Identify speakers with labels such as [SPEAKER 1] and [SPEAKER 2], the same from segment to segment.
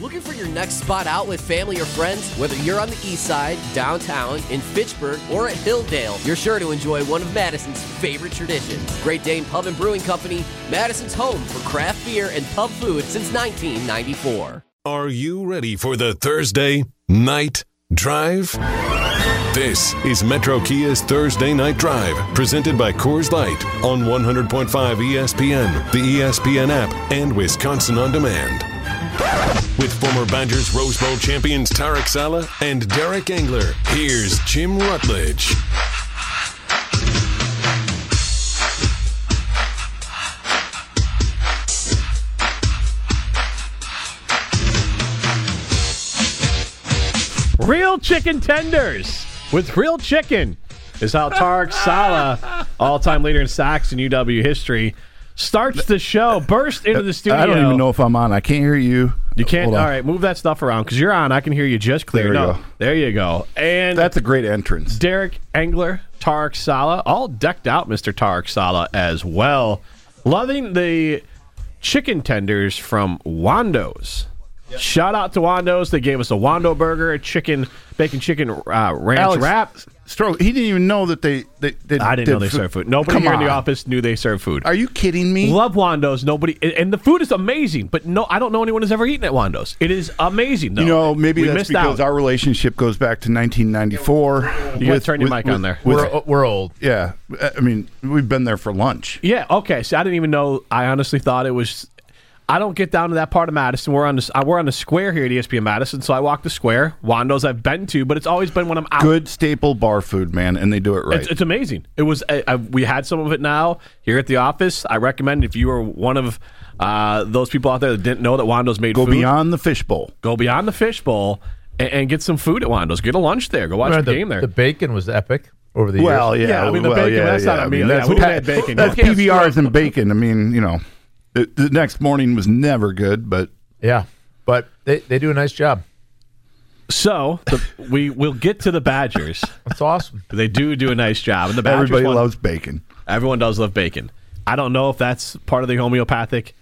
[SPEAKER 1] Looking for your next spot out with family or friends? Whether you're on the east side, downtown, in Fitchburg, or at Hilldale, you're sure to enjoy one of Madison's favorite traditions. Great Dane Pub and Brewing Company, Madison's home for craft beer and pub food since 1994.
[SPEAKER 2] Are you ready for the Thursday night drive? This is Metro Kia's Thursday Night Drive, presented by Coors Light on 100.5 ESPN, the E ESPN app, and Wisconsin On Demand. With former Badgers Rose Bowl champions Tarek Sala and Derek Engler, here's Jim Rutledge.
[SPEAKER 3] Real chicken tenders with real chicken is how Tarek Sala, all-time leader in sacks in UW history, starts the show. Burst into the studio.
[SPEAKER 4] I don't even know if I'm on. I can't hear you.
[SPEAKER 3] You can't.
[SPEAKER 4] Hold on.
[SPEAKER 3] All right, move that stuff around because you're on. I can hear you just clear.
[SPEAKER 4] There you
[SPEAKER 3] No,
[SPEAKER 4] go.
[SPEAKER 3] There you go. And
[SPEAKER 4] That's a great entrance.
[SPEAKER 3] Derek Engler, Tarek Sala, all decked out, Mr. Tarek Sala as well. Loving the chicken tenders from Wando's. Shout out to Wando's. They gave us a Wando burger, a chicken, bacon chicken uh, ranch
[SPEAKER 4] Alex-
[SPEAKER 3] wrap.
[SPEAKER 4] Stroh, he didn't even know that they. they, they
[SPEAKER 3] I didn't know they served food. Nobody
[SPEAKER 4] Come
[SPEAKER 3] here
[SPEAKER 4] on.
[SPEAKER 3] in the office knew they served food.
[SPEAKER 4] Are you kidding me?
[SPEAKER 3] Love Wando's. Nobody, and- and the food is amazing. But no, I don't know anyone who's ever eaten at Wando's. It is amazing, though.
[SPEAKER 4] you know, maybe
[SPEAKER 3] we
[SPEAKER 4] that's
[SPEAKER 3] missed
[SPEAKER 4] because
[SPEAKER 3] out.
[SPEAKER 4] our relationship goes back to 1994.
[SPEAKER 3] You gotta turn your mic on there.
[SPEAKER 4] With,
[SPEAKER 5] We're, we're old.
[SPEAKER 4] yeah, I mean, we've been there for lunch.
[SPEAKER 3] Yeah. Okay. So I didn't even know. I honestly thought it was. I don't get down to that part of Madison. We're on this. uh, We're on the square here at ESPN Madison. So I walk the square. Wando's I've been to, but it's always been when I'm out.
[SPEAKER 4] Good staple bar food, man, and they do it right.
[SPEAKER 3] It's, it's amazing. It was. I, I, we had some of it now here at the office. I recommend if you are one of uh, those people out there that didn't know that Wando's made
[SPEAKER 4] Go
[SPEAKER 3] food,
[SPEAKER 4] beyond the fishbowl.
[SPEAKER 3] go beyond the fishbowl and, and get some food at Wando's. Get a lunch there. Go watch
[SPEAKER 5] Remember
[SPEAKER 3] the,
[SPEAKER 5] the,
[SPEAKER 3] game there.
[SPEAKER 5] the bacon was epic over the
[SPEAKER 4] Well,
[SPEAKER 5] years.
[SPEAKER 4] yeah,
[SPEAKER 3] Yeah, I mean, the
[SPEAKER 4] well,
[SPEAKER 3] bacon,
[SPEAKER 4] yeah,
[SPEAKER 3] that's
[SPEAKER 4] yeah,
[SPEAKER 3] not a
[SPEAKER 4] I
[SPEAKER 3] meal.
[SPEAKER 4] mean,
[SPEAKER 3] Yeah,
[SPEAKER 4] That's,
[SPEAKER 3] we
[SPEAKER 4] pa-
[SPEAKER 3] had bacon.
[SPEAKER 4] that's
[SPEAKER 3] Yeah.
[SPEAKER 4] PBRs and bacon. I mean, you know, the, the next morning was never good, but
[SPEAKER 5] Yeah. But they, they do a nice job.
[SPEAKER 3] so the, we will get to the Badgers.
[SPEAKER 5] That's awesome.
[SPEAKER 3] they do do a nice job, and the Badgers
[SPEAKER 4] everybody
[SPEAKER 3] won.
[SPEAKER 4] loves bacon.
[SPEAKER 3] Everyone does love bacon. I don't know if that's part of the homeopathic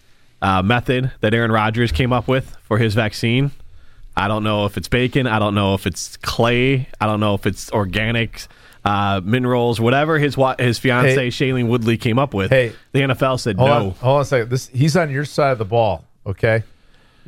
[SPEAKER 3] uh, method that Aaron Rodgers came up with for his vaccine. I don't know if it's bacon. I don't know if it's clay. I don't know if it's organic uh, minerals, whatever his wa- his fiance
[SPEAKER 5] Hey.
[SPEAKER 3] Shailene Woodley came up with.
[SPEAKER 5] Hey.
[SPEAKER 3] the NFL said
[SPEAKER 5] Hold,
[SPEAKER 3] no.
[SPEAKER 5] on, hold on a second. This he's on your side of the ball. Okay,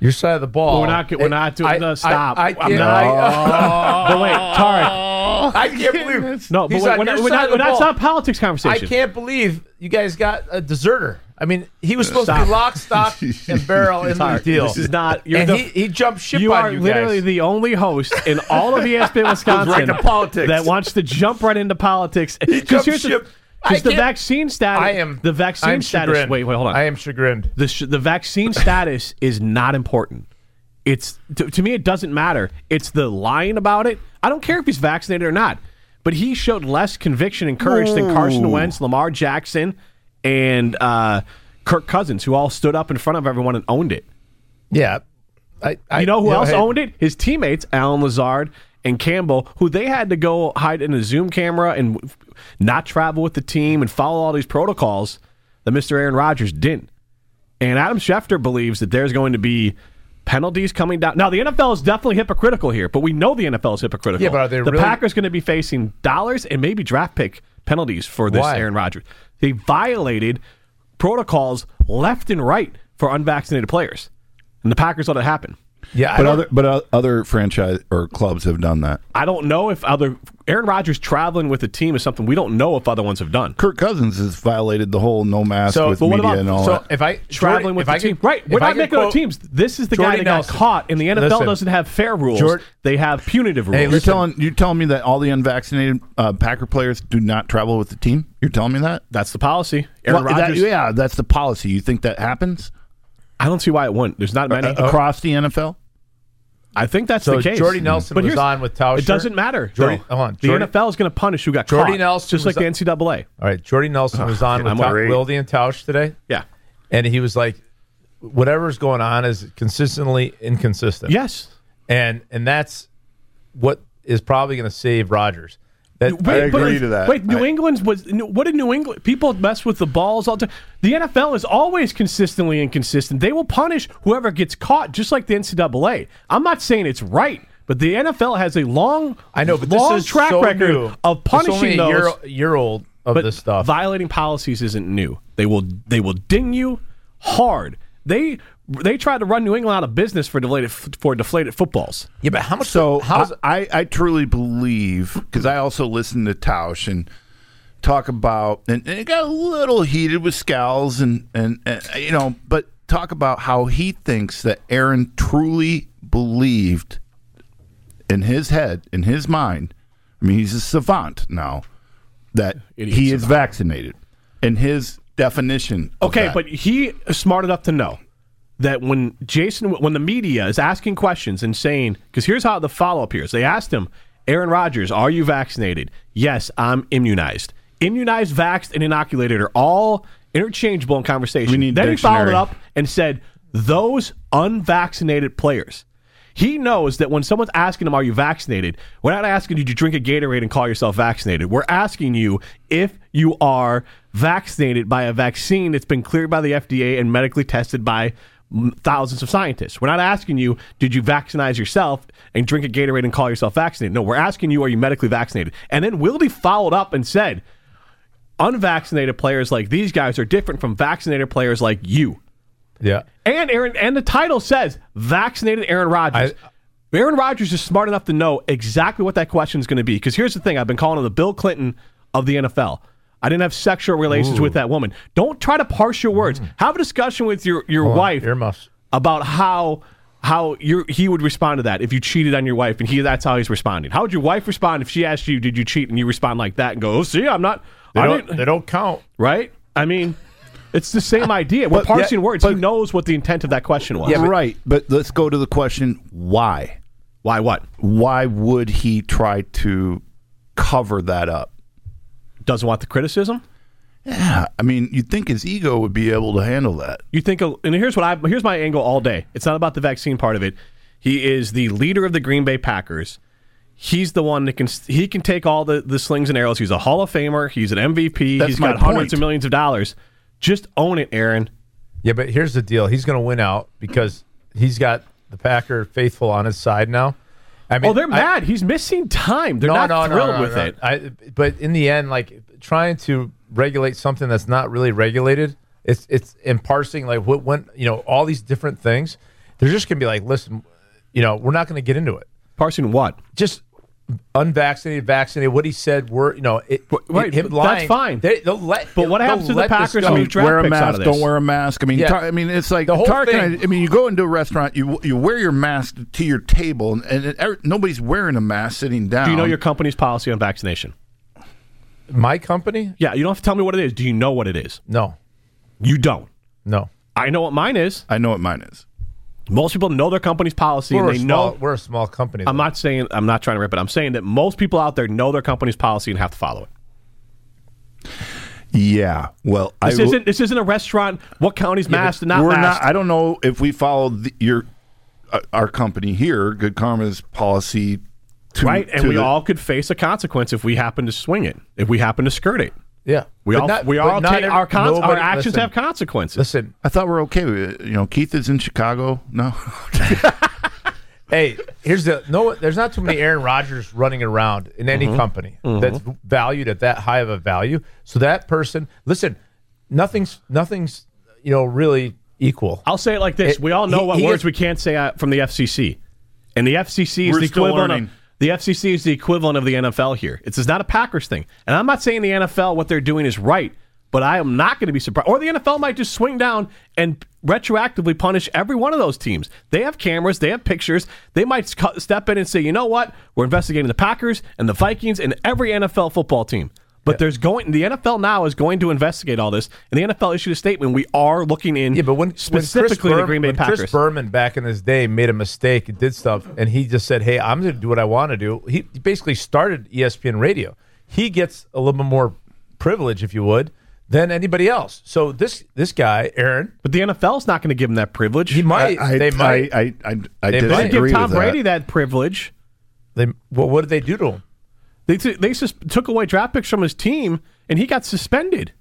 [SPEAKER 5] your side of the ball.
[SPEAKER 3] We're not. We're
[SPEAKER 5] Hey,
[SPEAKER 3] not doing.
[SPEAKER 5] I-
[SPEAKER 3] no, stop.
[SPEAKER 5] I, I
[SPEAKER 3] I'm
[SPEAKER 5] can't.
[SPEAKER 3] not- but wait, Tarek.
[SPEAKER 5] I, I can't believe.
[SPEAKER 3] No, but
[SPEAKER 5] he's
[SPEAKER 3] wait,
[SPEAKER 5] on
[SPEAKER 3] we're
[SPEAKER 5] your
[SPEAKER 3] not. We're
[SPEAKER 5] side
[SPEAKER 3] not.
[SPEAKER 5] of
[SPEAKER 3] We're not.
[SPEAKER 5] the ball.
[SPEAKER 3] It's not a politics
[SPEAKER 5] I
[SPEAKER 3] conversation.
[SPEAKER 5] can't believe you guys got a deserter. I mean, he was supposed to
[SPEAKER 3] Stop.
[SPEAKER 5] be lock, stock, and barrel in the
[SPEAKER 3] Tarek,
[SPEAKER 5] deal.
[SPEAKER 3] This is not. You're
[SPEAKER 5] and
[SPEAKER 3] the,
[SPEAKER 5] he, he jumped ship
[SPEAKER 3] you
[SPEAKER 5] on
[SPEAKER 3] are
[SPEAKER 5] you
[SPEAKER 3] literally
[SPEAKER 5] guys.
[SPEAKER 3] the only host in all of E ESPN Wisconsin
[SPEAKER 5] right to politics.
[SPEAKER 3] that wants to jump right into politics. Because
[SPEAKER 5] jumped
[SPEAKER 3] here's the,
[SPEAKER 5] ship. I
[SPEAKER 3] because the
[SPEAKER 5] can't-
[SPEAKER 3] vaccine status.
[SPEAKER 5] I am
[SPEAKER 3] the vaccine
[SPEAKER 5] I'm
[SPEAKER 3] status.
[SPEAKER 5] chagrined.
[SPEAKER 3] Wait, wait, hold on.
[SPEAKER 5] I am chagrined.
[SPEAKER 3] the sh- the vaccine status is not important. It's to, to me, it doesn't matter. It's the lying about it. I don't care if he's vaccinated or not. But he showed less conviction and courage than Carson Wentz, Lamar Jackson, and uh, Kirk Cousins, who all stood up in front of everyone and owned it.
[SPEAKER 5] Yeah. I, I,
[SPEAKER 3] You know who else
[SPEAKER 5] hey,
[SPEAKER 3] owned it? His teammates, Alan Lazard and Campbell, who they had to go hide in a Zoom camera and w- not travel with the team and follow all these protocols that Mr. Aaron Rodgers didn't. And Adam Schefter believes that there's going to be penalties coming down. Now, the NFL is definitely hypocritical here, but we know the NFL is hypocritical.
[SPEAKER 5] Yeah, but are they
[SPEAKER 3] the
[SPEAKER 5] really-
[SPEAKER 3] Packers going to be facing dollars and maybe draft pick penalties for this
[SPEAKER 5] Why?
[SPEAKER 3] Aaron Rodgers. They violated protocols left and right for unvaccinated players. And the Packers let it happen.
[SPEAKER 5] Yeah, I
[SPEAKER 4] But
[SPEAKER 5] don't-
[SPEAKER 4] other but o- other franchise or clubs have done that.
[SPEAKER 3] I don't know if other Aaron Rodgers traveling with a team is something we don't know if other ones have done.
[SPEAKER 4] Kirk Cousins has violated the whole no mask
[SPEAKER 5] So-
[SPEAKER 4] with
[SPEAKER 5] but what
[SPEAKER 4] media
[SPEAKER 3] about-
[SPEAKER 4] and all
[SPEAKER 5] so
[SPEAKER 4] that.
[SPEAKER 5] if I
[SPEAKER 3] Traveling
[SPEAKER 5] Jordan,
[SPEAKER 3] with
[SPEAKER 5] if
[SPEAKER 3] the
[SPEAKER 5] I
[SPEAKER 3] team,
[SPEAKER 5] could-
[SPEAKER 3] right?
[SPEAKER 5] if
[SPEAKER 3] We're
[SPEAKER 5] I
[SPEAKER 3] not
[SPEAKER 5] could
[SPEAKER 3] making
[SPEAKER 5] quote-
[SPEAKER 3] up teams. This is the guy
[SPEAKER 5] Jordy
[SPEAKER 3] that got
[SPEAKER 5] Nelson.
[SPEAKER 3] caught, and the NFL
[SPEAKER 5] Listen.
[SPEAKER 3] doesn't have fair rules.
[SPEAKER 5] Jord-
[SPEAKER 3] they have punitive rules.
[SPEAKER 5] Hey,
[SPEAKER 4] you're
[SPEAKER 5] listen.
[SPEAKER 4] telling you telling me that all the unvaccinated uh, Packer players do not travel with the team. You're telling me that?
[SPEAKER 3] That's the policy. Aaron
[SPEAKER 4] Well, that-
[SPEAKER 3] Rodgers.
[SPEAKER 4] yeah, that's the policy. You think that happens uh,
[SPEAKER 3] I don't see why it wouldn't. There's not many.
[SPEAKER 4] across the NFL?
[SPEAKER 3] I think that's
[SPEAKER 5] Uh, So
[SPEAKER 3] the case.
[SPEAKER 5] Jordy Nelson
[SPEAKER 3] but
[SPEAKER 5] was
[SPEAKER 3] here's-
[SPEAKER 5] on with Tauscher.
[SPEAKER 3] It doesn't matter.
[SPEAKER 5] Jordy-
[SPEAKER 3] no.
[SPEAKER 5] hold on,
[SPEAKER 3] the
[SPEAKER 5] Jordy-
[SPEAKER 3] NFL is going to punish who got
[SPEAKER 5] Jordy
[SPEAKER 3] caught,
[SPEAKER 5] Nelson
[SPEAKER 3] just like
[SPEAKER 5] was
[SPEAKER 3] the
[SPEAKER 5] on-
[SPEAKER 3] NCAA.
[SPEAKER 5] All right, Jordy Nelson was on with
[SPEAKER 3] I'm
[SPEAKER 5] Ta-
[SPEAKER 3] worried.
[SPEAKER 5] Wildy and Tausch today,
[SPEAKER 3] Yeah.
[SPEAKER 5] and he was like, "Whatever's going on is consistently inconsistent."
[SPEAKER 3] Yes.
[SPEAKER 5] and and that's what is probably going to save Rodgers. That,
[SPEAKER 4] I agree to that.
[SPEAKER 3] Wait, New
[SPEAKER 4] I-
[SPEAKER 3] England's was what did New England people mess with the balls all the time? The NFL is always consistently inconsistent. They will punish whoever gets caught, just like the NCAA. I'm not saying it's right, but the NFL has a long,
[SPEAKER 5] I know, but
[SPEAKER 3] long
[SPEAKER 5] this is
[SPEAKER 3] track
[SPEAKER 5] so
[SPEAKER 3] record
[SPEAKER 5] new.
[SPEAKER 3] of punishing
[SPEAKER 5] it's only a
[SPEAKER 3] those.
[SPEAKER 5] Year, year old of
[SPEAKER 3] but
[SPEAKER 5] this stuff.
[SPEAKER 3] violating policies isn't new. They will they will ding you hard. They they tried to run New England out of business for deflated for deflated footballs.
[SPEAKER 5] yeah, but how much?
[SPEAKER 4] So
[SPEAKER 3] uh,
[SPEAKER 5] how's
[SPEAKER 4] I, I, I truly believe because I also listen to Tausch and talk about and, and it got a little heated with Scowls and, and and you know, but talk about how he thinks that Aaron truly believed in his head, in his mind. I mean, he's a savant now that he is vaccinated in his definition. of
[SPEAKER 3] Okay,
[SPEAKER 4] that.
[SPEAKER 3] but he is smart enough to know that when Jason, when the media is asking questions and saying, because here's how the follow up here is they asked him, Aaron Rodgers, are you vaccinated? Yes, I'm immunized. Immunized, vaxxed, and inoculated are all interchangeable in conversation.
[SPEAKER 4] We need
[SPEAKER 3] then he followed it
[SPEAKER 4] dictionary.
[SPEAKER 3] up and said, those unvaccinated players. He knows that when someone's asking him, Are you vaccinated? We're not asking, Did you drink a Gatorade and call yourself vaccinated? We're asking you if you are vaccinated by a vaccine that's been cleared by the FDA and medically tested by mm, thousands of scientists. We're not asking you, Did you vaccinate yourself and drink a Gatorade and call yourself vaccinated? No, we're asking you, Are you medically vaccinated? And then Wildy followed up and said, Unvaccinated players like these guys are different from vaccinated players like you.
[SPEAKER 5] yeah?
[SPEAKER 3] And Aaron and the title says vaccinated Aaron Rodgers.
[SPEAKER 5] uh,
[SPEAKER 3] Aaron Rodgers is smart enough to know exactly what that question is going to be. Because here's the thing: I've been calling him the Bill Clinton of the NFL. I didn't have sexual relations with that woman. Don't try to parse your words.
[SPEAKER 5] Mm.
[SPEAKER 3] Have a discussion with your your wife
[SPEAKER 5] earmuffs.
[SPEAKER 3] about how how your he would respond to that if you cheated on your wife and he that's how he's responding. How would your wife respond if she asked you, "Did you cheat?" and you respond like that and go, "Oh, see, I'm not."
[SPEAKER 5] They
[SPEAKER 3] I
[SPEAKER 5] don't,
[SPEAKER 3] didn't-
[SPEAKER 5] they don't count.
[SPEAKER 3] right? I mean, it's the same idea. We're
[SPEAKER 4] But-
[SPEAKER 3] parsing
[SPEAKER 4] yeah,
[SPEAKER 3] words. he
[SPEAKER 4] but-
[SPEAKER 3] knows what the intent of that question was.
[SPEAKER 4] right. But let's go to the question: Why?
[SPEAKER 3] Why what?
[SPEAKER 4] Why would he try to cover that up?
[SPEAKER 3] Doesn't want the criticism?
[SPEAKER 4] Yeah, I mean, you'd think his ego would be able to handle that.
[SPEAKER 3] You think, and here's what I, here's my angle all day. It's not about the vaccine part of it. He is the leader of the Green Bay Packers. He's the one that can, he can take all the, the slings and arrows. He's a Hall of Famer. He's an MVP.
[SPEAKER 4] That's
[SPEAKER 3] he's
[SPEAKER 4] my
[SPEAKER 3] got hundreds
[SPEAKER 4] point.
[SPEAKER 3] of millions of dollars. Just own it, Aaron.
[SPEAKER 5] Yeah, but here's the deal: he's going to win out because he's got the Packer faithful on his side now. I mean,
[SPEAKER 3] Oh, they're
[SPEAKER 5] I-
[SPEAKER 3] mad. He's missing time. They're
[SPEAKER 5] no,
[SPEAKER 3] not
[SPEAKER 5] no, no,
[SPEAKER 3] thrilled
[SPEAKER 5] no,
[SPEAKER 3] with
[SPEAKER 5] no.
[SPEAKER 3] it.
[SPEAKER 5] I, but in the end, like trying to regulate something that's not really regulated, it's it's and parsing like what when you know all these different things. They're just going to be like, listen, you know, we're not going to get into it.
[SPEAKER 3] Parsing what?
[SPEAKER 5] Just unvaccinated, vaccinated. What he said, were you know, it,
[SPEAKER 3] right,
[SPEAKER 5] him
[SPEAKER 3] that's
[SPEAKER 5] lying,
[SPEAKER 3] fine.
[SPEAKER 5] They, they'll let,
[SPEAKER 3] But what
[SPEAKER 5] they'll
[SPEAKER 3] happens to the
[SPEAKER 5] let this
[SPEAKER 3] Packers
[SPEAKER 5] go.
[SPEAKER 3] who Oh, draft
[SPEAKER 4] wear a
[SPEAKER 3] picks out
[SPEAKER 4] mask.
[SPEAKER 3] of this.
[SPEAKER 4] Don't wear a mask. I mean,
[SPEAKER 5] Yeah.
[SPEAKER 4] tar- I mean, it's like
[SPEAKER 5] The whole
[SPEAKER 4] tar- can
[SPEAKER 5] thing.
[SPEAKER 4] I, I mean, you go into a restaurant, you you wear your mask to your table, and, and, and er- nobody's wearing a mask sitting down.
[SPEAKER 3] Do you
[SPEAKER 5] Um,
[SPEAKER 3] know your company's policy on vaccination?
[SPEAKER 5] My company?
[SPEAKER 3] Yeah, you don't have to tell me what it is. Do you know what it is?
[SPEAKER 5] No,
[SPEAKER 3] You don't.
[SPEAKER 5] no.
[SPEAKER 3] I know what mine is.
[SPEAKER 4] I know what mine is.
[SPEAKER 3] Most people know their company's policy
[SPEAKER 5] We're
[SPEAKER 3] and
[SPEAKER 5] a
[SPEAKER 3] they
[SPEAKER 5] small,
[SPEAKER 3] know
[SPEAKER 5] we're a small company.
[SPEAKER 3] I'm
[SPEAKER 5] though.
[SPEAKER 3] not saying I'm not trying to rip it. I'm saying that most people out there know their company's policy and have to follow it.
[SPEAKER 4] Yeah. Well, I
[SPEAKER 3] This
[SPEAKER 4] will-
[SPEAKER 3] isn't this isn't a restaurant. What county's masked and not
[SPEAKER 4] we're
[SPEAKER 3] masked?
[SPEAKER 4] I don't know if we follow the, your uh, our company here, Good Karma's policy. To,
[SPEAKER 3] right, and
[SPEAKER 4] to
[SPEAKER 3] we
[SPEAKER 4] the-
[SPEAKER 3] all could face a consequence if we happen to swing it, if we happen to skirt it.
[SPEAKER 5] Yeah,
[SPEAKER 3] We
[SPEAKER 5] But
[SPEAKER 3] all
[SPEAKER 5] not-
[SPEAKER 3] we
[SPEAKER 5] but
[SPEAKER 3] all
[SPEAKER 5] not
[SPEAKER 3] take
[SPEAKER 5] every-
[SPEAKER 3] our cons- our
[SPEAKER 5] nobody-
[SPEAKER 3] actions
[SPEAKER 5] listen,
[SPEAKER 3] have consequences.
[SPEAKER 5] Listen,
[SPEAKER 4] I thought we're okay. with it. You know, Keith is in Chicago. No,
[SPEAKER 5] Hey, here's the no. There's not too many Aaron Rodgers running around in
[SPEAKER 3] Mm-hmm.
[SPEAKER 5] any company that's valued at that high of a value. So that person, listen, nothing's nothing's you know really equal.
[SPEAKER 3] I'll say it like this:
[SPEAKER 5] It-
[SPEAKER 3] We all know
[SPEAKER 5] he-
[SPEAKER 3] what
[SPEAKER 5] he
[SPEAKER 3] words
[SPEAKER 5] is-
[SPEAKER 3] we can't say uh, from the FCC, and the FCC is
[SPEAKER 4] We're
[SPEAKER 3] the
[SPEAKER 4] still
[SPEAKER 3] equivalent. Of,
[SPEAKER 4] learning.
[SPEAKER 3] the FCC is the equivalent of the NFL here. It's, it's not a Packers thing, and I'm not saying the NFL what they're doing is right, but I am not going to be surprised. Or the NFL might just swing down and retroactively punish every one of those teams. They have cameras, they have pictures. They might sc- step in and say, you know what, we're investigating the Packers and the Vikings and every NFL football team. But there's going the NFL now is going to investigate all this, and the NFL issued a statement. We are looking in
[SPEAKER 5] Yeah, but when when Chris
[SPEAKER 3] specifically
[SPEAKER 5] Berman,
[SPEAKER 3] the Green Bay
[SPEAKER 5] when
[SPEAKER 3] Packers.
[SPEAKER 5] Chris Berman back in his day made a mistake and did stuff, and he just said, "Hey, I'm going to do what I want to do." He basically started E ESPN Radio. He gets a little bit more privilege, if you would, than anybody else. So this this guy, Aaron,
[SPEAKER 3] but the NFL's not going to give him that privilege.
[SPEAKER 5] he
[SPEAKER 4] I,
[SPEAKER 5] might
[SPEAKER 4] I,
[SPEAKER 5] they might
[SPEAKER 4] I, I, I, I
[SPEAKER 5] They might
[SPEAKER 3] They
[SPEAKER 4] disagree
[SPEAKER 3] give Tom
[SPEAKER 4] with that.
[SPEAKER 3] Brady that privilege.
[SPEAKER 5] They well, what did they do to him?
[SPEAKER 3] They t- they sus- took away draft picks from his team, and he got suspended.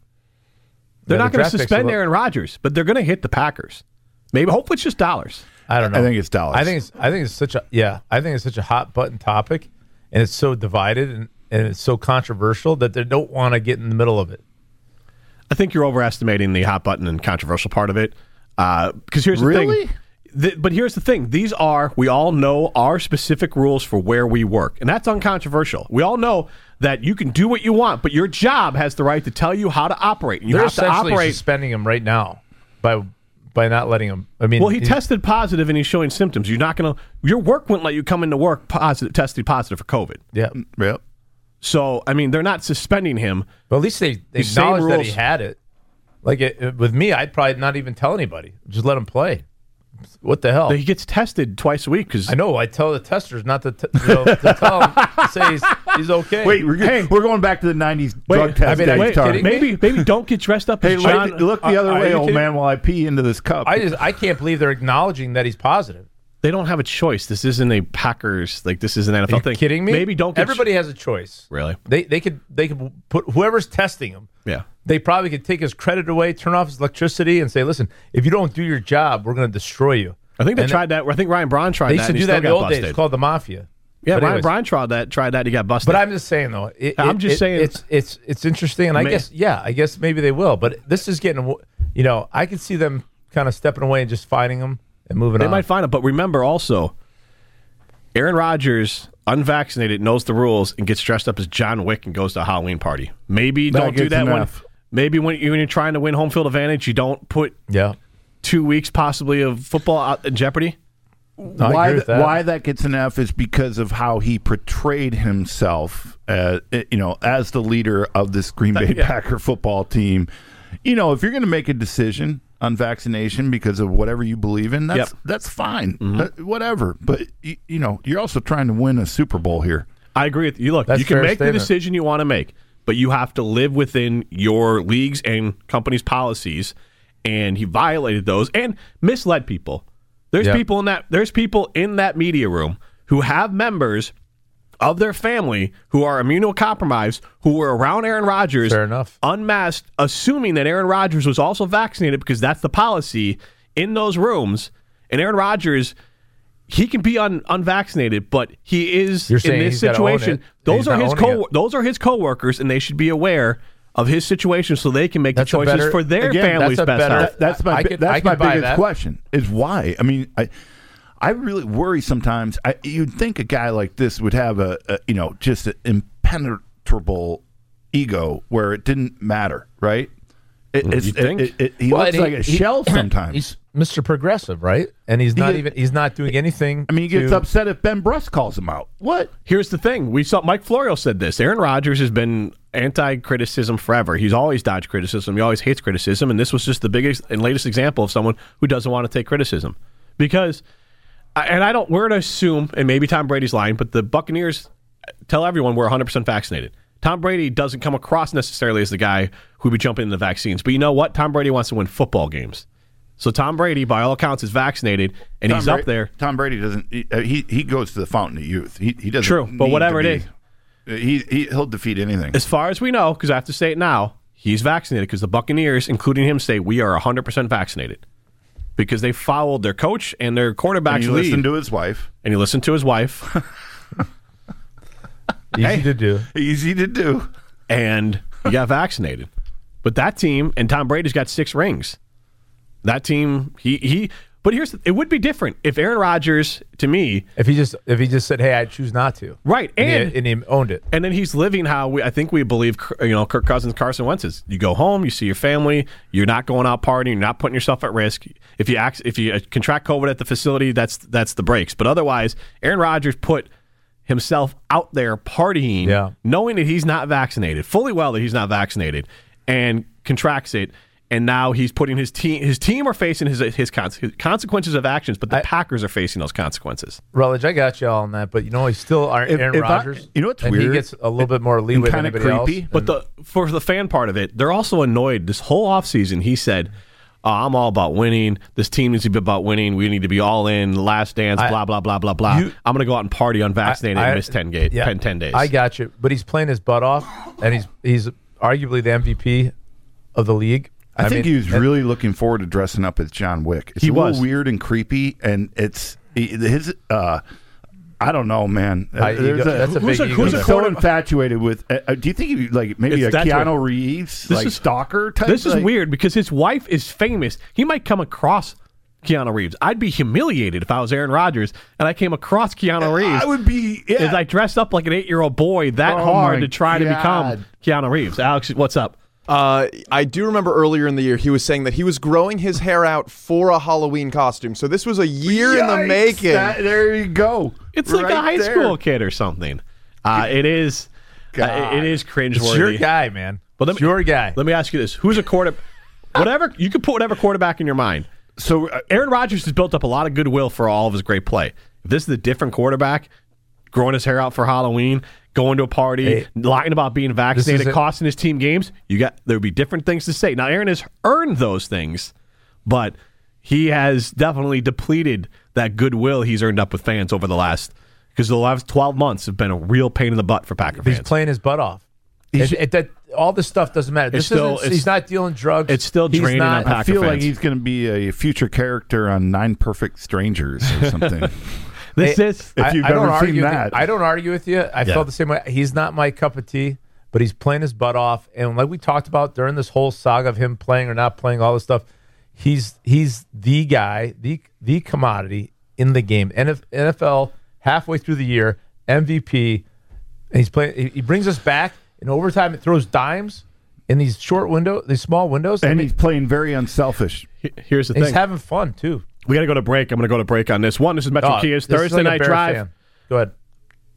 [SPEAKER 3] They're
[SPEAKER 5] Yeah,
[SPEAKER 3] not
[SPEAKER 5] the
[SPEAKER 3] going to
[SPEAKER 5] draft picks
[SPEAKER 3] suspend
[SPEAKER 5] are-
[SPEAKER 3] Aaron Rodgers, but they're going to hit the Packers. Maybe hopefully it's just dollars.
[SPEAKER 5] I don't know.
[SPEAKER 4] I think it's dollars.
[SPEAKER 5] I think it's I think it's such a yeah. I think it's such a hot button topic, and it's so divided and, and it's so controversial that they don't want to get in the middle of it.
[SPEAKER 3] I think you're overestimating the hot button and controversial part of it. Because here's the
[SPEAKER 4] Really?
[SPEAKER 3] thing. Th- but here's the thing. These are, we all know our specific rules for where we work. And that's uncontroversial. We all know that you can do what you want, but your job has the right to tell you how to operate. And you
[SPEAKER 5] They're
[SPEAKER 3] have to
[SPEAKER 5] essentially
[SPEAKER 3] operate.
[SPEAKER 5] suspending him right now by by not letting him. I mean,
[SPEAKER 3] well, he
[SPEAKER 5] he's-
[SPEAKER 3] tested positive and he's showing symptoms. You're not going to, your work wouldn't let you come into work positive, tested positive for COVID.
[SPEAKER 5] Yeah,
[SPEAKER 4] Yep.
[SPEAKER 3] So, I mean, they're not suspending him.
[SPEAKER 5] but at least they, they
[SPEAKER 3] These same
[SPEAKER 5] acknowledged that he
[SPEAKER 3] rules-
[SPEAKER 5] had it. Like it, it- with me, I'd probably not even tell anybody. Just let him play. What the hell?
[SPEAKER 3] He gets tested twice a week because
[SPEAKER 5] I know. I tell the testers not to, t- you know, to tell him to say he's, he's okay.
[SPEAKER 4] Wait, we're,
[SPEAKER 3] Hey.
[SPEAKER 4] we're going back to the '90s drug
[SPEAKER 3] I
[SPEAKER 4] test.
[SPEAKER 5] mean,
[SPEAKER 4] days,
[SPEAKER 5] are you
[SPEAKER 3] Wait,
[SPEAKER 4] Tara.
[SPEAKER 5] kidding me?
[SPEAKER 3] maybe maybe don't get dressed up
[SPEAKER 4] Hey,
[SPEAKER 3] as
[SPEAKER 4] look-
[SPEAKER 3] John.
[SPEAKER 4] look the other
[SPEAKER 5] are
[SPEAKER 4] way,
[SPEAKER 5] you
[SPEAKER 4] old
[SPEAKER 5] kidding?
[SPEAKER 4] man, while I pee into this cup.
[SPEAKER 5] I just I can't believe they're acknowledging that he's positive.
[SPEAKER 3] they don't have a choice. This isn't a Packers like this is an NFL
[SPEAKER 5] Are you
[SPEAKER 3] thing.
[SPEAKER 5] kidding me?
[SPEAKER 3] Maybe don't get
[SPEAKER 5] Everybody has a choice.
[SPEAKER 3] Really?
[SPEAKER 5] They they could they could put whoever's testing him.
[SPEAKER 3] Yeah.
[SPEAKER 5] They probably could take his credit away, turn off his electricity, and say, "Listen, if you don't do your job, we're going to destroy you."
[SPEAKER 3] I think they
[SPEAKER 5] And
[SPEAKER 3] tried that. I think Ryan Braun tried
[SPEAKER 5] They
[SPEAKER 3] that.
[SPEAKER 5] used to
[SPEAKER 3] and he
[SPEAKER 5] do
[SPEAKER 3] still
[SPEAKER 5] that in the
[SPEAKER 3] got
[SPEAKER 5] old
[SPEAKER 3] busted.
[SPEAKER 5] days. It's called the mafia.
[SPEAKER 3] yeah, Ryan
[SPEAKER 5] But anyways.
[SPEAKER 3] Braun tried that. Tried that. He got busted.
[SPEAKER 5] But I'm just saying though. It,
[SPEAKER 3] I'm
[SPEAKER 5] it-
[SPEAKER 3] just
[SPEAKER 5] it-
[SPEAKER 3] saying-
[SPEAKER 5] it's it's it's interesting, and I
[SPEAKER 3] Ma-
[SPEAKER 5] guess yeah, I guess maybe they will. But this is getting, you know, I could see them kind of stepping away and just fighting him and moving
[SPEAKER 3] they
[SPEAKER 5] on.
[SPEAKER 3] might find it. But remember also, Aaron Rodgers, unvaccinated, knows the rules and gets dressed up as John Wick and goes to a Halloween party. Maybe
[SPEAKER 4] That
[SPEAKER 3] don't do
[SPEAKER 4] gets
[SPEAKER 3] that when.
[SPEAKER 4] enough.
[SPEAKER 3] Maybe when you- when you're trying to win home field advantage, you don't put
[SPEAKER 5] yeah.
[SPEAKER 3] two weeks possibly of football out in jeopardy.
[SPEAKER 5] I
[SPEAKER 4] why,
[SPEAKER 5] agree with
[SPEAKER 4] th-
[SPEAKER 5] that.
[SPEAKER 4] why that gets an F is because of how he portrayed himself, uh, you know, as the leader of this Green Bay
[SPEAKER 3] yeah.
[SPEAKER 4] Packer football team. You know, if you're going to make a decision on vaccination because of whatever you believe in, that's
[SPEAKER 3] Yep. Mm-hmm.
[SPEAKER 4] that's fine, That- whatever. But you, you know, you're also trying to win a Super Bowl here.
[SPEAKER 3] I agree with you. Look,
[SPEAKER 5] That's
[SPEAKER 3] you can
[SPEAKER 5] fair
[SPEAKER 3] make the
[SPEAKER 5] statement.
[SPEAKER 3] decision you want to make, but you have to live within your leagues and companies' policies. And he violated those and misled people. There's
[SPEAKER 5] Yeah.
[SPEAKER 3] people in that there's people in that media room who have members of their family who are immunocompromised who were around Aaron Rodgers
[SPEAKER 5] Fair enough.
[SPEAKER 3] unmasked, assuming that Aaron Rodgers was also vaccinated because that's the policy in those rooms. And Aaron Rodgers, he can be un- unvaccinated, but he is
[SPEAKER 5] You're
[SPEAKER 3] in
[SPEAKER 5] saying
[SPEAKER 3] this
[SPEAKER 5] he's gotta own
[SPEAKER 3] situation.
[SPEAKER 5] it.
[SPEAKER 3] Those
[SPEAKER 5] He's
[SPEAKER 3] are
[SPEAKER 5] not
[SPEAKER 3] his
[SPEAKER 5] owning
[SPEAKER 3] co
[SPEAKER 5] it.
[SPEAKER 3] those are his coworkers, and they should be aware of his situation so they can make
[SPEAKER 5] That's a
[SPEAKER 3] the choices
[SPEAKER 5] better-
[SPEAKER 3] for their
[SPEAKER 5] again, that's
[SPEAKER 3] family's
[SPEAKER 5] a
[SPEAKER 3] best
[SPEAKER 5] better-
[SPEAKER 3] health.
[SPEAKER 5] That-
[SPEAKER 4] that's my
[SPEAKER 5] I
[SPEAKER 4] bi-
[SPEAKER 5] could- I
[SPEAKER 4] that's
[SPEAKER 5] could
[SPEAKER 4] my
[SPEAKER 5] buy
[SPEAKER 4] biggest
[SPEAKER 5] that.
[SPEAKER 4] question is why. I mean, I I really worry sometimes. I you'd think a guy like this would have a, a you know just an impenetrable ego where it didn't matter, right? It, it's,
[SPEAKER 3] You'd think.
[SPEAKER 4] it- it- he
[SPEAKER 5] Well,
[SPEAKER 4] looks
[SPEAKER 5] and
[SPEAKER 4] like
[SPEAKER 5] he-
[SPEAKER 4] a
[SPEAKER 5] he-
[SPEAKER 4] shell sometimes.
[SPEAKER 5] He's Mr. Progressive, right? And he's not
[SPEAKER 4] is-
[SPEAKER 5] even he's not doing anything.
[SPEAKER 4] I mean, he gets
[SPEAKER 5] to-
[SPEAKER 4] upset if Ben Bruss calls him out. What?
[SPEAKER 3] Here's the thing. We saw Mike Florio said this. Aaron Rodgers has been anti criticism forever. He's always dodged criticism. He always hates criticism. And this was just the biggest and latest example of someone who doesn't want to take criticism. Because, and I don't, we're going to assume, and maybe Tom Brady's lying, but the Buccaneers tell everyone we're 100% vaccinated. Tom Brady doesn't come across necessarily as the guy who'd be jumping into vaccines. But you know what? Tom Brady wants to win football games. So Tom Brady, by all accounts, is vaccinated and he's
[SPEAKER 4] Tom
[SPEAKER 3] up
[SPEAKER 4] Bra-
[SPEAKER 3] there.
[SPEAKER 4] Tom Brady doesn't. He, uh, he he goes to the fountain of youth. He he doesn't.
[SPEAKER 3] True, but
[SPEAKER 4] need
[SPEAKER 3] whatever
[SPEAKER 4] to
[SPEAKER 3] it
[SPEAKER 4] be- he, he he'll defeat anything.
[SPEAKER 3] As far as we know, because I have to say it now, he's vaccinated because the Buccaneers, including him, say we are 100% vaccinated because they followed their coach and their quarterback's
[SPEAKER 4] And he
[SPEAKER 3] lead.
[SPEAKER 4] listened to his wife.
[SPEAKER 3] and he listened to his wife.
[SPEAKER 5] easy to do.
[SPEAKER 4] Easy to do.
[SPEAKER 3] and he got vaccinated. But that team and Tom Brady's got six rings. That team, he he. But here's the, it would be different if Aaron Rodgers, to me,
[SPEAKER 5] If he just if he just said, "Hey, I choose not to,"
[SPEAKER 3] Right, and-
[SPEAKER 5] he, and he owned it.
[SPEAKER 3] and then he's living how we I think we believe you know Kirk Cousins, Carson Wentz is. You go home, you see your family, you're not going out partying, you're not putting yourself at risk. If you act, if you uh, contract COVID at the facility, that's that's the breaks. But otherwise, Aaron Rodgers put himself out there partying,
[SPEAKER 5] Yeah.
[SPEAKER 3] knowing that he's not vaccinated, fully well that he's not vaccinated, and contracts it. And now he's putting his team. His team are facing his his, cons- his consequences of actions, but the Packers are facing those consequences.
[SPEAKER 5] Rutledge, I got you all on that, but you know, he's still Ar-
[SPEAKER 4] If-
[SPEAKER 5] Aaron
[SPEAKER 4] if I-
[SPEAKER 5] Rodgers.
[SPEAKER 4] you know what's
[SPEAKER 5] and He
[SPEAKER 4] weird?
[SPEAKER 5] gets a little bit more leeway than
[SPEAKER 4] kinda
[SPEAKER 5] anybody
[SPEAKER 4] creepy.
[SPEAKER 5] else.
[SPEAKER 3] But the for the fan part of it, they're also annoyed. This whole offseason, he said, oh, I'm all about winning. This team needs to be about winning. We need to be all in. Last dance.
[SPEAKER 5] I-
[SPEAKER 3] blah blah blah blah blah.
[SPEAKER 5] You-
[SPEAKER 3] I'm gonna go out and party unvaccinated
[SPEAKER 5] I-
[SPEAKER 3] and miss ten games.
[SPEAKER 5] yeah,
[SPEAKER 3] 10, 10 days.
[SPEAKER 5] I got you, but he's playing his butt off, and he's he's arguably the MVP of the league.
[SPEAKER 4] I, think
[SPEAKER 5] mean,
[SPEAKER 4] he was really looking forward to dressing up as John Wick. It's
[SPEAKER 3] He
[SPEAKER 4] a little
[SPEAKER 3] was.
[SPEAKER 4] weird and creepy, and it's his. Uh, I don't know, man. Uh,
[SPEAKER 5] I- you
[SPEAKER 4] There's
[SPEAKER 5] go- that's a
[SPEAKER 3] Who's
[SPEAKER 5] big
[SPEAKER 3] Uh, a-
[SPEAKER 5] ego
[SPEAKER 3] who's a
[SPEAKER 5] there.
[SPEAKER 4] He's so infatuated with. Uh, uh, do you think he like maybe
[SPEAKER 3] It's
[SPEAKER 4] a
[SPEAKER 3] that's
[SPEAKER 4] Keanu
[SPEAKER 3] what-
[SPEAKER 4] Reeves,
[SPEAKER 3] This
[SPEAKER 4] like
[SPEAKER 3] is-
[SPEAKER 4] stalker type?
[SPEAKER 3] This is
[SPEAKER 4] Like,
[SPEAKER 3] weird because his wife is famous. He might come across Keanu Reeves. I'd be humiliated if I was Aaron Rodgers and I came across Keanu Reeves.
[SPEAKER 4] I would be. Yeah.
[SPEAKER 3] If I dressed up like an eight-year-old boy that
[SPEAKER 4] Oh
[SPEAKER 3] hard
[SPEAKER 4] my
[SPEAKER 3] to try to
[SPEAKER 4] God.
[SPEAKER 3] become Keanu Reeves. Alex, what's up?
[SPEAKER 6] Uh, I do remember earlier in the year he was saying that he was growing his hair out for a Halloween costume. So this was a year in the
[SPEAKER 4] Yikes,
[SPEAKER 6] making.
[SPEAKER 4] that- there you go.
[SPEAKER 3] It's like a
[SPEAKER 4] Right
[SPEAKER 3] high
[SPEAKER 4] there.
[SPEAKER 3] school kid or something. Uh, it is. uh,
[SPEAKER 4] God.
[SPEAKER 3] it is cringeworthy.
[SPEAKER 5] it's your guy, man.
[SPEAKER 3] But let
[SPEAKER 5] it's
[SPEAKER 3] me-
[SPEAKER 5] your guy.
[SPEAKER 3] Let me ask you this: Who's a quarterback? whatever you can put whatever quarterback in your mind.
[SPEAKER 4] So uh,
[SPEAKER 3] Aaron Rodgers has built up a lot of goodwill for all of his great play. If this is a different quarterback, growing his hair out for Halloween, going to a party,
[SPEAKER 5] Hey,
[SPEAKER 3] lying about being vaccinated,
[SPEAKER 5] isn't-
[SPEAKER 3] costing his team games, you got there would be different things to say. Now Aaron has earned those things, but he has definitely depleted that goodwill he's earned up with fans over the last because the last twelve months have been a real pain in the butt for Packer
[SPEAKER 5] He's
[SPEAKER 3] fans.
[SPEAKER 5] playing his butt off. It, it, that, all this stuff doesn't matter. This
[SPEAKER 3] It's still-
[SPEAKER 5] isn't,
[SPEAKER 3] it's-
[SPEAKER 5] he's not dealing drugs.
[SPEAKER 3] it's still
[SPEAKER 5] He's
[SPEAKER 3] draining
[SPEAKER 5] not-
[SPEAKER 3] on Packer
[SPEAKER 4] I feel like
[SPEAKER 3] fans.
[SPEAKER 4] he's going to be a future character on Nine Perfect Strangers or something.
[SPEAKER 3] this is
[SPEAKER 4] if you've ever seen
[SPEAKER 5] argue with
[SPEAKER 4] that.
[SPEAKER 5] you. I don't argue with you. I felt the same way. He's not my cup of tea, but he's playing his butt off. And like we talked about during this whole saga of him playing or not playing, all this stuff, he's he's the guy, the the commodity in the game. NF NFL halfway through the year, MVP, and he's playing. He, he brings us back in overtime. It throws dimes in these short window, these small windows, I
[SPEAKER 4] and
[SPEAKER 5] mean,
[SPEAKER 4] he's playing very unselfish.
[SPEAKER 3] here's the
[SPEAKER 5] he's
[SPEAKER 3] thing.
[SPEAKER 5] having fun too.
[SPEAKER 3] we got to go to break. I'm going to go to break on this one. This is Metro
[SPEAKER 5] Oh,
[SPEAKER 3] Kia's
[SPEAKER 5] this is
[SPEAKER 3] Thursday
[SPEAKER 5] like a
[SPEAKER 3] Night
[SPEAKER 5] Bear
[SPEAKER 3] Drive.
[SPEAKER 5] fan. Go ahead.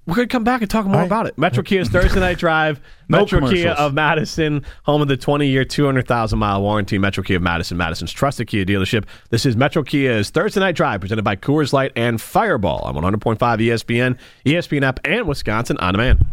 [SPEAKER 3] We're going to come back and talk more about it. Metro Kia's Thursday Night Drive.
[SPEAKER 4] No
[SPEAKER 3] Metro Kia
[SPEAKER 4] commercials.
[SPEAKER 3] of Madison, home of the 20 year, 200,000 mile warranty. Metro Kia of Madison, Madison's trusted Kia dealership. This is Metro Kia's Thursday Night Drive, presented by Coors Light and Fireball on 100.5 ESPN, ESPN app, and Wisconsin On Demand.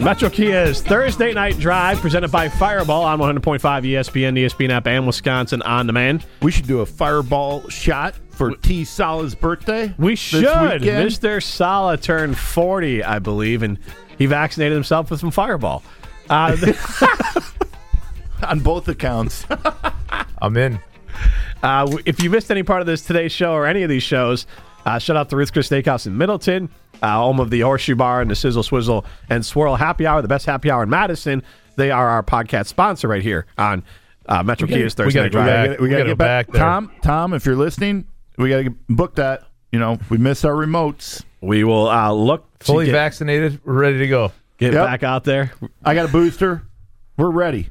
[SPEAKER 3] Metro Kia's Thursday Night Drive, presented by Fireball on 100.5 ESPN, ESPN app, and Wisconsin On Demand.
[SPEAKER 4] We should do a fireball shot for T. Sala's birthday.
[SPEAKER 3] We
[SPEAKER 4] this
[SPEAKER 3] should.
[SPEAKER 4] weekend.
[SPEAKER 3] Mr. Sala turned 40, I believe, and he vaccinated himself with some Fireball. Uh,
[SPEAKER 4] on both accounts.
[SPEAKER 5] I'm in.
[SPEAKER 3] Uh, w- if you missed any part of this today's show or any of these shows, uh, shout out to Ruth's Chris Steakhouse in Middleton, uh, home of the Horseshoe Bar and the Sizzle Swizzle and Swirl Happy Hour, the best happy hour in Madison. They are our podcast sponsor right here on uh, Metro Kia's Thursday
[SPEAKER 5] gotta
[SPEAKER 3] Night
[SPEAKER 5] go
[SPEAKER 3] Drive.
[SPEAKER 5] back.
[SPEAKER 4] gotta- we
[SPEAKER 5] We
[SPEAKER 4] got to
[SPEAKER 5] gotta
[SPEAKER 4] get
[SPEAKER 5] go
[SPEAKER 4] back.
[SPEAKER 5] back there.
[SPEAKER 4] Tom, Tom, if you're listening, we got to book that. You know, we miss our remotes.
[SPEAKER 3] We will uh, look to
[SPEAKER 5] Fully
[SPEAKER 3] get,
[SPEAKER 5] vaccinated. We're ready to go.
[SPEAKER 3] get
[SPEAKER 4] Yep.
[SPEAKER 3] back out there.
[SPEAKER 4] I got a booster. We're ready.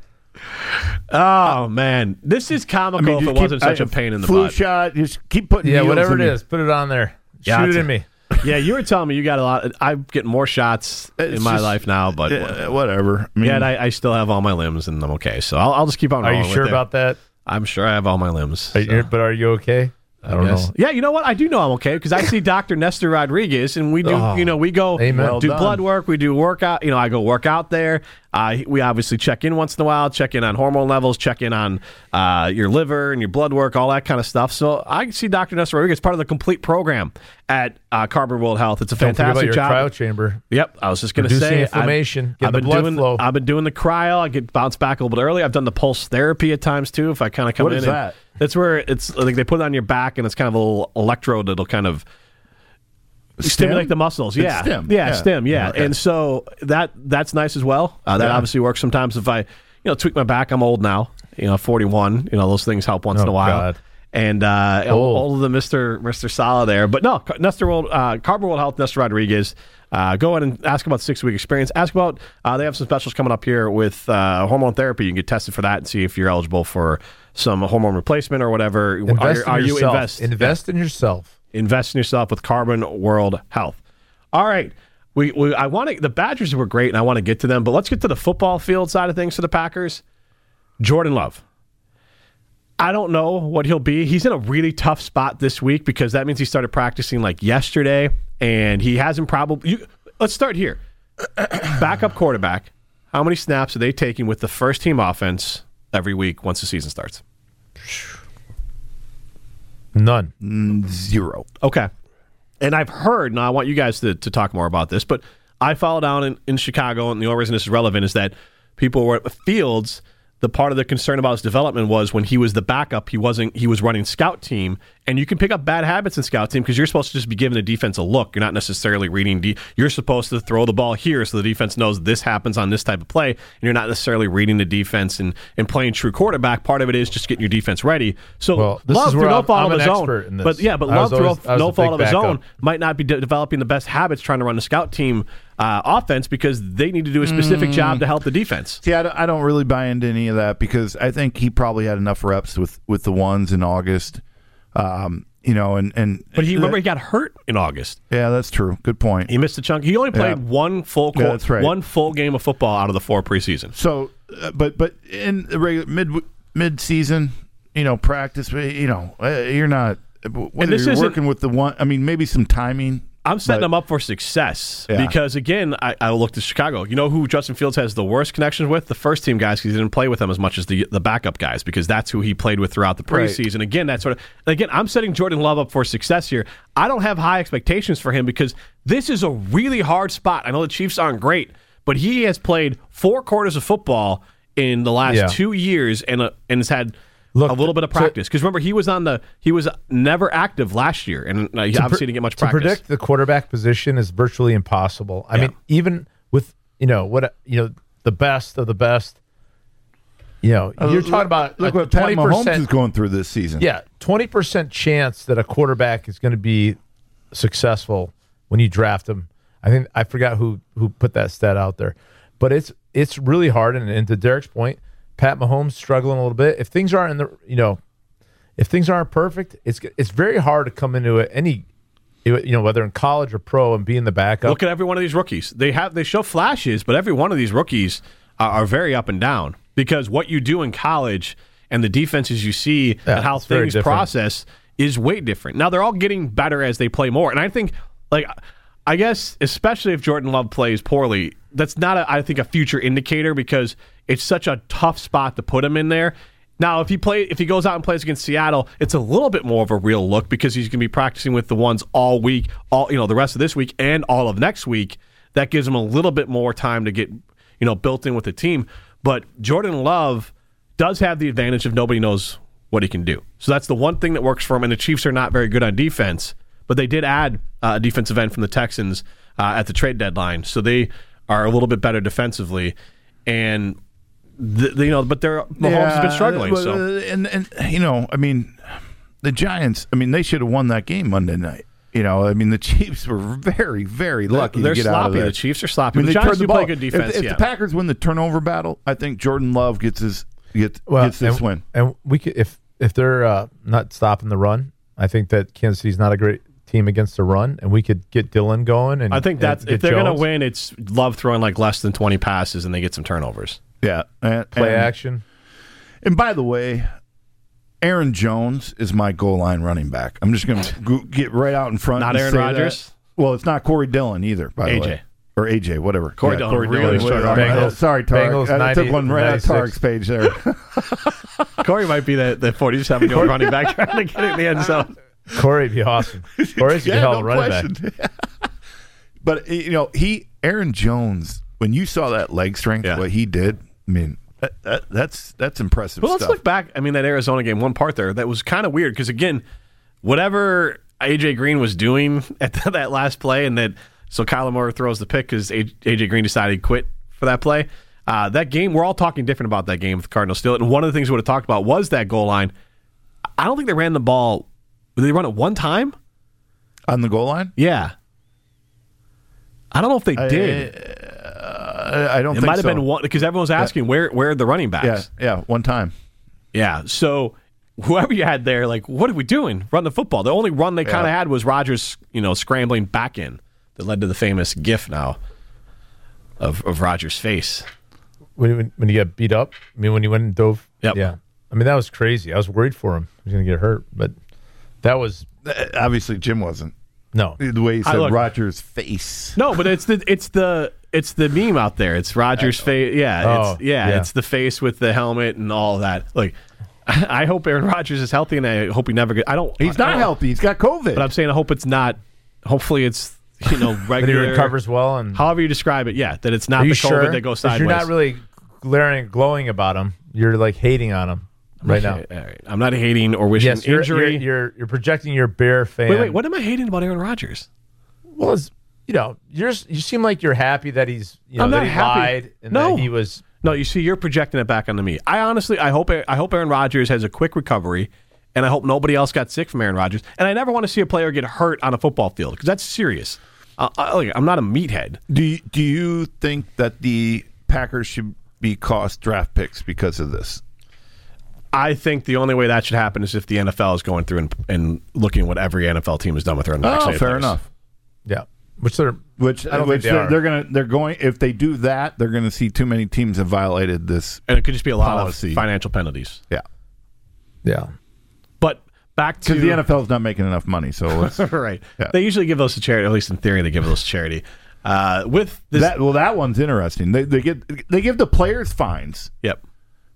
[SPEAKER 3] Oh man, this is comical. if it
[SPEAKER 4] just keep-
[SPEAKER 3] wasn't such
[SPEAKER 4] I-
[SPEAKER 3] a pain in the
[SPEAKER 4] flu
[SPEAKER 3] butt.
[SPEAKER 4] shot. Just keep putting.
[SPEAKER 5] Yeah,
[SPEAKER 4] needles
[SPEAKER 5] whatever
[SPEAKER 4] in
[SPEAKER 5] it
[SPEAKER 4] you.
[SPEAKER 5] is, put it on there.
[SPEAKER 3] Yeah,
[SPEAKER 5] Shoot
[SPEAKER 3] it's
[SPEAKER 5] it
[SPEAKER 3] a-
[SPEAKER 5] in me.
[SPEAKER 3] yeah, you were telling me you got a lot. I'm getting more shots in
[SPEAKER 4] It's
[SPEAKER 3] my
[SPEAKER 4] just-
[SPEAKER 3] life now, but
[SPEAKER 4] Yeah, whatever. I mean,
[SPEAKER 3] yet I, I still have all my limbs and I'm okay. So I'll, I'll just keep on.
[SPEAKER 5] Are you
[SPEAKER 3] rolling with
[SPEAKER 5] sure
[SPEAKER 3] it.
[SPEAKER 5] about Oh, that?
[SPEAKER 3] I'm sure I have all my limbs.
[SPEAKER 5] Are you- but are you okay? I don't
[SPEAKER 3] Yes.
[SPEAKER 5] know.
[SPEAKER 3] Yeah, you know what? I do know I'm okay because I see Dr. Nestor Rodriguez, and we do,
[SPEAKER 4] Oh.
[SPEAKER 3] you know, we go
[SPEAKER 5] Amen. Well
[SPEAKER 3] do
[SPEAKER 4] done.
[SPEAKER 3] blood work, we do workout. You know, I go work out there. Uh, we obviously check in once in a while, check in on hormone levels, check in on uh, your liver and your blood work, all that kind of stuff. So I see Dr. Nestor Rodriguez part of the complete program at uh, Carbon World Health. It's a
[SPEAKER 5] Don't forget about
[SPEAKER 3] fantastic
[SPEAKER 5] your
[SPEAKER 3] job.
[SPEAKER 5] cryo chamber.
[SPEAKER 3] Yep, I was just going to
[SPEAKER 5] Reducing
[SPEAKER 3] say I've-
[SPEAKER 5] inflammation,
[SPEAKER 3] I've,
[SPEAKER 5] getting the
[SPEAKER 3] been
[SPEAKER 5] blood
[SPEAKER 3] doing
[SPEAKER 5] flow.
[SPEAKER 3] I've been doing the cryo. I get bounced back a little bit early. I've done the pulse therapy at times too. If I kind of come
[SPEAKER 4] What
[SPEAKER 3] in,
[SPEAKER 4] is
[SPEAKER 3] and-
[SPEAKER 4] that?
[SPEAKER 3] That's where it's like they put it on your back and it's kind of a little electrode that'll kind of stimulate the muscles.
[SPEAKER 4] It's
[SPEAKER 3] Yeah,
[SPEAKER 4] stem.
[SPEAKER 3] yeah,
[SPEAKER 4] Yeah.
[SPEAKER 3] stem. Yeah,
[SPEAKER 4] Okay.
[SPEAKER 3] and so that that's nice as well. Uh, that
[SPEAKER 4] Yeah.
[SPEAKER 3] obviously works sometimes. If I you know tweak my back, I'm old now. You know, 41. You know, those things help once in a while.
[SPEAKER 5] God.
[SPEAKER 3] And uh, older than Mister Mister Sala there, but no, Car- Nestor World, uh, Carbon World Health, Nestor Rodriguez. Uh, go in and ask about six week experience. Ask about uh, they have some specials coming up here with uh, hormone therapy. You can get tested for that and see if you're eligible for some hormone replacement or whatever.
[SPEAKER 5] Invest
[SPEAKER 3] are
[SPEAKER 5] in
[SPEAKER 3] you
[SPEAKER 5] yourself.
[SPEAKER 3] invest
[SPEAKER 5] in yourself.
[SPEAKER 3] invest in yourself with Carbon World Health. All right. We, we I want to the Badgers were great and I want to get to them, but let's get to the football field side of things for the Packers. Jordan Love. I don't know what he'll be. He's in a really tough spot this week because that means he started practicing like yesterday, and he hasn't probably. You, let's start here. Backup quarterback. How many snaps are they taking with the first team offense every week once the season starts?
[SPEAKER 5] None.
[SPEAKER 4] Zero.
[SPEAKER 3] Okay. And I've heard, now I want you guys to, to talk more about this, but I follow down in, in Chicago, and the only reason this is relevant is that people were Fields. The part of the concern about his development was when he was the backup, he wasn't. He was running scout team, and you can pick up bad habits in scout team because you're supposed to just be giving the defense a look. You're not necessarily reading. De- you're supposed to throw the ball here so the defense knows this happens on this type of play, and you're not necessarily reading the defense and, and playing true quarterback. Part of it is just getting your defense ready. So
[SPEAKER 5] Well, this
[SPEAKER 3] love
[SPEAKER 5] is
[SPEAKER 3] through
[SPEAKER 5] where
[SPEAKER 3] no
[SPEAKER 5] I'm-
[SPEAKER 3] fault
[SPEAKER 5] I'm
[SPEAKER 3] of
[SPEAKER 5] an
[SPEAKER 3] his
[SPEAKER 5] expert in
[SPEAKER 3] own.
[SPEAKER 5] this.
[SPEAKER 3] But yeah, but
[SPEAKER 5] I
[SPEAKER 3] love
[SPEAKER 5] was
[SPEAKER 3] through
[SPEAKER 5] always- I was
[SPEAKER 3] no
[SPEAKER 5] a big
[SPEAKER 3] fault of his
[SPEAKER 5] backup.
[SPEAKER 3] own might not be de- developing the best habits trying to run the scout team uh, offense because they need to do a specific job
[SPEAKER 4] Mm.
[SPEAKER 3] to help the defense.
[SPEAKER 4] See, I don't, I don't really buy into any of that because I think he probably had enough reps with with the ones in August. Um, you know, and and
[SPEAKER 3] But he remember he got hurt in August.
[SPEAKER 4] yeah, that's true. Good point.
[SPEAKER 3] He missed a chunk. He only played
[SPEAKER 4] Yeah.
[SPEAKER 3] one full
[SPEAKER 4] Yeah,
[SPEAKER 3] quar-
[SPEAKER 4] that's right.
[SPEAKER 3] one full game of football out of the four preseason.
[SPEAKER 4] So, uh, but but in the regular mid mid season, you know, practice, you know, uh, you're not. Whether
[SPEAKER 3] this
[SPEAKER 4] you're
[SPEAKER 3] isn't- Uh,
[SPEAKER 4] working with the one, I mean, maybe some timing.
[SPEAKER 3] I'm setting
[SPEAKER 4] But-
[SPEAKER 3] him up for success
[SPEAKER 4] Yeah.
[SPEAKER 3] because again, I, I looked at Chicago. You know who Justin Fields has the worst connections with? The first team guys because he didn't play with them as much as the the backup guys because that's who he played with throughout the preseason. Again, that sort of and again, I'm setting Jordan Love up for success here. I don't have high expectations for him because this is a really hard spot. I know the Chiefs aren't great, but he has played four quarters of football in the last
[SPEAKER 5] Yeah.
[SPEAKER 3] two years and a, and has had.
[SPEAKER 5] Look,
[SPEAKER 3] a little bit of
[SPEAKER 5] to-
[SPEAKER 3] practice because remember he was on the he was uh, never active last year and uh, he obviously didn't get much
[SPEAKER 5] to
[SPEAKER 3] practice.
[SPEAKER 5] predict the quarterback position is virtually impossible. I mean, even with you know what you know the best of the best. You know,
[SPEAKER 3] Uh,
[SPEAKER 5] you're talking about
[SPEAKER 4] look
[SPEAKER 5] a
[SPEAKER 4] what Pat Mahomes
[SPEAKER 5] 20%
[SPEAKER 4] is going through this season.
[SPEAKER 5] Yeah, twenty percent chance that a quarterback is going to be successful when you draft him. I think I forgot who who put that stat out there, but it's it's really hard. And, and to Derek's point, Pat Mahomes struggling a little bit. If things aren't in the you know, if things aren't perfect, it's it's very hard to come into it any you know whether in college or pro and being the backup.
[SPEAKER 3] Look at every one of these rookies. They have they show flashes, but every one of these rookies are, are very up and down because what you do in college and the defenses you see and how
[SPEAKER 5] it's very
[SPEAKER 3] things
[SPEAKER 5] different.
[SPEAKER 3] process is way different. Now they're all getting better as they play more, and I think like I guess especially if Jordan Love plays poorly, that's not a, I think a future indicator because it's such a tough spot to put him in there. Now, if he play, if he goes out and plays against Seattle, it's a little bit more of a real look because he's going to be practicing with the ones all week, all you know, the rest of this week and all of next week. That gives him a little bit more time to get you know built in with the team. But Jordan Love does have the advantage of nobody knows what he can do. So that's the one thing that works for him. And the Chiefs are not very good on defense, but they did add uh, a defensive end from the Texans uh, at the trade deadline, so they are a little bit better defensively. And th- you know, but they're Mahomes has been
[SPEAKER 4] Yeah,
[SPEAKER 3] struggling.
[SPEAKER 4] well,
[SPEAKER 3] so
[SPEAKER 4] uh, and and you know, I mean, the Giants. I mean, they should have won that game Monday night. You know, I mean, the Chiefs were very, very lucky.
[SPEAKER 3] they're
[SPEAKER 4] to get out of
[SPEAKER 3] sloppy.
[SPEAKER 4] that.
[SPEAKER 3] The Chiefs are sloppy.
[SPEAKER 4] I mean,
[SPEAKER 3] the
[SPEAKER 4] they
[SPEAKER 3] Giants
[SPEAKER 4] turned
[SPEAKER 3] do
[SPEAKER 4] the ball.
[SPEAKER 3] play good
[SPEAKER 4] If-
[SPEAKER 3] defense.
[SPEAKER 4] If,
[SPEAKER 3] yeah.
[SPEAKER 4] the Packers win the turnover battle, I think Jordan Love gets his gets, gets this
[SPEAKER 5] and,
[SPEAKER 4] win.
[SPEAKER 5] And we could, if if they're uh, not stopping the run, I think that Kansas City's not a great team against the run, and we could get Dylan going. And
[SPEAKER 3] I think
[SPEAKER 5] and
[SPEAKER 3] that's
[SPEAKER 5] get
[SPEAKER 3] if they're going to
[SPEAKER 5] Jones,
[SPEAKER 3] win, it's Love throwing like less than twenty passes and they get some turnovers.
[SPEAKER 4] Yeah, and,
[SPEAKER 5] play
[SPEAKER 4] and-
[SPEAKER 5] action.
[SPEAKER 4] And by the way, Aaron Jones is my goal line running back. I'm just going to get right out in front.
[SPEAKER 3] Not
[SPEAKER 4] and
[SPEAKER 3] Aaron
[SPEAKER 4] say that.
[SPEAKER 3] Rodgers?
[SPEAKER 4] Well, it's not Corey Dillon either. By the
[SPEAKER 3] AJ.
[SPEAKER 4] way, or AJ, whatever.
[SPEAKER 3] Corey Dillon really
[SPEAKER 4] Sorry,
[SPEAKER 3] struggled.
[SPEAKER 5] Bengals-
[SPEAKER 4] sorry,
[SPEAKER 5] Bengals
[SPEAKER 4] Tarek. I took
[SPEAKER 5] 90
[SPEAKER 4] one right out of
[SPEAKER 5] 96.
[SPEAKER 4] Tarek's page there.
[SPEAKER 3] Corey might be the the forty seven year old running back trying to get in the end zone.
[SPEAKER 5] Corey'd be awesome. Corey's a hell of a running back.
[SPEAKER 4] back. but you know, he Aaron Jones. When you saw that leg strength,
[SPEAKER 3] Yeah.
[SPEAKER 4] what he did, I mean, that, that, that's that's impressive.
[SPEAKER 3] Well, let's
[SPEAKER 4] stuff.
[SPEAKER 3] look back. I mean, that Arizona game, one part there that was kind of weird because again, whatever AJ Green was doing at that last play, and that so Kyler Moore throws the pick because AJ Green decided to quit for that play. Uh, that game, we're all talking different about that game with the Cardinals still. And one of the things we would have talked about was that goal line. I don't think they ran the ball. Did they run it one time?
[SPEAKER 4] on the goal line.
[SPEAKER 3] Yeah. I don't know if they did.
[SPEAKER 4] I, I don't.
[SPEAKER 3] it
[SPEAKER 4] think
[SPEAKER 3] might have
[SPEAKER 4] so.
[SPEAKER 3] been one because everyone was asking where where are the running backs.
[SPEAKER 4] Yeah, yeah, one time.
[SPEAKER 3] Yeah. So whoever you had there, like, what are we doing? Run the football. The only run they kind of had was Rogers, you know, scrambling back in that led to the famous GIF now of of Rogers' face.
[SPEAKER 5] When, when, when you got beat up, I mean, when you went and dove.
[SPEAKER 3] Yep.
[SPEAKER 5] Yeah. I mean, that was crazy. I was worried for him. He was going to get hurt, but that was
[SPEAKER 4] Uh, Obviously, Jim wasn't.
[SPEAKER 5] no.
[SPEAKER 4] The way he
[SPEAKER 3] I
[SPEAKER 4] said
[SPEAKER 3] look-
[SPEAKER 4] Rogers' face.
[SPEAKER 3] No, but it's the it's the it's the meme out there. It's Rogers' face. Yeah,
[SPEAKER 5] Oh,
[SPEAKER 3] it's, Uh, yeah,
[SPEAKER 5] yeah.
[SPEAKER 3] it's the face with the helmet and all that. Like, I hope Aaron Rodgers is healthy, and I hope he never. Get, I don't.
[SPEAKER 4] He's
[SPEAKER 3] I
[SPEAKER 4] not
[SPEAKER 3] don't-
[SPEAKER 4] healthy. He's got COVID.
[SPEAKER 3] But I'm saying I hope it's not. Hopefully, it's you know
[SPEAKER 5] But he
[SPEAKER 3] regular.
[SPEAKER 5] recovers well. And
[SPEAKER 3] However you describe it, yeah, that it's not
[SPEAKER 5] are
[SPEAKER 3] the
[SPEAKER 5] you
[SPEAKER 3] COVID
[SPEAKER 5] sure?
[SPEAKER 3] that goes
[SPEAKER 5] 'Cause
[SPEAKER 3] sideways.
[SPEAKER 5] You're not really glaring, glowing about him. You're like hating on him right now.
[SPEAKER 3] All right. I'm not hating or wishing
[SPEAKER 5] Oh. Yes, you're,
[SPEAKER 3] injury.
[SPEAKER 5] You're, you're you're projecting your bear fan.
[SPEAKER 3] wait, wait. What am I hating about Aaron Rodgers?
[SPEAKER 5] Well, it's, you know, you're s- you seem like you're happy that he's you know
[SPEAKER 3] I'm
[SPEAKER 5] that
[SPEAKER 3] not
[SPEAKER 5] he
[SPEAKER 3] happy.
[SPEAKER 5] lied and
[SPEAKER 3] No.
[SPEAKER 5] that he was
[SPEAKER 3] No, you see, you're projecting it back onto me. I honestly, I hope, I hope Aaron Rodgers has a quick recovery, and I hope nobody else got sick from Aaron Rodgers. And I never want to see a player get hurt on a football field because that's serious. I, I, like, I'm not a meathead.
[SPEAKER 4] do you, do you think that the Packers should be cost draft picks because of this?
[SPEAKER 3] I think the only way that should happen is if the NFL is going through and, and looking at what every NFL team has done with their
[SPEAKER 4] Oh,
[SPEAKER 3] unvaccinated
[SPEAKER 4] fair
[SPEAKER 3] players.
[SPEAKER 4] enough.
[SPEAKER 5] yeah, which they're
[SPEAKER 4] Which,
[SPEAKER 5] I don't
[SPEAKER 4] which
[SPEAKER 5] think they
[SPEAKER 4] they're,
[SPEAKER 5] are.
[SPEAKER 4] they're gonna they're going if they do that they're gonna see too many teams have violated this.
[SPEAKER 3] And it could just be a lot
[SPEAKER 4] Policy.
[SPEAKER 3] of financial penalties.
[SPEAKER 4] Yeah,
[SPEAKER 5] yeah.
[SPEAKER 3] But back to
[SPEAKER 4] because the NFL's not making enough money, so let's,
[SPEAKER 3] right.
[SPEAKER 4] Yeah.
[SPEAKER 3] They usually give those to charity. At least in theory, they give those to charity. Uh, with this,
[SPEAKER 4] that well that one's interesting. They they get they give the players fines,
[SPEAKER 3] yep.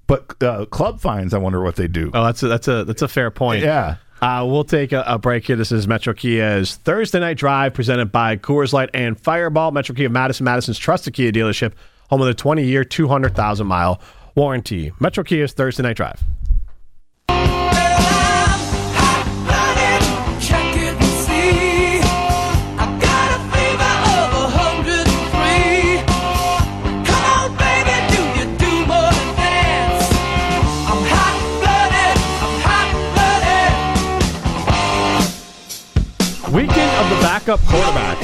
[SPEAKER 4] but uh, club fines. I wonder what they do.
[SPEAKER 3] Oh, that's a, that's a that's a fair point.
[SPEAKER 4] Yeah.
[SPEAKER 3] Uh, we'll take a, a break here. This is Metro Kia's Thursday Night Drive presented by Coors Light and Fireball. Metro Kia of Madison, Madison's trusted Kia dealership, home of the 20 year, 200,000 mile warranty. Metro Kia's Thursday Night Drive. Weekend of the backup quarterback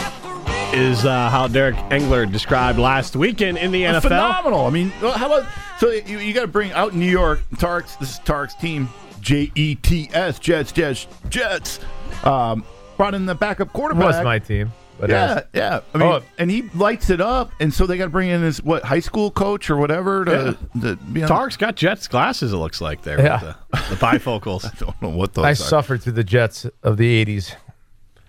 [SPEAKER 3] is uh, how Derek Engler described last weekend in the NFL.
[SPEAKER 4] Phenomenal. I mean, well, how about so you, you got to bring out New York Tarks. This is Tarks team. J E T S Jets Jets Jets. Um, brought in the backup
[SPEAKER 5] It
[SPEAKER 4] quarterback.
[SPEAKER 5] was my team, but uh,
[SPEAKER 4] Yeah,
[SPEAKER 5] yeah.
[SPEAKER 4] yeah. I mean,
[SPEAKER 5] Oh.
[SPEAKER 4] and he lights it up, and so they got to bring in his what high school coach or whatever to, to be on.
[SPEAKER 3] Tark's got Jets glasses, it looks like, there
[SPEAKER 5] Yeah.
[SPEAKER 3] with the, the bifocals.
[SPEAKER 4] I don't know what those
[SPEAKER 5] I
[SPEAKER 4] are.
[SPEAKER 5] suffered through the Jets of the '80s,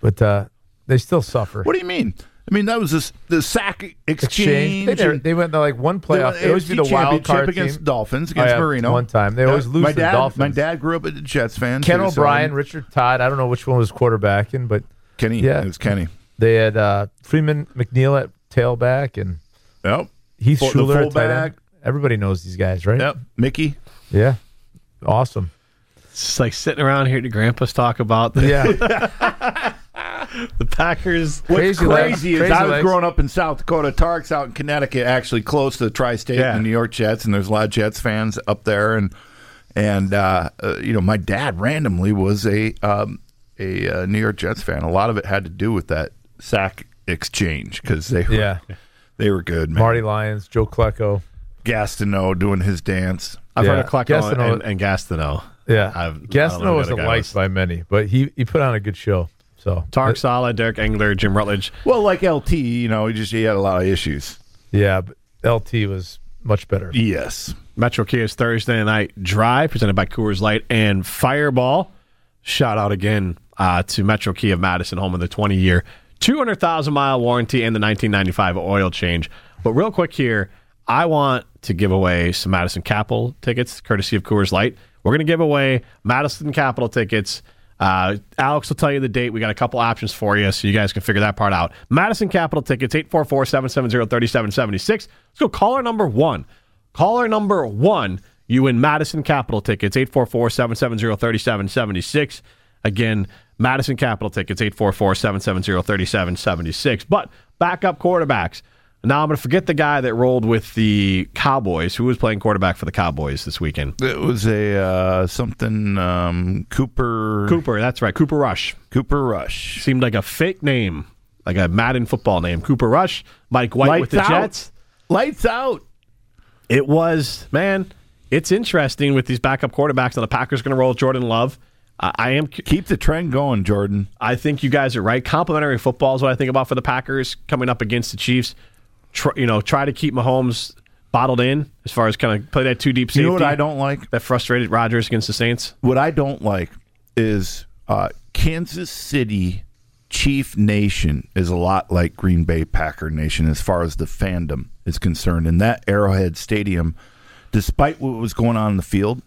[SPEAKER 5] but uh, they still suffer.
[SPEAKER 4] What do you mean? I mean, that was this the sack exchange.
[SPEAKER 5] They, never,
[SPEAKER 4] and-
[SPEAKER 5] they went to like one
[SPEAKER 4] They
[SPEAKER 5] playoff.
[SPEAKER 4] won
[SPEAKER 5] They always
[SPEAKER 4] AFC
[SPEAKER 5] be the wild
[SPEAKER 4] championship
[SPEAKER 5] card
[SPEAKER 4] against
[SPEAKER 5] team.
[SPEAKER 4] Dolphins
[SPEAKER 5] Oh,
[SPEAKER 4] against
[SPEAKER 5] yeah,
[SPEAKER 4] Marino.
[SPEAKER 5] one time. They always lose
[SPEAKER 4] My
[SPEAKER 5] to the
[SPEAKER 4] dad,
[SPEAKER 5] Dolphins.
[SPEAKER 4] My dad grew up a Jets fan.
[SPEAKER 5] Ken
[SPEAKER 4] too, so-
[SPEAKER 5] O'Brien, Richard Todd. I don't know which one was quarterbacking, but
[SPEAKER 4] Kenny.
[SPEAKER 5] Yeah.
[SPEAKER 4] it was Kenny.
[SPEAKER 5] they had uh, Freeman McNeil at tailback and
[SPEAKER 4] Yep.
[SPEAKER 5] Heath
[SPEAKER 4] Full- the
[SPEAKER 5] Schuler at tight
[SPEAKER 4] fullback.
[SPEAKER 5] end. Everybody knows these guys, right?
[SPEAKER 4] Yep. Mickey.
[SPEAKER 5] Yeah. Awesome.
[SPEAKER 3] It's like sitting around here to grandpa's talk about the,
[SPEAKER 5] Yeah.
[SPEAKER 3] the Packers.
[SPEAKER 5] crazy legs,
[SPEAKER 4] Crazy is
[SPEAKER 5] crazy
[SPEAKER 4] I was
[SPEAKER 5] legs.
[SPEAKER 4] growing up in South Dakota. Tark's out in Connecticut, actually close to the tri-state
[SPEAKER 3] Yeah.
[SPEAKER 4] and New York Jets, and there's a lot of Jets fans up there. And and uh, uh, you know, my dad randomly was a um, a uh, New York Jets fan. A lot of it had to do with that sack exchange because they were,
[SPEAKER 5] Yeah.
[SPEAKER 4] they were good. Man.
[SPEAKER 5] Marty Lyons, Joe Klecko.
[SPEAKER 4] Gastineau doing his dance.
[SPEAKER 3] I've
[SPEAKER 5] Yeah.
[SPEAKER 3] heard of Klecko and,
[SPEAKER 5] Gastineau-
[SPEAKER 3] and, Gastineau.
[SPEAKER 5] Yeah.
[SPEAKER 3] I've- I don't know
[SPEAKER 5] Gastineau
[SPEAKER 3] who
[SPEAKER 5] was
[SPEAKER 3] that
[SPEAKER 5] a
[SPEAKER 3] guy
[SPEAKER 5] liked
[SPEAKER 3] was.
[SPEAKER 5] by many, but he, he put on a good show. So
[SPEAKER 3] Tark Sala, Derek Engler, Jim Rutledge.
[SPEAKER 4] Well, like LT, you know, he just he had a lot of issues.
[SPEAKER 5] Yeah, but LT was much better.
[SPEAKER 4] Yes.
[SPEAKER 3] Metro Kia's Thursday Night Drive, presented by Coors Light and Fireball. Shout out again uh, to Metro Kia of Madison, home of the 20 year, 200,000 mile warranty and the 1995 oil change. But real quick here, I want to give away some Madison Capital tickets, courtesy of Coors Light. We're going to give away Madison Capital tickets. Uh, Alex will tell you the date. We got a couple options for you, so you guys can figure that part out. Madison Capital tickets, 844 770 3776. Let's go caller number one. Caller number one, you win Madison Capital tickets, 844 770 3776. Again, Madison Capital tickets, 844 770 3776. But backup quarterbacks. Now I'm going to forget the guy that rolled with the Cowboys. Who was playing quarterback for the Cowboys this weekend?
[SPEAKER 4] It was a uh, something um, Cooper
[SPEAKER 3] Cooper, that's right. Cooper Rush.
[SPEAKER 4] Cooper Rush.
[SPEAKER 3] Seemed like a fake name, like a Madden football name. Cooper Rush, Mike White with the
[SPEAKER 4] Lights out.
[SPEAKER 3] Jets.
[SPEAKER 4] Lights out.
[SPEAKER 3] It was, man, it's interesting with these backup quarterbacks. Now the Packers going to roll Jordan Love. Uh, I am cu-
[SPEAKER 4] Keep the trend going, Jordan.
[SPEAKER 3] I think you guys are right. Complimentary football is what I think about for the Packers coming up against the Chiefs. Try, you know, try to keep Mahomes bottled in as far as kind of play that two deep safety.
[SPEAKER 4] You know what I don't like?
[SPEAKER 3] that frustrated Rodgers against the Saints.
[SPEAKER 4] What I don't like is uh, Kansas City Chief Nation is a lot like Green Bay Packer Nation as far as the fandom is concerned. And that Arrowhead Stadium, despite what was going on in the field,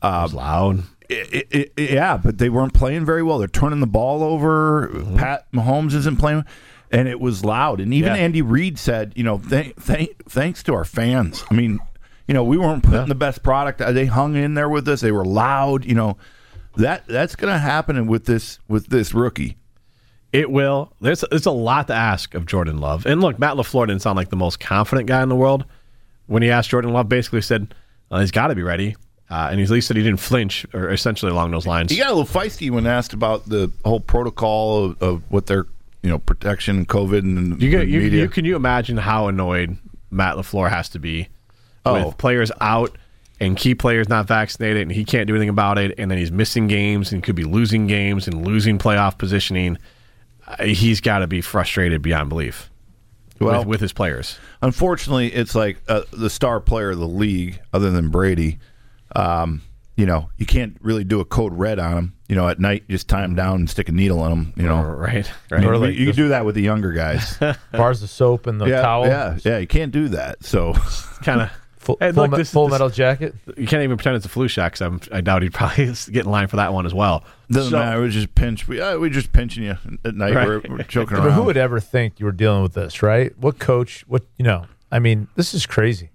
[SPEAKER 4] uh,
[SPEAKER 3] was
[SPEAKER 4] Oh.
[SPEAKER 3] loud.
[SPEAKER 4] it, it, it- yeah, but they weren't playing very well. They're turning the ball over.
[SPEAKER 3] Mm-hmm.
[SPEAKER 4] Pat Mahomes isn't playing, and it was loud. And even
[SPEAKER 3] Yeah.
[SPEAKER 4] Andy Reid said, you know, th- th- thanks to our fans. I mean, you know, we weren't putting the best product. Uh, They hung in there with us. They were loud. You know, that that's going to happen with this with this rookie.
[SPEAKER 3] It will. There's it's a lot to ask of Jordan Love. And look, Matt LaFleur didn't sound like the most confident guy in the world. When he asked Jordan Love, basically said, uh, he's got to be ready. Uh, and he at least said he didn't flinch, or essentially along those lines.
[SPEAKER 4] He got a little feisty when asked about the whole protocol of, of what their you know protection, COVID, and
[SPEAKER 3] You, get,
[SPEAKER 4] and
[SPEAKER 3] you,
[SPEAKER 4] media.
[SPEAKER 3] you can you imagine how annoyed Matt Lafleur has to be
[SPEAKER 4] Oh.
[SPEAKER 3] with players out and key players not vaccinated, and he can't do anything about it, and then he's missing games and could be losing games and losing playoff positioning. Uh, he's got to be frustrated beyond belief
[SPEAKER 4] Well-
[SPEAKER 3] with, with his players.
[SPEAKER 4] unfortunately, it's like uh, the star player of the league, other than Brady. Um, you know, you can't really do a code red on him. You know, at night, just tie him down and stick a needle in him. You know,
[SPEAKER 3] Right,
[SPEAKER 4] I
[SPEAKER 3] right.
[SPEAKER 4] mean,
[SPEAKER 5] Or like
[SPEAKER 4] you can
[SPEAKER 5] just-
[SPEAKER 4] do that with the younger guys. yeah,
[SPEAKER 5] Bars the soap and the towel.
[SPEAKER 4] yeah, yeah. You can't do that. So,
[SPEAKER 3] Kind of.
[SPEAKER 5] Full,
[SPEAKER 3] Hey,
[SPEAKER 5] full
[SPEAKER 3] look,
[SPEAKER 5] me-
[SPEAKER 3] this-
[SPEAKER 5] full
[SPEAKER 3] this-
[SPEAKER 5] metal jacket.
[SPEAKER 3] You can't even pretend it's a flu shot because I'm. I doubt he'd probably get in line for that one as well.
[SPEAKER 4] doesn't
[SPEAKER 3] So-
[SPEAKER 4] matter. We just pinch. We uh, we just pinching you at night.
[SPEAKER 3] Right.
[SPEAKER 4] We're, we're joking
[SPEAKER 5] But
[SPEAKER 4] around.
[SPEAKER 5] who would ever think you were dealing with this, right? What coach? What you know? I mean, this is crazy.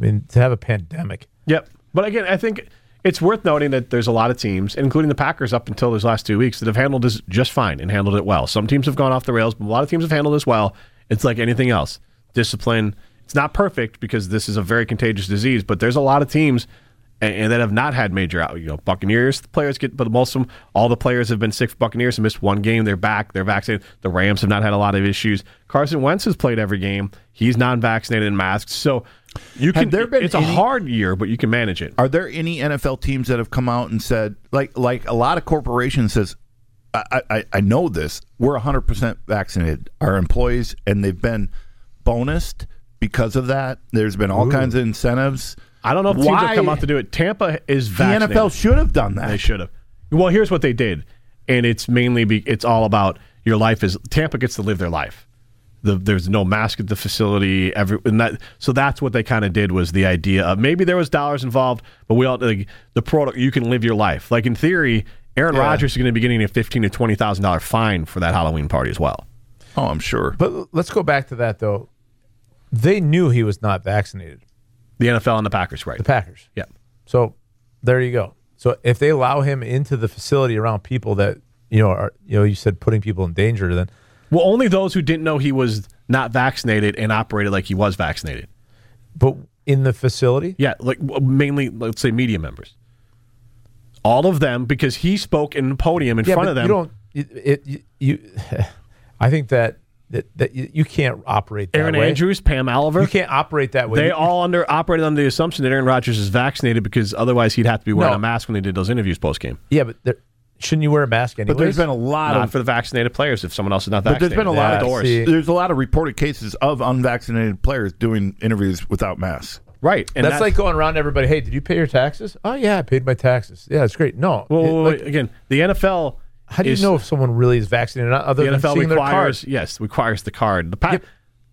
[SPEAKER 5] I mean, to have a pandemic.
[SPEAKER 3] Yep. But again, I think it's worth noting that there's a lot of teams, including the Packers up until those last two weeks, that have handled this just fine and handled it well. Some teams have gone off the rails, but a lot of teams have handled this well. It's like anything else discipline. It's not perfect because this is a very contagious disease, but there's a lot of teams. And, and that have not had major out. You know, Buccaneers the players get, but most of them, all the players have been sick. For Buccaneers have missed one game. They're back. They're vaccinated. The Rams have not had a lot of issues. Carson Wentz has played every game. He's non-vaccinated and masked. So you
[SPEAKER 4] Have
[SPEAKER 3] can.
[SPEAKER 4] there been
[SPEAKER 3] it's a
[SPEAKER 4] any-
[SPEAKER 3] hard year, but you can manage it.
[SPEAKER 4] Are there any NFL teams that have come out and said, like, like a lot of corporations says, I, I- I, I know this. We're 100% vaccinated, our employees, and they've been bonused because of that. There's been all kinds of incentives.
[SPEAKER 3] I don't know if teams
[SPEAKER 4] Why-
[SPEAKER 3] have come out to do it. Tampa is
[SPEAKER 4] The
[SPEAKER 3] vaccinated.
[SPEAKER 4] NFL should have done
[SPEAKER 3] They
[SPEAKER 4] that.
[SPEAKER 3] should have. Well, here's what they did, and it's mainly be, it's all about your life is Tampa gets to live their life. The, there's no mask at the facility. Every and that so that's what they kind of did was the idea of maybe there was dollars involved, but we all like, the product you can live your life. Like in theory, Aaron Rodgers is going to be getting a fifteen to twenty thousand dollar fine for that Halloween party as well.
[SPEAKER 4] Oh, I'm sure.
[SPEAKER 5] But l- let's go back to that though. They knew he was not vaccinated.
[SPEAKER 3] The NFL and the Packers, right?
[SPEAKER 5] The Packers.
[SPEAKER 3] yeah.
[SPEAKER 5] So there you go. So if they allow him into the facility around people that you know are you know you said putting people in danger, then
[SPEAKER 3] Well, only those who didn't know he was not vaccinated and operated like he was vaccinated.
[SPEAKER 5] but in the facility,
[SPEAKER 3] Yeah, like w- mainly, let's say, media members. All of them, because he spoke in the podium in
[SPEAKER 5] yeah,
[SPEAKER 3] front
[SPEAKER 5] but
[SPEAKER 3] of them.
[SPEAKER 5] you don't. It, it you. I think that that, that you, you can't operate that
[SPEAKER 3] Aaron
[SPEAKER 5] way.
[SPEAKER 3] Andrews, Pam Oliver,
[SPEAKER 5] You can't operate that way.
[SPEAKER 3] they
[SPEAKER 5] You-
[SPEAKER 3] all under operated under the assumption that Aaron Rodgers is vaccinated because otherwise he'd have to be wearing
[SPEAKER 5] No.
[SPEAKER 3] a mask when they did those interviews post game.
[SPEAKER 5] Yeah, but there, shouldn't you wear a mask anyway?
[SPEAKER 4] But there's been a lot
[SPEAKER 3] Not
[SPEAKER 4] of.
[SPEAKER 3] for the vaccinated players if someone else is not
[SPEAKER 4] But there's
[SPEAKER 3] vaccinated.
[SPEAKER 4] been a lot
[SPEAKER 5] Yeah,
[SPEAKER 4] of
[SPEAKER 5] I see.
[SPEAKER 4] There's a lot of reported cases of unvaccinated players doing interviews without masks.
[SPEAKER 3] Right. And
[SPEAKER 5] that's
[SPEAKER 3] that-
[SPEAKER 5] like going around to everybody. Hey, did you pay your taxes? Oh yeah, I paid my taxes. Yeah, it's great. No,
[SPEAKER 3] Whoa, whoa, whoa,
[SPEAKER 5] it- like,
[SPEAKER 3] wait, again, the NFL.
[SPEAKER 5] how do you
[SPEAKER 3] is-
[SPEAKER 5] know if someone really is vaccinated? or not, Other
[SPEAKER 3] the
[SPEAKER 5] than
[SPEAKER 3] NFL
[SPEAKER 5] seeing their
[SPEAKER 3] requires
[SPEAKER 5] cards.
[SPEAKER 3] yes requires the card. The pa-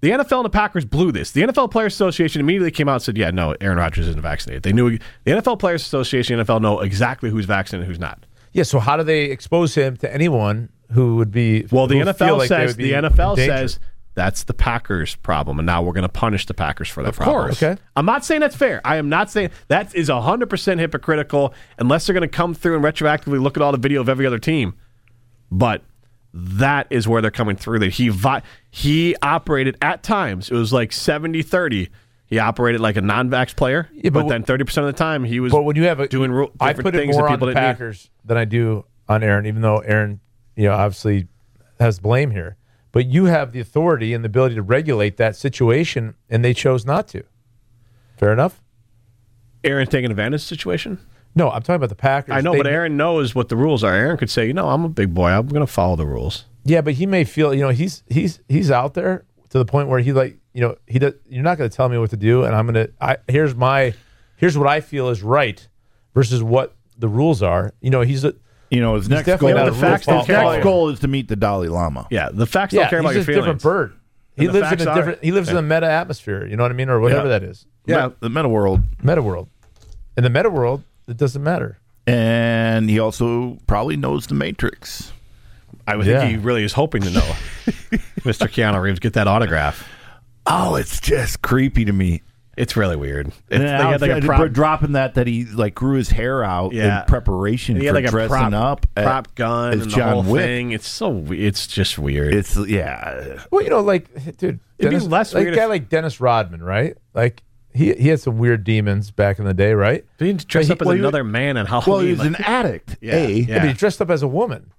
[SPEAKER 3] the NFL and the Packers blew this. The NFL Players Association immediately came out and said, "Yeah, no, Aaron Rodgers isn't vaccinated." They knew the NFL Players Association, NFL know exactly who's vaccinated and who's not.
[SPEAKER 5] Yeah, so how do they expose him to anyone who would be?
[SPEAKER 3] Well, the
[SPEAKER 5] who feel
[SPEAKER 3] NFL
[SPEAKER 5] like they
[SPEAKER 3] says
[SPEAKER 5] would be
[SPEAKER 3] the NFL
[SPEAKER 5] in danger?
[SPEAKER 3] says that's the Packers' problem, and now we're going to punish the Packers for that of problem.
[SPEAKER 5] course. Okay.
[SPEAKER 3] I'm not saying that's fair. I am not saying that is 100 percent hypocritical unless they're going to come through and retroactively look at all the video of every other team. But that is where they're coming through. That he vi- he operated at times. It was like 70 30. He operated like a non-vax player,
[SPEAKER 5] Yeah,
[SPEAKER 3] but,
[SPEAKER 5] but
[SPEAKER 3] then 30 percent of the time he was.
[SPEAKER 5] But when you have a
[SPEAKER 3] doing ru-
[SPEAKER 5] I
[SPEAKER 3] different
[SPEAKER 5] put it
[SPEAKER 3] things
[SPEAKER 5] more
[SPEAKER 3] that
[SPEAKER 5] on
[SPEAKER 3] people
[SPEAKER 5] the
[SPEAKER 3] didn't need.
[SPEAKER 5] Packers than I do on Aaron, even though Aaron, you know, obviously has blame here. But you have the authority and the ability to regulate that situation, and they chose not to. Fair enough.
[SPEAKER 3] Aaron taking advantage of the situation.
[SPEAKER 5] No, I'm talking about the Packers.
[SPEAKER 3] I know,
[SPEAKER 5] They-
[SPEAKER 3] but Aaron knows what the rules are. Aaron could say, you know, I'm a big boy. I'm going to follow the rules.
[SPEAKER 5] Yeah, but he may feel, you know, he's he's he's out there to the point where he like you know, he does. You're not going to tell me what to do, and I'm going to. I here's my, here's what I feel is right, versus what the rules are. You know, he's a.
[SPEAKER 4] You know, his next
[SPEAKER 5] definitely
[SPEAKER 4] goal,
[SPEAKER 5] not
[SPEAKER 3] a
[SPEAKER 4] the
[SPEAKER 3] rule
[SPEAKER 4] facts
[SPEAKER 3] follower.
[SPEAKER 4] his next goal is to meet the Dalai Lama.
[SPEAKER 3] Yeah, the facts
[SPEAKER 5] Yeah,
[SPEAKER 3] don't care
[SPEAKER 5] he's
[SPEAKER 3] about your
[SPEAKER 5] just a different
[SPEAKER 3] feelings.
[SPEAKER 5] bird. He
[SPEAKER 4] the
[SPEAKER 5] lives in
[SPEAKER 4] facts
[SPEAKER 5] a
[SPEAKER 4] are-
[SPEAKER 5] different. He lives in a meta atmosphere. You know what I mean, or whatever
[SPEAKER 4] Yeah.
[SPEAKER 5] that is.
[SPEAKER 3] Yeah.
[SPEAKER 4] the meta world,
[SPEAKER 5] Meta world. In the meta world, it doesn't matter.
[SPEAKER 4] and he also probably knows the Matrix.
[SPEAKER 3] I would think
[SPEAKER 5] Yeah.
[SPEAKER 3] he really is hoping to know. Mr. Keanu Reeves, get that autograph.
[SPEAKER 4] Oh, it's just creepy to me.
[SPEAKER 3] It's really weird. It's,
[SPEAKER 4] And
[SPEAKER 3] they
[SPEAKER 4] then
[SPEAKER 3] had like a
[SPEAKER 4] outside-
[SPEAKER 3] prop,
[SPEAKER 4] but dropping that that he like grew his hair out
[SPEAKER 3] Yeah.
[SPEAKER 4] in preparation
[SPEAKER 3] they
[SPEAKER 4] for
[SPEAKER 3] had like a
[SPEAKER 4] dressing
[SPEAKER 3] prop,
[SPEAKER 4] up at-
[SPEAKER 3] prop gun
[SPEAKER 4] as
[SPEAKER 3] and
[SPEAKER 4] John
[SPEAKER 3] the whole
[SPEAKER 4] Wick.
[SPEAKER 3] thing. It's so we- it's just weird.
[SPEAKER 4] It's yeah,
[SPEAKER 5] Well, you know, like dude,
[SPEAKER 3] It'd be less
[SPEAKER 5] like
[SPEAKER 3] weird
[SPEAKER 5] guy
[SPEAKER 3] if-
[SPEAKER 5] like Dennis Rodman, right? Like he he had some weird demons back in the day, right?
[SPEAKER 3] They didn't dress
[SPEAKER 5] But he-
[SPEAKER 3] up as
[SPEAKER 5] well, he-
[SPEAKER 3] another man on Halloween.
[SPEAKER 4] Well, he was
[SPEAKER 3] like-
[SPEAKER 4] an addict.
[SPEAKER 3] Yeah,
[SPEAKER 4] A.
[SPEAKER 3] yeah.
[SPEAKER 5] Yeah, but he dressed up as a woman.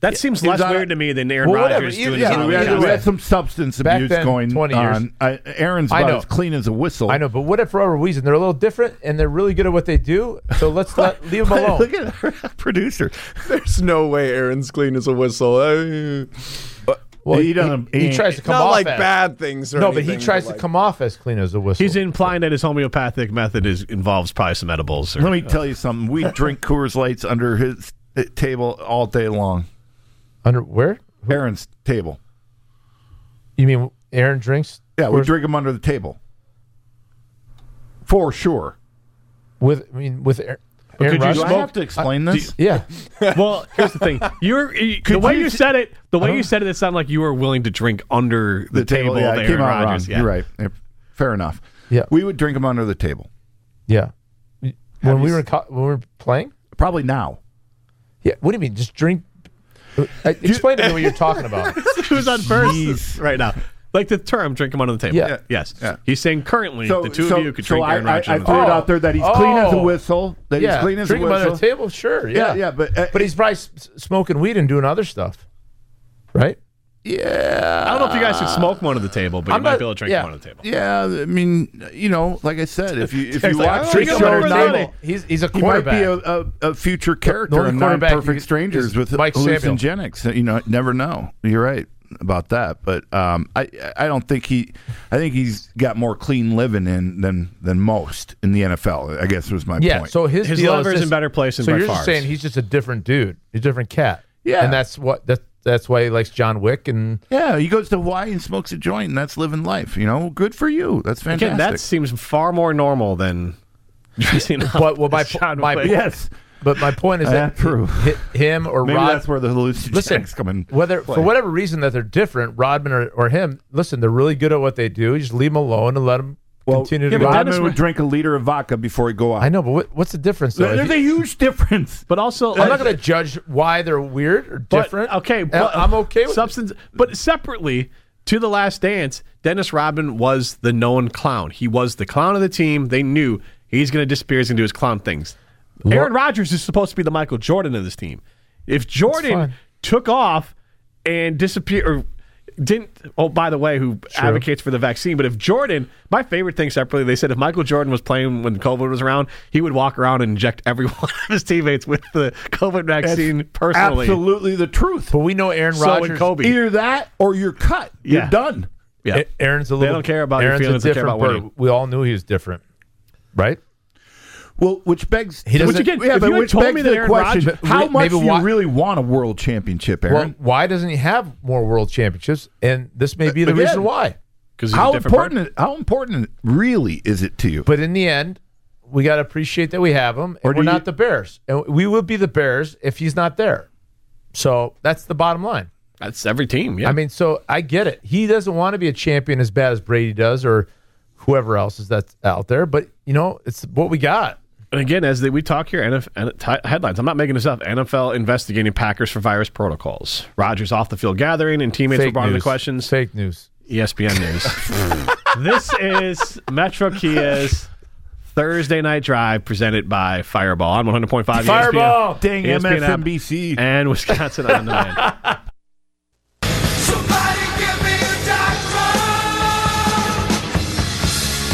[SPEAKER 3] that seems
[SPEAKER 4] he was
[SPEAKER 3] less
[SPEAKER 4] on a-
[SPEAKER 3] weird to me than Aaron
[SPEAKER 5] Well, whatever.
[SPEAKER 3] Rodgers
[SPEAKER 5] Yeah,
[SPEAKER 3] doing
[SPEAKER 5] yeah,
[SPEAKER 3] his
[SPEAKER 5] we
[SPEAKER 4] we,
[SPEAKER 3] Halloween
[SPEAKER 4] had,
[SPEAKER 5] Yeah.
[SPEAKER 4] we
[SPEAKER 3] costume.
[SPEAKER 4] had some substance
[SPEAKER 5] Back
[SPEAKER 4] abuse
[SPEAKER 5] then,
[SPEAKER 4] going
[SPEAKER 5] 20 years.
[SPEAKER 4] on. I, Aaron's
[SPEAKER 5] I
[SPEAKER 4] about
[SPEAKER 5] know.
[SPEAKER 4] as clean as a whistle.
[SPEAKER 5] I know, but what if for whatever reason they're a little different and they're really good at what they do? So let's let leave them alone.
[SPEAKER 4] Look at our producer.
[SPEAKER 6] There's no way Aaron's clean as a whistle. Uh,
[SPEAKER 5] Well,
[SPEAKER 4] He doesn't-
[SPEAKER 5] He, he tries to come
[SPEAKER 6] not
[SPEAKER 5] off
[SPEAKER 6] like
[SPEAKER 5] as,
[SPEAKER 6] bad things or
[SPEAKER 5] No, but he
[SPEAKER 6] anything,
[SPEAKER 5] tries
[SPEAKER 6] like-
[SPEAKER 5] to come off as clean as a whistle.
[SPEAKER 3] He's implying that his homeopathic method is involves probably some edibles. Or,
[SPEAKER 4] Let me tell you something. We drink Coors Lights under his uh, table all day long.
[SPEAKER 5] under where?
[SPEAKER 4] Aaron's table.
[SPEAKER 5] You mean Aaron drinks?
[SPEAKER 4] Yeah, we
[SPEAKER 5] Coors-
[SPEAKER 4] drink them under the table. For sure.
[SPEAKER 5] with. I mean with Aaron.
[SPEAKER 3] could
[SPEAKER 5] Aaron
[SPEAKER 3] you
[SPEAKER 5] Rodgers?
[SPEAKER 4] Do I have to explain this?
[SPEAKER 5] Yeah,
[SPEAKER 3] well, here's the thing. You're you- the way you, said it. The way you said it, it sounded like you were willing to drink under the, table.
[SPEAKER 4] Uh-huh. yeah,
[SPEAKER 3] of
[SPEAKER 4] it
[SPEAKER 3] Aaron
[SPEAKER 4] came out
[SPEAKER 3] Rodgers.
[SPEAKER 4] wrong.
[SPEAKER 3] Yeah.
[SPEAKER 4] You're right. Yeah, Fair enough.
[SPEAKER 5] Yeah.
[SPEAKER 4] We would drink them under the table.
[SPEAKER 5] yeah.
[SPEAKER 4] Have
[SPEAKER 5] When we
[SPEAKER 4] you
[SPEAKER 5] were in
[SPEAKER 4] s-
[SPEAKER 5] co- when we were playing.
[SPEAKER 4] Probably now.
[SPEAKER 5] Yeah. What do you mean? Just drink? Uh, Explain to me what you're talking about.
[SPEAKER 3] Who's on first right now? Like the term "drink him under the table."
[SPEAKER 5] Yeah.
[SPEAKER 3] Yes.
[SPEAKER 4] Yeah.
[SPEAKER 3] He's saying currently the two of you could drink
[SPEAKER 4] I,
[SPEAKER 3] Aaron
[SPEAKER 4] I,
[SPEAKER 3] Rodgers.
[SPEAKER 4] I
[SPEAKER 3] under the
[SPEAKER 4] threw it
[SPEAKER 3] table.
[SPEAKER 4] out there that he's clean as a
[SPEAKER 5] Oh.
[SPEAKER 4] whistle. That
[SPEAKER 5] yeah.
[SPEAKER 4] he's clean as a
[SPEAKER 5] drink him under
[SPEAKER 4] whistle.
[SPEAKER 5] the table. Sure. Yeah.
[SPEAKER 4] Yeah, yeah, but, uh,
[SPEAKER 5] but he's probably s- s- smoking weed and doing other stuff, right?
[SPEAKER 4] Yeah,
[SPEAKER 3] I don't know if you guys could smoke one at the table, but you
[SPEAKER 5] I'm
[SPEAKER 3] might
[SPEAKER 5] not-
[SPEAKER 3] be able to drink
[SPEAKER 5] yeah.
[SPEAKER 3] one at the table.
[SPEAKER 4] yeah. I mean, you know, like I said, if you if you
[SPEAKER 3] It's like,
[SPEAKER 4] watch
[SPEAKER 3] oh,
[SPEAKER 4] the
[SPEAKER 3] you got
[SPEAKER 4] show,
[SPEAKER 3] over there.
[SPEAKER 4] Nine-
[SPEAKER 5] He's he's a
[SPEAKER 4] he might
[SPEAKER 5] quarterback.
[SPEAKER 4] be a, a, a future character
[SPEAKER 5] only
[SPEAKER 4] in Nine
[SPEAKER 5] quarterback
[SPEAKER 4] Perfect
[SPEAKER 5] is-
[SPEAKER 4] Strangers
[SPEAKER 5] is
[SPEAKER 4] with
[SPEAKER 5] Mike Samuel.
[SPEAKER 4] hallucinogenics. You know, never know. You're right about that, but um, I I don't think he, I think he's got more clean living in than than most in the NFL. I guess was my
[SPEAKER 5] yeah.
[SPEAKER 4] point.
[SPEAKER 5] So his
[SPEAKER 3] His
[SPEAKER 5] deal
[SPEAKER 3] lever's
[SPEAKER 5] is just-
[SPEAKER 3] in better place than
[SPEAKER 5] So
[SPEAKER 3] by
[SPEAKER 5] you're just
[SPEAKER 3] far's.
[SPEAKER 5] saying he's just a different dude, a different cat.
[SPEAKER 4] Yeah.
[SPEAKER 5] And that's what that that's why he likes John Wick and
[SPEAKER 4] yeah, he goes to Hawaii and smokes a joint, and that's living life. You know, good for you. That's fantastic.
[SPEAKER 3] Again, that seems far more normal than dressing up.
[SPEAKER 5] But well, my
[SPEAKER 3] as John
[SPEAKER 5] my
[SPEAKER 3] Wick.
[SPEAKER 4] yes,
[SPEAKER 5] but my point is
[SPEAKER 4] Yeah,
[SPEAKER 5] that
[SPEAKER 4] true.
[SPEAKER 5] hi- him or
[SPEAKER 4] maybe
[SPEAKER 5] Rod
[SPEAKER 4] that's where the hallucinogenics
[SPEAKER 5] listen
[SPEAKER 4] come in.
[SPEAKER 5] whether for
[SPEAKER 4] play.
[SPEAKER 5] whatever reason that they're different Rodman or, or him listen they're really good at what they do you just leave them alone and let them continue to
[SPEAKER 3] yeah, but
[SPEAKER 5] Rodman
[SPEAKER 3] Dennis-
[SPEAKER 4] Rodman would drink a liter of vodka before he'd go out.
[SPEAKER 5] I know but what, what's the difference though? If
[SPEAKER 4] There's a
[SPEAKER 5] you-
[SPEAKER 4] huge difference.
[SPEAKER 3] But also,
[SPEAKER 5] I'm
[SPEAKER 3] like-
[SPEAKER 5] not going to judge why they're weird or
[SPEAKER 3] But,
[SPEAKER 5] different
[SPEAKER 3] Okay,
[SPEAKER 5] And
[SPEAKER 3] but
[SPEAKER 5] I'm okay with it.
[SPEAKER 3] substance. But separately to the Last Dance, Dennis Rodman was the known clown. He was the clown of the team. They knew he's going to disappear. He's going to do his clown things. Aaron Rodgers is supposed to be the Michael Jordan of this team. If
[SPEAKER 5] fine.
[SPEAKER 3] Jordan took off and disappeared, or didn't. Oh, by the way, who advocates for the vaccine? But if Jordan, my favorite thing separately, they said if Michael Jordan was playing when COVID was around, he would walk around and inject every one of his teammates with the COVID vaccine personally.
[SPEAKER 4] Absolutely the truth.
[SPEAKER 5] but we know Aaron
[SPEAKER 3] So
[SPEAKER 5] Rodgers
[SPEAKER 3] would Kobe.
[SPEAKER 4] Either that or you're cut.
[SPEAKER 3] Yeah.
[SPEAKER 4] You're done.
[SPEAKER 3] Yeah.
[SPEAKER 5] A- Aaron's a little
[SPEAKER 3] don't care about your
[SPEAKER 5] Aaron's a
[SPEAKER 3] feelings, they care
[SPEAKER 5] different
[SPEAKER 3] about
[SPEAKER 5] bird.
[SPEAKER 3] winning.
[SPEAKER 5] we all knew he was different right
[SPEAKER 4] Well, which begs he
[SPEAKER 3] doesn't- again,
[SPEAKER 4] yeah,
[SPEAKER 3] if
[SPEAKER 4] but
[SPEAKER 3] you had
[SPEAKER 4] which
[SPEAKER 3] told
[SPEAKER 4] begs
[SPEAKER 3] me that
[SPEAKER 4] the
[SPEAKER 3] Aaron
[SPEAKER 4] question:
[SPEAKER 3] Rodgers-
[SPEAKER 4] How
[SPEAKER 5] Maybe
[SPEAKER 4] much do
[SPEAKER 5] why-
[SPEAKER 4] you really want a world championship, Aaron?
[SPEAKER 5] Well, why doesn't he have more world championships? And this may be the
[SPEAKER 4] Again.
[SPEAKER 5] reason why.
[SPEAKER 3] Because
[SPEAKER 4] how important? it- How important really is it to you?
[SPEAKER 5] But in the end, we got to appreciate that we have him, and
[SPEAKER 4] Or do
[SPEAKER 5] we're
[SPEAKER 4] you-
[SPEAKER 5] not the Bears, and we would be the Bears if he's not there. So that's the bottom line.
[SPEAKER 3] That's every team. Yeah.
[SPEAKER 5] I mean, so I get it. He doesn't want to be a champion as bad as Brady does, or whoever else is that's out there. But you know, it's what we got.
[SPEAKER 3] and again, as the, we talk here, NF, N- ti- headlines. I'm not making this up. NFL investigating Packers for virus protocols. Rogers off the field gathering and teammates were brought into
[SPEAKER 5] news.
[SPEAKER 3] question.
[SPEAKER 5] Fake news.
[SPEAKER 3] ESPN News. this is Metro Kia's Thursday Night Drive presented by Fireball on 100.5
[SPEAKER 5] Fireball!
[SPEAKER 3] ESPN,
[SPEAKER 4] Dang
[SPEAKER 3] ESPN app,
[SPEAKER 4] MSNBC.
[SPEAKER 3] and Wisconsin on demand.
[SPEAKER 7] Somebody give me a doctor.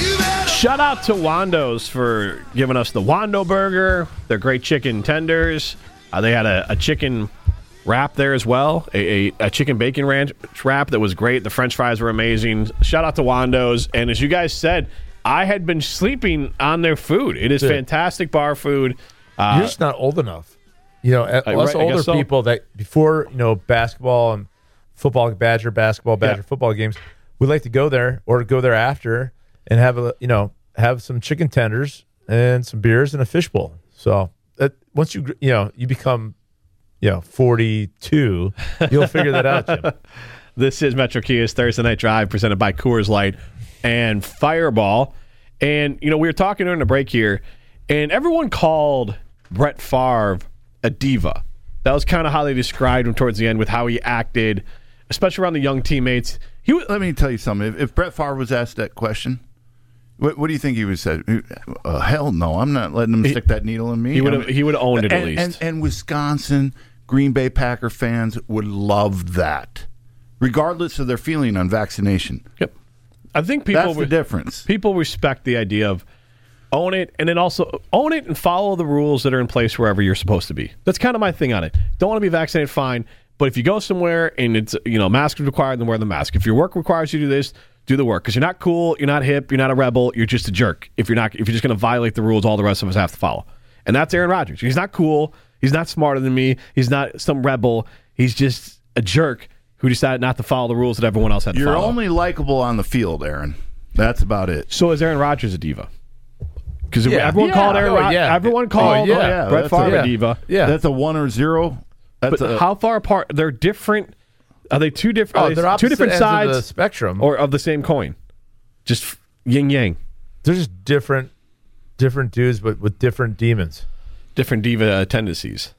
[SPEAKER 7] You better
[SPEAKER 3] Shout out to Wando's for giving us the Wando Burger, their great chicken tenders. Uh, they had a, a chicken wrap there as well, a, a, a chicken bacon ranch wrap that was great. The French fries were amazing. Shout out to Wando's. And as you guys said, I had been sleeping on their food. It is fantastic bar food.
[SPEAKER 5] You're just not old enough. You know, us
[SPEAKER 3] Uh, I- right, I guess
[SPEAKER 5] older
[SPEAKER 3] so.
[SPEAKER 5] people that before you know basketball and football, Badger basketball, Badger
[SPEAKER 3] Yeah.
[SPEAKER 5] football games, we like to go there or go there after and have a you know have some chicken tenders and some beers and a fishbowl. So that, once you gr- you know you become you know 42, you'll figure that out. Jim.
[SPEAKER 3] This is Metro Kia's Thursday Night Drive presented by Coors Light and Fireball. And, you know, we were talking during the break here, and everyone called Brett Favre a diva. That was kind of how they described him towards the end with how he acted, especially around the young teammates. He was,
[SPEAKER 4] Let me tell you something. If, if Brett Favre was asked that question, what, what do you think he would say? Uh, hell no, I'm not letting him stick that needle in me.
[SPEAKER 3] he would have
[SPEAKER 4] I mean-
[SPEAKER 3] he would have owned it at
[SPEAKER 4] and,
[SPEAKER 3] least.
[SPEAKER 4] And, and Wisconsin Green Bay Packer fans would love that, regardless of their feeling on vaccination.
[SPEAKER 3] yep. I think people
[SPEAKER 4] That's
[SPEAKER 3] were-
[SPEAKER 4] the difference.
[SPEAKER 3] people respect the idea of own it and then also own it and follow the rules that are in place wherever you're supposed to be. That's kind of my thing on it. Don't want to be vaccinated, fine. But if you go somewhere and it's you know mask is required, then wear the mask. If your work requires you to do this, do the work because you're not cool, you're not hip, you're not a rebel, you're just a jerk. If you're not, if you're just going to violate the rules, all the rest of us have to follow. And that's Aaron Rodgers. He's not cool. He's not smarter than me. He's not some rebel. He's just a jerk who decided not to follow the rules that everyone else had to
[SPEAKER 4] You're
[SPEAKER 3] follow.
[SPEAKER 4] only likable on the field, Aaron. That's about it.
[SPEAKER 3] So is Aaron Rodgers a diva? Because
[SPEAKER 5] Yeah.
[SPEAKER 3] everyone
[SPEAKER 5] Yeah.
[SPEAKER 3] called Aaron.
[SPEAKER 5] Oh,
[SPEAKER 3] Rod-
[SPEAKER 5] yeah.
[SPEAKER 3] Everyone
[SPEAKER 5] Oh,
[SPEAKER 3] called
[SPEAKER 5] yeah.
[SPEAKER 3] Brett
[SPEAKER 4] That's a-
[SPEAKER 3] Favre a
[SPEAKER 5] yeah.
[SPEAKER 3] diva.
[SPEAKER 5] Yeah.
[SPEAKER 4] that's a one or zero. That's
[SPEAKER 3] But
[SPEAKER 4] a,
[SPEAKER 3] how far apart? They're different. Are they two different?
[SPEAKER 5] Oh, they're
[SPEAKER 3] two
[SPEAKER 5] opposite
[SPEAKER 3] different
[SPEAKER 5] ends
[SPEAKER 3] sides
[SPEAKER 5] of the spectrum.
[SPEAKER 3] or of the same coin? Just yin yang.
[SPEAKER 5] They're just different different dudes, but with different demons.
[SPEAKER 3] Different diva tendencies.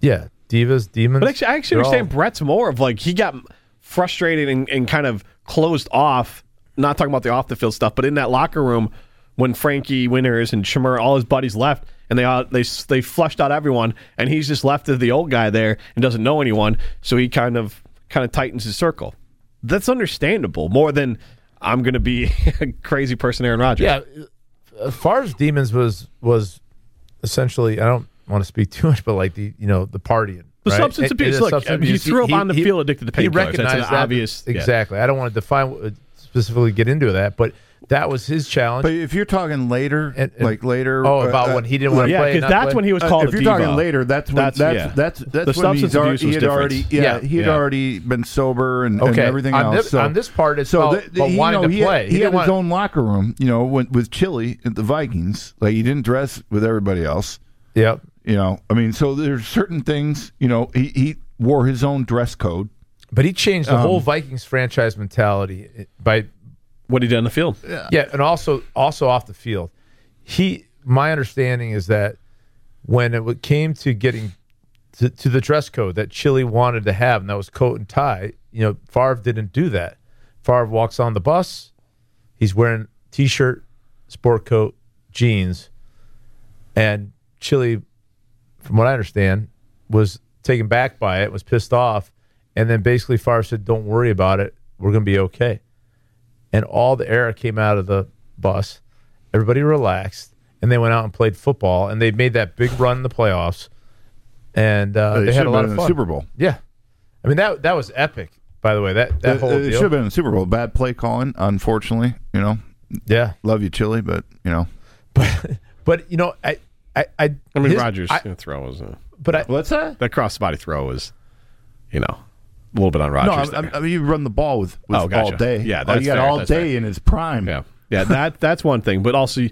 [SPEAKER 5] Yeah, divas, demons.
[SPEAKER 3] But actually, I actually
[SPEAKER 5] They're all-
[SPEAKER 3] understand Brett's more of like he got frustrated and, and kind of closed off. Not talking about the off the field stuff, but in that locker room when Frankie Winters and Shamir, all his buddies left, and they all, they they flushed out everyone, and he's just left as the old guy there and doesn't know anyone, so he kind of kind of tightens his circle. That's understandable more than I'm going to be a crazy person, Aaron Rodgers.
[SPEAKER 5] Yeah, uh, as far as demons was was essentially. I don't want to speak too much, but like the you know the partying.
[SPEAKER 3] The
[SPEAKER 5] right?
[SPEAKER 3] substance
[SPEAKER 5] It-
[SPEAKER 3] abuse,
[SPEAKER 5] it is
[SPEAKER 3] look,
[SPEAKER 5] substance
[SPEAKER 3] he
[SPEAKER 5] abuse.
[SPEAKER 3] threw up on the field addicted to
[SPEAKER 5] He
[SPEAKER 3] painkillers. That's an
[SPEAKER 5] recognized that.
[SPEAKER 3] obvious- yeah.
[SPEAKER 5] exactly. I don't want to define what- specifically get into that, but that was his challenge.
[SPEAKER 4] but if you're talking later,
[SPEAKER 5] And- and-
[SPEAKER 4] like later,
[SPEAKER 5] oh, about
[SPEAKER 4] uh,
[SPEAKER 5] when he didn't want to
[SPEAKER 3] yeah,
[SPEAKER 5] play. and
[SPEAKER 3] because
[SPEAKER 5] not
[SPEAKER 3] that's
[SPEAKER 5] play.
[SPEAKER 3] when he was
[SPEAKER 4] Uh,
[SPEAKER 3] called.
[SPEAKER 4] if
[SPEAKER 3] a
[SPEAKER 4] you're
[SPEAKER 3] diva.
[SPEAKER 4] talking later, that's when
[SPEAKER 3] That's-
[SPEAKER 4] that's that's
[SPEAKER 3] yeah.
[SPEAKER 4] that's,
[SPEAKER 3] The
[SPEAKER 4] that's when
[SPEAKER 3] substance
[SPEAKER 4] he's already,
[SPEAKER 3] abuse was
[SPEAKER 4] he had
[SPEAKER 3] different.
[SPEAKER 4] already yeah,
[SPEAKER 5] Yeah.
[SPEAKER 4] he had
[SPEAKER 3] Yeah.
[SPEAKER 4] already been sober and, and
[SPEAKER 5] Okay.
[SPEAKER 4] everything
[SPEAKER 5] On
[SPEAKER 4] else.
[SPEAKER 5] this-
[SPEAKER 4] so,
[SPEAKER 5] on this part, it's about- about
[SPEAKER 4] he,
[SPEAKER 5] wanting
[SPEAKER 4] you know,
[SPEAKER 5] to
[SPEAKER 4] he had-
[SPEAKER 5] play. He
[SPEAKER 4] He, had
[SPEAKER 5] didn't
[SPEAKER 4] his
[SPEAKER 5] want-
[SPEAKER 4] own locker room, you know, when, with Chili at the Vikings. Like he didn't dress with everybody else.
[SPEAKER 5] Yep.
[SPEAKER 4] You know, I mean, so there's certain things. You know, he, he wore his own dress code.
[SPEAKER 5] But he changed
[SPEAKER 4] Um,
[SPEAKER 5] the whole Vikings franchise mentality eh, by
[SPEAKER 3] What he did on the field.
[SPEAKER 5] Yeah, and also also off the field. He my understanding is that when it w- came to getting to, to the dress code that Chile wanted to have, and that was coat and tie, you know, Favre didn't do that. Favre walks on the bus, he's wearing t shirt, sport coat, jeans, and Chile, from what I understand, was taken back by it, was pissed off, and then basically Favre said, Don't worry about it, we're gonna be okay and all the air came out of the bus. Everybody relaxed, and they went out and played football, and they made that big run in the playoffs, and uh, they,
[SPEAKER 4] should
[SPEAKER 5] had
[SPEAKER 4] have
[SPEAKER 5] a lot
[SPEAKER 4] been
[SPEAKER 5] of
[SPEAKER 4] in
[SPEAKER 5] fun.
[SPEAKER 4] the Super Bowl.
[SPEAKER 5] Yeah, I mean that that was epic. By the way, that that
[SPEAKER 4] It-
[SPEAKER 5] whole
[SPEAKER 4] it
[SPEAKER 5] deal.
[SPEAKER 4] should have been in the Super Bowl. Bad play calling, unfortunately. You know,
[SPEAKER 5] Yeah,
[SPEAKER 4] love you, Chili, but you know,
[SPEAKER 5] but you know, I I I,
[SPEAKER 3] I mean,
[SPEAKER 5] his-
[SPEAKER 3] Rodgers'
[SPEAKER 5] I-
[SPEAKER 3] throw was. A,
[SPEAKER 5] but I,
[SPEAKER 4] what's that?
[SPEAKER 3] that crossbody throw was, you know, a little bit on
[SPEAKER 4] No,
[SPEAKER 3] Rodgers.
[SPEAKER 4] I,
[SPEAKER 3] there.
[SPEAKER 4] I, I mean you run the ball with, with
[SPEAKER 3] Oh, gotcha.
[SPEAKER 4] all day.
[SPEAKER 3] Yeah,
[SPEAKER 4] Oh,
[SPEAKER 3] that's
[SPEAKER 4] you got
[SPEAKER 3] fair,
[SPEAKER 4] all
[SPEAKER 3] that's
[SPEAKER 4] day in his prime.
[SPEAKER 3] yeah, yeah. That that's one thing, but also,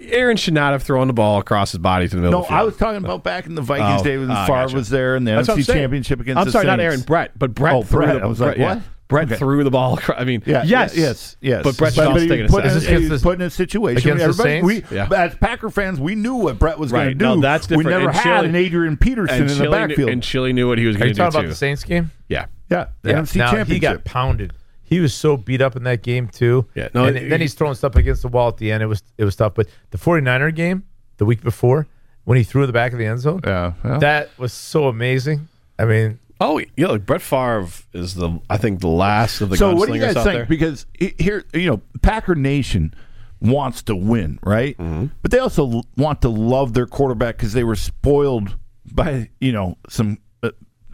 [SPEAKER 3] Aaron should not have thrown the ball across his body to the middle.
[SPEAKER 4] No,
[SPEAKER 3] of the field.
[SPEAKER 4] I was talking about back in the Vikings
[SPEAKER 3] Oh,
[SPEAKER 4] day when
[SPEAKER 3] ah,
[SPEAKER 4] Favre
[SPEAKER 3] gotcha.
[SPEAKER 4] was there and the
[SPEAKER 3] That's what I'm
[SPEAKER 4] NFC
[SPEAKER 3] saying.
[SPEAKER 4] Championship against.
[SPEAKER 3] I'm
[SPEAKER 4] the
[SPEAKER 3] sorry, not
[SPEAKER 4] Saints.
[SPEAKER 3] Aaron Brett, but Brett.
[SPEAKER 4] Oh,
[SPEAKER 3] threw
[SPEAKER 4] Brett.
[SPEAKER 3] The,
[SPEAKER 4] I was like,
[SPEAKER 3] Brett, yeah.
[SPEAKER 4] what?
[SPEAKER 3] Brett
[SPEAKER 4] Okay.
[SPEAKER 3] threw the ball. Across, I mean,
[SPEAKER 4] Yeah,
[SPEAKER 3] yes,
[SPEAKER 4] yeah, yes, yes.
[SPEAKER 3] But Brett
[SPEAKER 4] But
[SPEAKER 3] Schaub's
[SPEAKER 4] he
[SPEAKER 3] taking a
[SPEAKER 4] put in,
[SPEAKER 3] sack.
[SPEAKER 5] Is this
[SPEAKER 4] he
[SPEAKER 5] against
[SPEAKER 4] put in a situation.
[SPEAKER 5] against the
[SPEAKER 4] Everybody, we,
[SPEAKER 5] Saints?
[SPEAKER 3] Yeah.
[SPEAKER 4] as Packer fans, we knew what Brett was
[SPEAKER 3] Right.
[SPEAKER 4] going to do.
[SPEAKER 3] No, that's
[SPEAKER 4] We
[SPEAKER 3] different.
[SPEAKER 4] never
[SPEAKER 3] And
[SPEAKER 4] had
[SPEAKER 3] Chili-
[SPEAKER 4] an Adrian Peterson
[SPEAKER 3] and
[SPEAKER 4] in the
[SPEAKER 3] Chili, knew,
[SPEAKER 4] backfield.
[SPEAKER 3] and Chili knew what he was
[SPEAKER 5] are
[SPEAKER 3] going
[SPEAKER 5] you
[SPEAKER 3] to do
[SPEAKER 5] talking about
[SPEAKER 3] too.
[SPEAKER 5] the Saints game?
[SPEAKER 3] yeah,
[SPEAKER 4] yeah, the NFC
[SPEAKER 5] now,
[SPEAKER 4] Championship.
[SPEAKER 5] He got pounded. He was so beat up in that game too.
[SPEAKER 3] Yeah, no,
[SPEAKER 5] and
[SPEAKER 3] it-
[SPEAKER 5] then he's throwing stuff against the wall at the end. It was it was tough. But the 49er game the week before when he threw in the back of the end zone,
[SPEAKER 4] Yeah, yeah.
[SPEAKER 5] that was so amazing. I mean,
[SPEAKER 3] Oh, yeah. Look, Brett Favre is the I think the last of the
[SPEAKER 4] so
[SPEAKER 3] gunslingers
[SPEAKER 4] what do you guys
[SPEAKER 3] out
[SPEAKER 4] think?
[SPEAKER 3] there.
[SPEAKER 4] Because i- here, you know, Packer Nation wants to win, right? But they also l- want to love their quarterback because they were spoiled by you know some uh,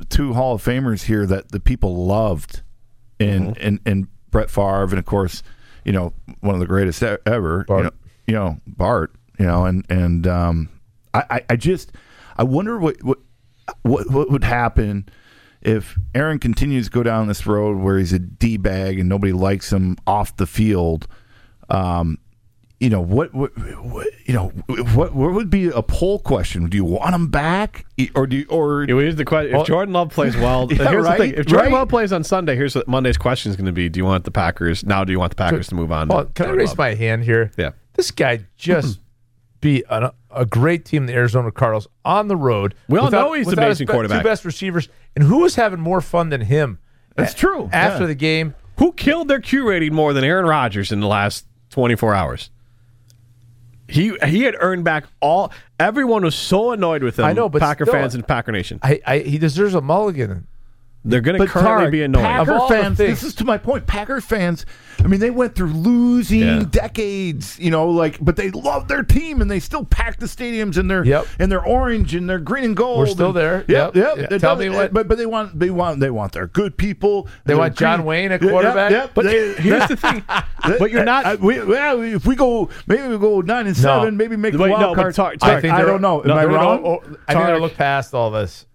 [SPEAKER 4] two Hall of Famers here that the people loved, and and and Brett Favre, and of course, you know, one of the greatest e- ever, You, know, you know, Bart, you know, and and um, I, I I just I wonder what what what what would happen if Aaron continues to go down this road where he's a d bag and nobody likes him off the field. Um, you know what, what, what you know what what would be a poll question? Do you want him back E, or do you, or
[SPEAKER 3] It was the question. If Jordan Love plays well,
[SPEAKER 4] Yeah,
[SPEAKER 3] here's the thing.
[SPEAKER 4] right,
[SPEAKER 3] If Jordan
[SPEAKER 4] right.
[SPEAKER 3] Love plays on Sunday, here's what Monday's question is going to be: Do you want the Packers now? Do you want the Packers to move on? to
[SPEAKER 5] Well, can I
[SPEAKER 3] Jordan
[SPEAKER 5] raise
[SPEAKER 3] Love?
[SPEAKER 5] my hand here?
[SPEAKER 3] Yeah.
[SPEAKER 5] This guy just beat an, a great team, the Arizona Cardinals, on the road.
[SPEAKER 3] We all know he's the
[SPEAKER 5] without his
[SPEAKER 3] amazing
[SPEAKER 5] be-
[SPEAKER 3] quarterback.
[SPEAKER 5] Two best receivers, and who was having more fun than him?
[SPEAKER 4] That's true.
[SPEAKER 5] After
[SPEAKER 4] Yeah.
[SPEAKER 5] the game,
[SPEAKER 3] Who killed their Q rating more than Aaron Rodgers in the last 24 hours? He he had earned back all. Everyone was so annoyed with him.
[SPEAKER 5] I know, but
[SPEAKER 3] Packer
[SPEAKER 5] still-
[SPEAKER 3] fans and Packer Nation,
[SPEAKER 5] I, I he deserves a mulligan.
[SPEAKER 3] they're going to
[SPEAKER 4] But
[SPEAKER 3] currently
[SPEAKER 4] Tarek,
[SPEAKER 3] be annoyed.
[SPEAKER 5] Packer-
[SPEAKER 4] Packer
[SPEAKER 5] all the
[SPEAKER 4] fans,
[SPEAKER 5] things-
[SPEAKER 4] this is to my point. Packer fans, I mean, they went through losing
[SPEAKER 3] Yeah.
[SPEAKER 4] decades, you know, like, but they love their team and they still pack the stadiums in their
[SPEAKER 5] Yep.
[SPEAKER 4] in their orange and their green and gold.
[SPEAKER 5] We're still
[SPEAKER 4] and-
[SPEAKER 5] there.
[SPEAKER 4] Yep,
[SPEAKER 5] Yep.
[SPEAKER 4] yep.
[SPEAKER 5] Yeah.
[SPEAKER 4] It
[SPEAKER 5] Tell
[SPEAKER 4] doesn't-
[SPEAKER 5] me what-
[SPEAKER 4] But but they want they want they want their good people.
[SPEAKER 5] They
[SPEAKER 4] their
[SPEAKER 5] want John
[SPEAKER 4] green-
[SPEAKER 5] Wayne at
[SPEAKER 4] Yep,
[SPEAKER 5] quarterback?
[SPEAKER 4] Yep.
[SPEAKER 5] But
[SPEAKER 4] They-
[SPEAKER 3] here's the thing. But you're not-
[SPEAKER 4] I- we, well, if we go, maybe we go nine and
[SPEAKER 5] No.
[SPEAKER 4] seven. Maybe make
[SPEAKER 3] Wait,
[SPEAKER 4] the wild
[SPEAKER 3] no, but
[SPEAKER 4] card.
[SPEAKER 3] Tarek-
[SPEAKER 4] I,
[SPEAKER 3] Tarek,
[SPEAKER 4] I don't know. Am
[SPEAKER 3] no,
[SPEAKER 4] I
[SPEAKER 3] they're
[SPEAKER 4] wrong?
[SPEAKER 5] I think
[SPEAKER 4] oh, Tarek,
[SPEAKER 5] they're look past all this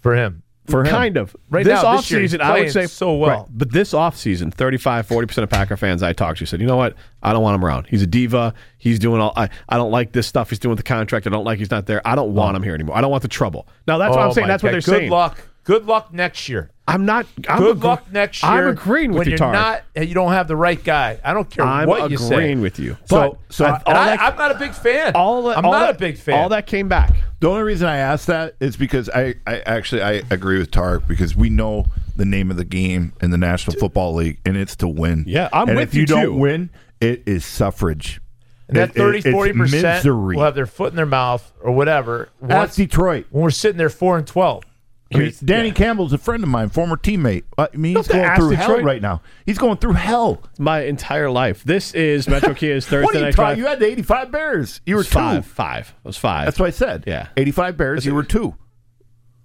[SPEAKER 5] for him.
[SPEAKER 4] for him.
[SPEAKER 3] Kind of.
[SPEAKER 5] Right
[SPEAKER 3] this
[SPEAKER 5] now,
[SPEAKER 3] off
[SPEAKER 5] this year, he's
[SPEAKER 3] offseason, I would
[SPEAKER 5] playing
[SPEAKER 3] say
[SPEAKER 5] so well.
[SPEAKER 3] Right, but this offseason, 35, 40% of Packer fans I talked to said, you know what? I don't want him around. He's a diva. He's doing all, I, I don't like this stuff he's doing with the contract. I don't like he's not there. I don't want him here anymore. I don't want the trouble. Now, that's what
[SPEAKER 5] Oh
[SPEAKER 3] I'm saying.
[SPEAKER 5] my
[SPEAKER 3] That's what
[SPEAKER 5] God.
[SPEAKER 3] they're
[SPEAKER 5] Good
[SPEAKER 3] saying.
[SPEAKER 5] Good luck. Good luck next year.
[SPEAKER 3] I'm not, I'm
[SPEAKER 5] Good
[SPEAKER 3] agr-
[SPEAKER 5] luck next year.
[SPEAKER 3] I'm agreeing with
[SPEAKER 5] when
[SPEAKER 3] you,
[SPEAKER 5] are
[SPEAKER 3] Tarek.
[SPEAKER 5] not. and You don't have the right guy. I don't care
[SPEAKER 3] I'm
[SPEAKER 5] what you say.
[SPEAKER 3] agreeing with you.
[SPEAKER 4] So-
[SPEAKER 3] But
[SPEAKER 4] so
[SPEAKER 3] I-
[SPEAKER 4] I-
[SPEAKER 3] all
[SPEAKER 5] And I,
[SPEAKER 3] that,
[SPEAKER 5] I'm not a big fan.
[SPEAKER 3] all that,
[SPEAKER 5] I'm
[SPEAKER 3] all
[SPEAKER 5] not
[SPEAKER 3] that-
[SPEAKER 5] a big fan.
[SPEAKER 3] All that came back.
[SPEAKER 4] The only reason I ask that is because I, I actually I agree with Tarek because we know the name of the game in the National Football League and it's to win.
[SPEAKER 3] Yeah, I'm
[SPEAKER 4] and
[SPEAKER 3] with
[SPEAKER 4] if
[SPEAKER 3] you,
[SPEAKER 4] you
[SPEAKER 3] too.
[SPEAKER 4] don't win, it is suffrage.
[SPEAKER 5] And that
[SPEAKER 4] It- it-
[SPEAKER 5] 30,
[SPEAKER 4] it's
[SPEAKER 5] 40 percent
[SPEAKER 4] misery.
[SPEAKER 5] will have their foot in their mouth or whatever.
[SPEAKER 4] That's
[SPEAKER 5] Once,
[SPEAKER 4] Detroit.
[SPEAKER 5] when we're sitting there four and twelve.
[SPEAKER 4] I mean, Danny Campbell's a friend of mine, former teammate. Uh, I mean, he's
[SPEAKER 3] Don't they
[SPEAKER 4] going
[SPEAKER 3] ask
[SPEAKER 4] through hell
[SPEAKER 3] Detroit?
[SPEAKER 4] right now. He's going through hell.
[SPEAKER 3] My entire life. This is Metro Kia's Thursday
[SPEAKER 4] what are you
[SPEAKER 3] Night Drive.
[SPEAKER 4] talking? You had the eighty-five Bears. You were
[SPEAKER 3] five,
[SPEAKER 4] two.
[SPEAKER 3] five. I was five.
[SPEAKER 4] That's what I said.
[SPEAKER 3] Yeah.
[SPEAKER 4] eighty-five Bears. you were two.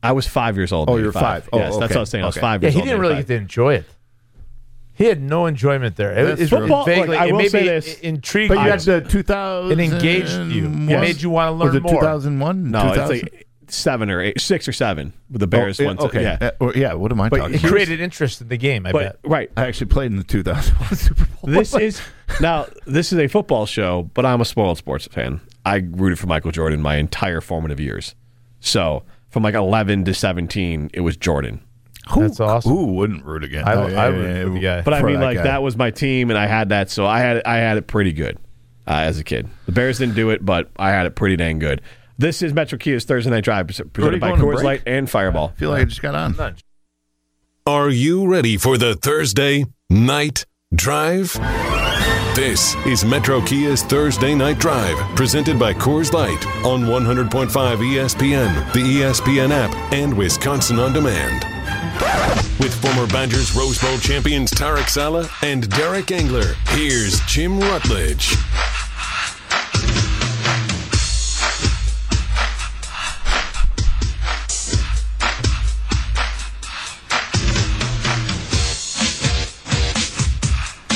[SPEAKER 3] I was five years old.
[SPEAKER 4] Oh,
[SPEAKER 3] maybe
[SPEAKER 4] you were five. Oh,
[SPEAKER 3] yes, that's
[SPEAKER 4] okay.
[SPEAKER 3] what I was saying. I was
[SPEAKER 4] Okay.
[SPEAKER 3] five
[SPEAKER 5] Yeah,
[SPEAKER 3] years
[SPEAKER 5] he
[SPEAKER 3] old.
[SPEAKER 5] didn't
[SPEAKER 3] maybe
[SPEAKER 5] really
[SPEAKER 3] five.
[SPEAKER 5] get to enjoy it. He had no enjoyment there. It,
[SPEAKER 4] That's
[SPEAKER 5] it,
[SPEAKER 4] true.
[SPEAKER 3] Football-
[SPEAKER 5] vaguely,
[SPEAKER 3] look, I
[SPEAKER 5] it
[SPEAKER 3] will
[SPEAKER 5] maybe
[SPEAKER 3] say this.
[SPEAKER 5] intrigued
[SPEAKER 4] But you
[SPEAKER 5] you.
[SPEAKER 4] had the two thousand.
[SPEAKER 5] It engaged you. It made you wanna learn
[SPEAKER 4] was it
[SPEAKER 5] more.
[SPEAKER 4] Two thousand one.
[SPEAKER 3] No, it's like seven or eight, six or seven with the Bears.
[SPEAKER 4] Oh,
[SPEAKER 3] one
[SPEAKER 4] Okay.
[SPEAKER 3] Yeah.
[SPEAKER 4] Uh, or- yeah. What am I
[SPEAKER 3] But
[SPEAKER 4] talking
[SPEAKER 5] it
[SPEAKER 4] about?
[SPEAKER 5] created interest in the game. I bet.
[SPEAKER 3] but right.
[SPEAKER 4] I actually played in the 2001 Super Bowl.
[SPEAKER 3] This is now. This is a football show, but I'm a spoiled sports fan. I rooted for Michael Jordan my entire formative years. So from like 11 to 17, it was Jordan.
[SPEAKER 4] who,
[SPEAKER 5] That's awesome.
[SPEAKER 4] Who wouldn't root again?
[SPEAKER 5] I- I would root for the guy.
[SPEAKER 3] But I
[SPEAKER 4] For
[SPEAKER 3] mean, like
[SPEAKER 4] guy.
[SPEAKER 3] that was my team, and I had that, so I had I had it pretty good uh, as a kid. The Bears didn't do it, but I had it pretty dang good. This is Metro Kia's Thursday Night Drive, presented
[SPEAKER 4] Already
[SPEAKER 3] by
[SPEAKER 4] going to
[SPEAKER 3] Coors
[SPEAKER 4] break?
[SPEAKER 3] Light and Fireball.
[SPEAKER 4] I feel like I just got on.
[SPEAKER 2] Are you ready for the Thursday night drive? This is Metro Kia's Thursday Night Drive, presented by Coors Light on 100.5 E ESPN, the E ESPN app, and Wisconsin On Demand. With former Badgers Rose Bowl champions Tarek Sala and Derek Engler, here's Jim Rutledge.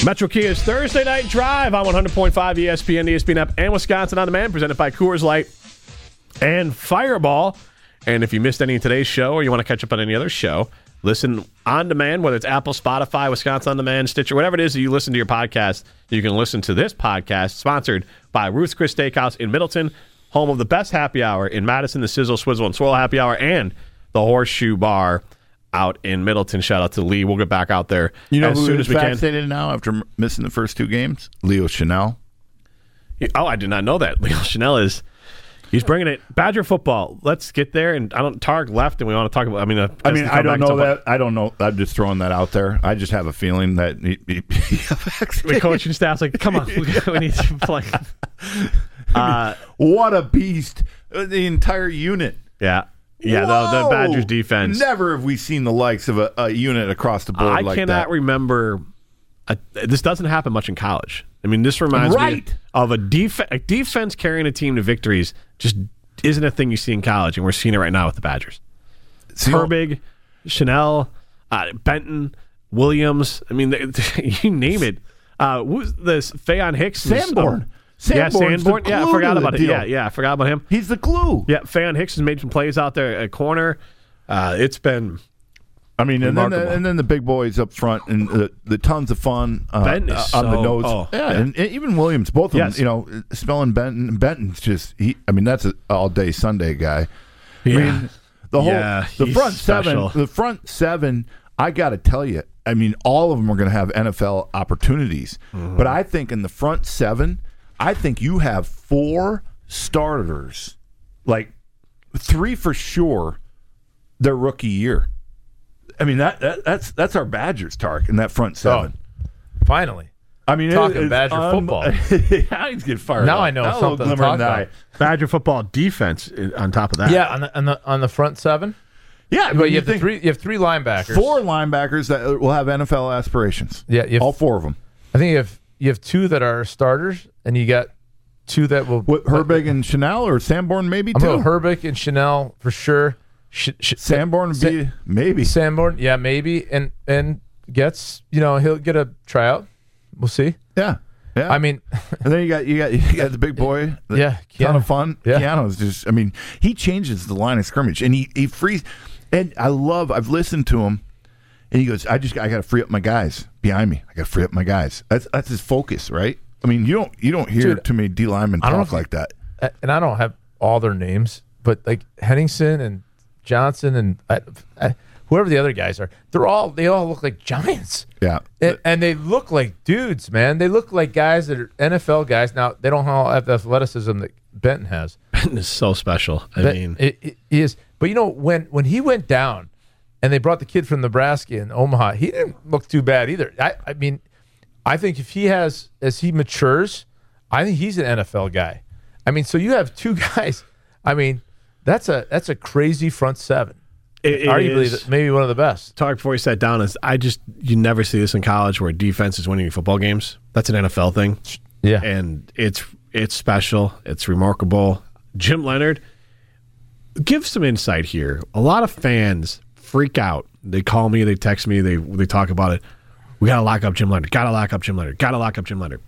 [SPEAKER 3] Metro Kia's Thursday Night Drive on 100.5 ESPN, the ESPN app, and Wisconsin On Demand, presented by Coors Light and Fireball. And if you missed any of today's show or you want to catch up on any other show, listen on demand, whether it's Apple, Spotify, Wisconsin On Demand, Stitcher, whatever it is that you listen to your podcast, you can listen to this podcast sponsored by Ruth's Chris Steakhouse in Middleton, home of the best happy hour in Madison, the Sizzle, Swizzle, and Swirl happy hour, and the Horseshoe Bar out in Middleton. Shout out to Lee. We'll get back out there
[SPEAKER 4] You know
[SPEAKER 3] as
[SPEAKER 4] who
[SPEAKER 3] soon
[SPEAKER 4] is
[SPEAKER 3] as we can.
[SPEAKER 4] vaccinated now after m- missing the first two games? Leo Chanel.
[SPEAKER 3] Oh, I did not know that. Leo Chanel is. He's bringing it. Badger football. Let's get there. And I don't. Targ left, and we want to talk about. I mean, uh,
[SPEAKER 4] I
[SPEAKER 3] has
[SPEAKER 4] mean,
[SPEAKER 3] to come
[SPEAKER 4] I
[SPEAKER 3] back
[SPEAKER 4] don't
[SPEAKER 3] at
[SPEAKER 4] know
[SPEAKER 3] some point.
[SPEAKER 4] that. I don't know. I'm just throwing that out there. I just have a feeling that he, he, he got
[SPEAKER 3] The
[SPEAKER 4] vaccinated.
[SPEAKER 3] coaching staff's like, come on, we, we need to play. Uh,
[SPEAKER 4] What a beast! Uh, The entire unit.
[SPEAKER 3] yeah, yeah. The, the
[SPEAKER 4] Whoa!
[SPEAKER 3] Badgers defense.
[SPEAKER 4] Never have we seen the likes of a, a unit across the board
[SPEAKER 3] I
[SPEAKER 4] like
[SPEAKER 3] cannot
[SPEAKER 4] that.
[SPEAKER 3] remember. A, this doesn't happen much in college. I mean, this reminds me
[SPEAKER 4] Right.
[SPEAKER 3] of a, def- a defense carrying a team to victories. Just isn't a thing you see in college, and we're seeing it right now with the Badgers.
[SPEAKER 4] See,
[SPEAKER 3] Herbig, Chanel, uh, Benton, Williams. I mean, they, you name it. Uh, who's this? Fayon Hicks, was-
[SPEAKER 4] Sanborn.
[SPEAKER 3] yeah,
[SPEAKER 4] Sanborn's the
[SPEAKER 3] Sanborn. Yeah, I
[SPEAKER 4] glue
[SPEAKER 3] forgot
[SPEAKER 4] to the
[SPEAKER 3] about it.
[SPEAKER 4] deal.
[SPEAKER 3] Yeah, yeah, I forgot about him.
[SPEAKER 4] He's the glue.
[SPEAKER 3] Yeah, Fayon Hicks has made some plays out there at corner. Uh, it's been
[SPEAKER 4] I mean, and then,
[SPEAKER 3] Remarkable.
[SPEAKER 4] and then the big boys up front and the, the tons of fun uh,
[SPEAKER 3] Benton is
[SPEAKER 4] uh, on the
[SPEAKER 3] so-
[SPEAKER 4] nose.
[SPEAKER 3] oh,
[SPEAKER 4] yeah,
[SPEAKER 3] yeah.
[SPEAKER 4] And, and even Williams, both of
[SPEAKER 3] Yes.
[SPEAKER 4] them, you know, spelling Benton. Benton's just, he, I mean, that's an all day Sunday guy. I
[SPEAKER 3] Yeah.
[SPEAKER 4] mean, the whole,
[SPEAKER 3] Yeah,
[SPEAKER 4] the
[SPEAKER 3] he's
[SPEAKER 4] front
[SPEAKER 3] special.
[SPEAKER 4] seven, the front seven, I got to tell you, I mean, all of them are going to have NFL opportunities.
[SPEAKER 5] Mm-hmm.
[SPEAKER 4] But I think in the front seven, I think you have four starters, like three for sure, their rookie year. I mean that, that that's that's our Badgers target in that front seven.
[SPEAKER 5] Finally.
[SPEAKER 4] I mean,
[SPEAKER 5] Oh, Talking
[SPEAKER 4] it's
[SPEAKER 5] Badger football.
[SPEAKER 4] I just get fired.
[SPEAKER 5] Now
[SPEAKER 4] up.
[SPEAKER 5] I know
[SPEAKER 4] a little
[SPEAKER 5] something to
[SPEAKER 4] glimmer in
[SPEAKER 5] talk
[SPEAKER 4] the
[SPEAKER 5] about.
[SPEAKER 4] eye.
[SPEAKER 3] Badger football defense on top of that.
[SPEAKER 5] Yeah, on the on the, on the front seven.
[SPEAKER 4] Yeah, I mean,
[SPEAKER 5] But you have the
[SPEAKER 4] think
[SPEAKER 5] three you have three linebackers.
[SPEAKER 4] four linebackers that will have NFL aspirations.
[SPEAKER 5] Yeah, you have-
[SPEAKER 4] all four of them.
[SPEAKER 5] I think you have you have two that are starters and you got two that will
[SPEAKER 4] What Herbig and Chanel or Sanborn maybe
[SPEAKER 5] uh, I'm
[SPEAKER 4] too.
[SPEAKER 5] going Herbick and Chanel for sure. Sh- sh-
[SPEAKER 4] Sanborn would be maybe.
[SPEAKER 5] Sanborn, yeah, maybe, and and gets you know he'll get a tryout. We'll see.
[SPEAKER 4] Yeah. Yeah.
[SPEAKER 5] I mean,
[SPEAKER 4] and then you got you got you got the big boy. The
[SPEAKER 5] Yeah,
[SPEAKER 4] ton
[SPEAKER 5] Keanu.
[SPEAKER 4] of fun.
[SPEAKER 5] Yeah.
[SPEAKER 4] Keanu's just. I mean, he changes the line of scrimmage, and he he frees. And I love. I've listened to him, and he goes, "I just I got to free up my guys behind me. I got to free up my guys." That's that's his focus, right? I mean, you don't you don't hear
[SPEAKER 5] Dude,
[SPEAKER 4] too many D linemen
[SPEAKER 5] don't know
[SPEAKER 4] talk
[SPEAKER 5] if-
[SPEAKER 4] like that.
[SPEAKER 5] a- and I don't have all their names, but like Henningsen and Johnson and I, I, whoever the other guys are, they're all they all look like giants.
[SPEAKER 4] Yeah.
[SPEAKER 5] and, and they look like dudes, man. They look like guys that are NFL guys. Now they don't all have the athleticism that Benton has.
[SPEAKER 3] Benton is so special. I
[SPEAKER 5] That-
[SPEAKER 3] mean,
[SPEAKER 5] it, it is. But you know, when when he went down, and they brought the kid from Nebraska in Omaha, he didn't look too bad either. I, I mean, I think if he has as he matures, I think he's an NFL guy. I mean, so you have two guys. I mean, that's a that's a crazy front seven.
[SPEAKER 3] it, it
[SPEAKER 5] Arguably,
[SPEAKER 3] is-
[SPEAKER 5] the- maybe one of the best.
[SPEAKER 3] talked before you sat down is I just you never see this in college where defense is winning football games. That's an NFL thing.
[SPEAKER 5] Yeah.
[SPEAKER 3] And it's it's special. It's remarkable. Jim Leonard, give some insight here. A lot of fans freak out. They call me, they text me, they they talk about it. We gotta lock up Jim Leonard. Gotta lock up Jim Leonard. Gotta lock up Jim Leonard.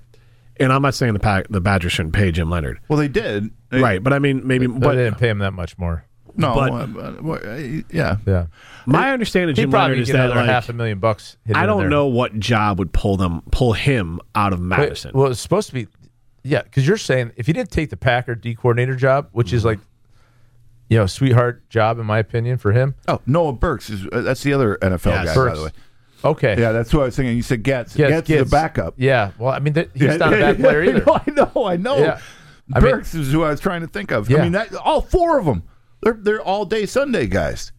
[SPEAKER 3] And I'm not saying the pack, the Badgers shouldn't pay Jim Leonard,
[SPEAKER 4] Well, they did. They-
[SPEAKER 3] right? But I mean, maybe.
[SPEAKER 5] But they
[SPEAKER 3] But
[SPEAKER 5] didn't pay him that much more.
[SPEAKER 4] No.
[SPEAKER 3] But-
[SPEAKER 4] uh, but- well, uh, yeah.
[SPEAKER 5] Yeah,
[SPEAKER 3] my understanding of
[SPEAKER 5] he
[SPEAKER 3] Jim
[SPEAKER 5] probably
[SPEAKER 3] Leonard is
[SPEAKER 5] get
[SPEAKER 3] that
[SPEAKER 5] another
[SPEAKER 3] like,
[SPEAKER 5] half a million bucks. hidden
[SPEAKER 3] I
[SPEAKER 5] in
[SPEAKER 3] don't
[SPEAKER 5] there.
[SPEAKER 3] know what job would pull them pull him out of
[SPEAKER 5] Wait,
[SPEAKER 3] Madison.
[SPEAKER 5] well, it's supposed to be, yeah, because you're saying if he didn't take the Packer D coordinator job, which is like, you know, sweetheart job in my opinion for him.
[SPEAKER 4] Oh, Noah Burks is uh, that's the other NFL
[SPEAKER 3] Yes.
[SPEAKER 4] guy. By
[SPEAKER 5] Burks.
[SPEAKER 4] the way.
[SPEAKER 5] Okay,
[SPEAKER 4] Yeah, that's what I was thinking. You said Getz.
[SPEAKER 5] Yes,
[SPEAKER 4] Getz, is
[SPEAKER 5] Gibbs.
[SPEAKER 4] the backup.
[SPEAKER 5] Yeah, well, I mean, th- he's not a bad player either.
[SPEAKER 4] I know, I know, I know.
[SPEAKER 5] Yeah. I mean-
[SPEAKER 4] Burks is who I was trying to think of.
[SPEAKER 5] Yeah.
[SPEAKER 4] I mean, that, all four of them. They're they're all day Sunday guys.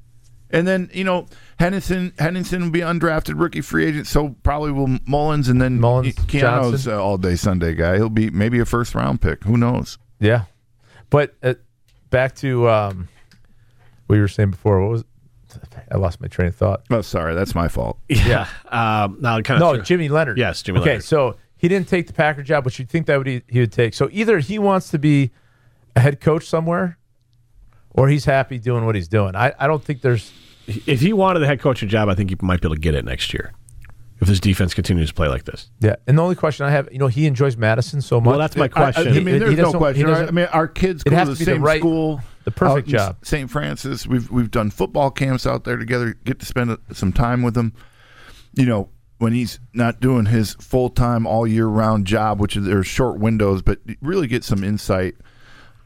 [SPEAKER 4] And then you know Henderson Henderson will be undrafted rookie free agent, so probably will Mullins, and then
[SPEAKER 5] Mullins,
[SPEAKER 4] Keanu's
[SPEAKER 5] Johnson.
[SPEAKER 4] uh, all day Sunday guy. He'll be maybe a first round pick. Who knows?
[SPEAKER 5] Yeah, but uh, back to um, what you were saying before. What was? I lost my train of thought.
[SPEAKER 4] Oh, sorry, that's my fault.
[SPEAKER 3] Yeah. Um, now kind
[SPEAKER 5] No,
[SPEAKER 3] of
[SPEAKER 5] Jimmy Leonard.
[SPEAKER 3] Yes, Jimmy
[SPEAKER 5] okay,
[SPEAKER 3] Leonard.
[SPEAKER 5] so he didn't take the Packer job, which you'd think that would e, he, he would take. So either he wants to be a head coach somewhere, or he's happy doing what he's doing. I, I don't think there's
[SPEAKER 3] if he wanted the head coaching job, I think he might be able to get it next year if this defense continues to play like this.
[SPEAKER 5] yeah. And the only question I have, you know, he enjoys Madison so much.
[SPEAKER 3] Well, that's my question.
[SPEAKER 4] I, I mean,
[SPEAKER 5] He-
[SPEAKER 4] there's
[SPEAKER 5] he
[SPEAKER 4] no
[SPEAKER 5] doesn't-
[SPEAKER 4] question.
[SPEAKER 5] he
[SPEAKER 4] right?
[SPEAKER 5] doesn't-
[SPEAKER 4] I mean, our kids
[SPEAKER 5] It
[SPEAKER 4] go
[SPEAKER 5] has
[SPEAKER 4] to the
[SPEAKER 5] to be the
[SPEAKER 4] same
[SPEAKER 5] right-
[SPEAKER 4] school.
[SPEAKER 5] the perfect
[SPEAKER 4] out in
[SPEAKER 5] job.
[SPEAKER 4] St. Francis. We've we've done football camps out there together. Get to spend uh, some time with him. You know, when he's not doing his full time, all year round job, which is there are short windows, but really get some insight.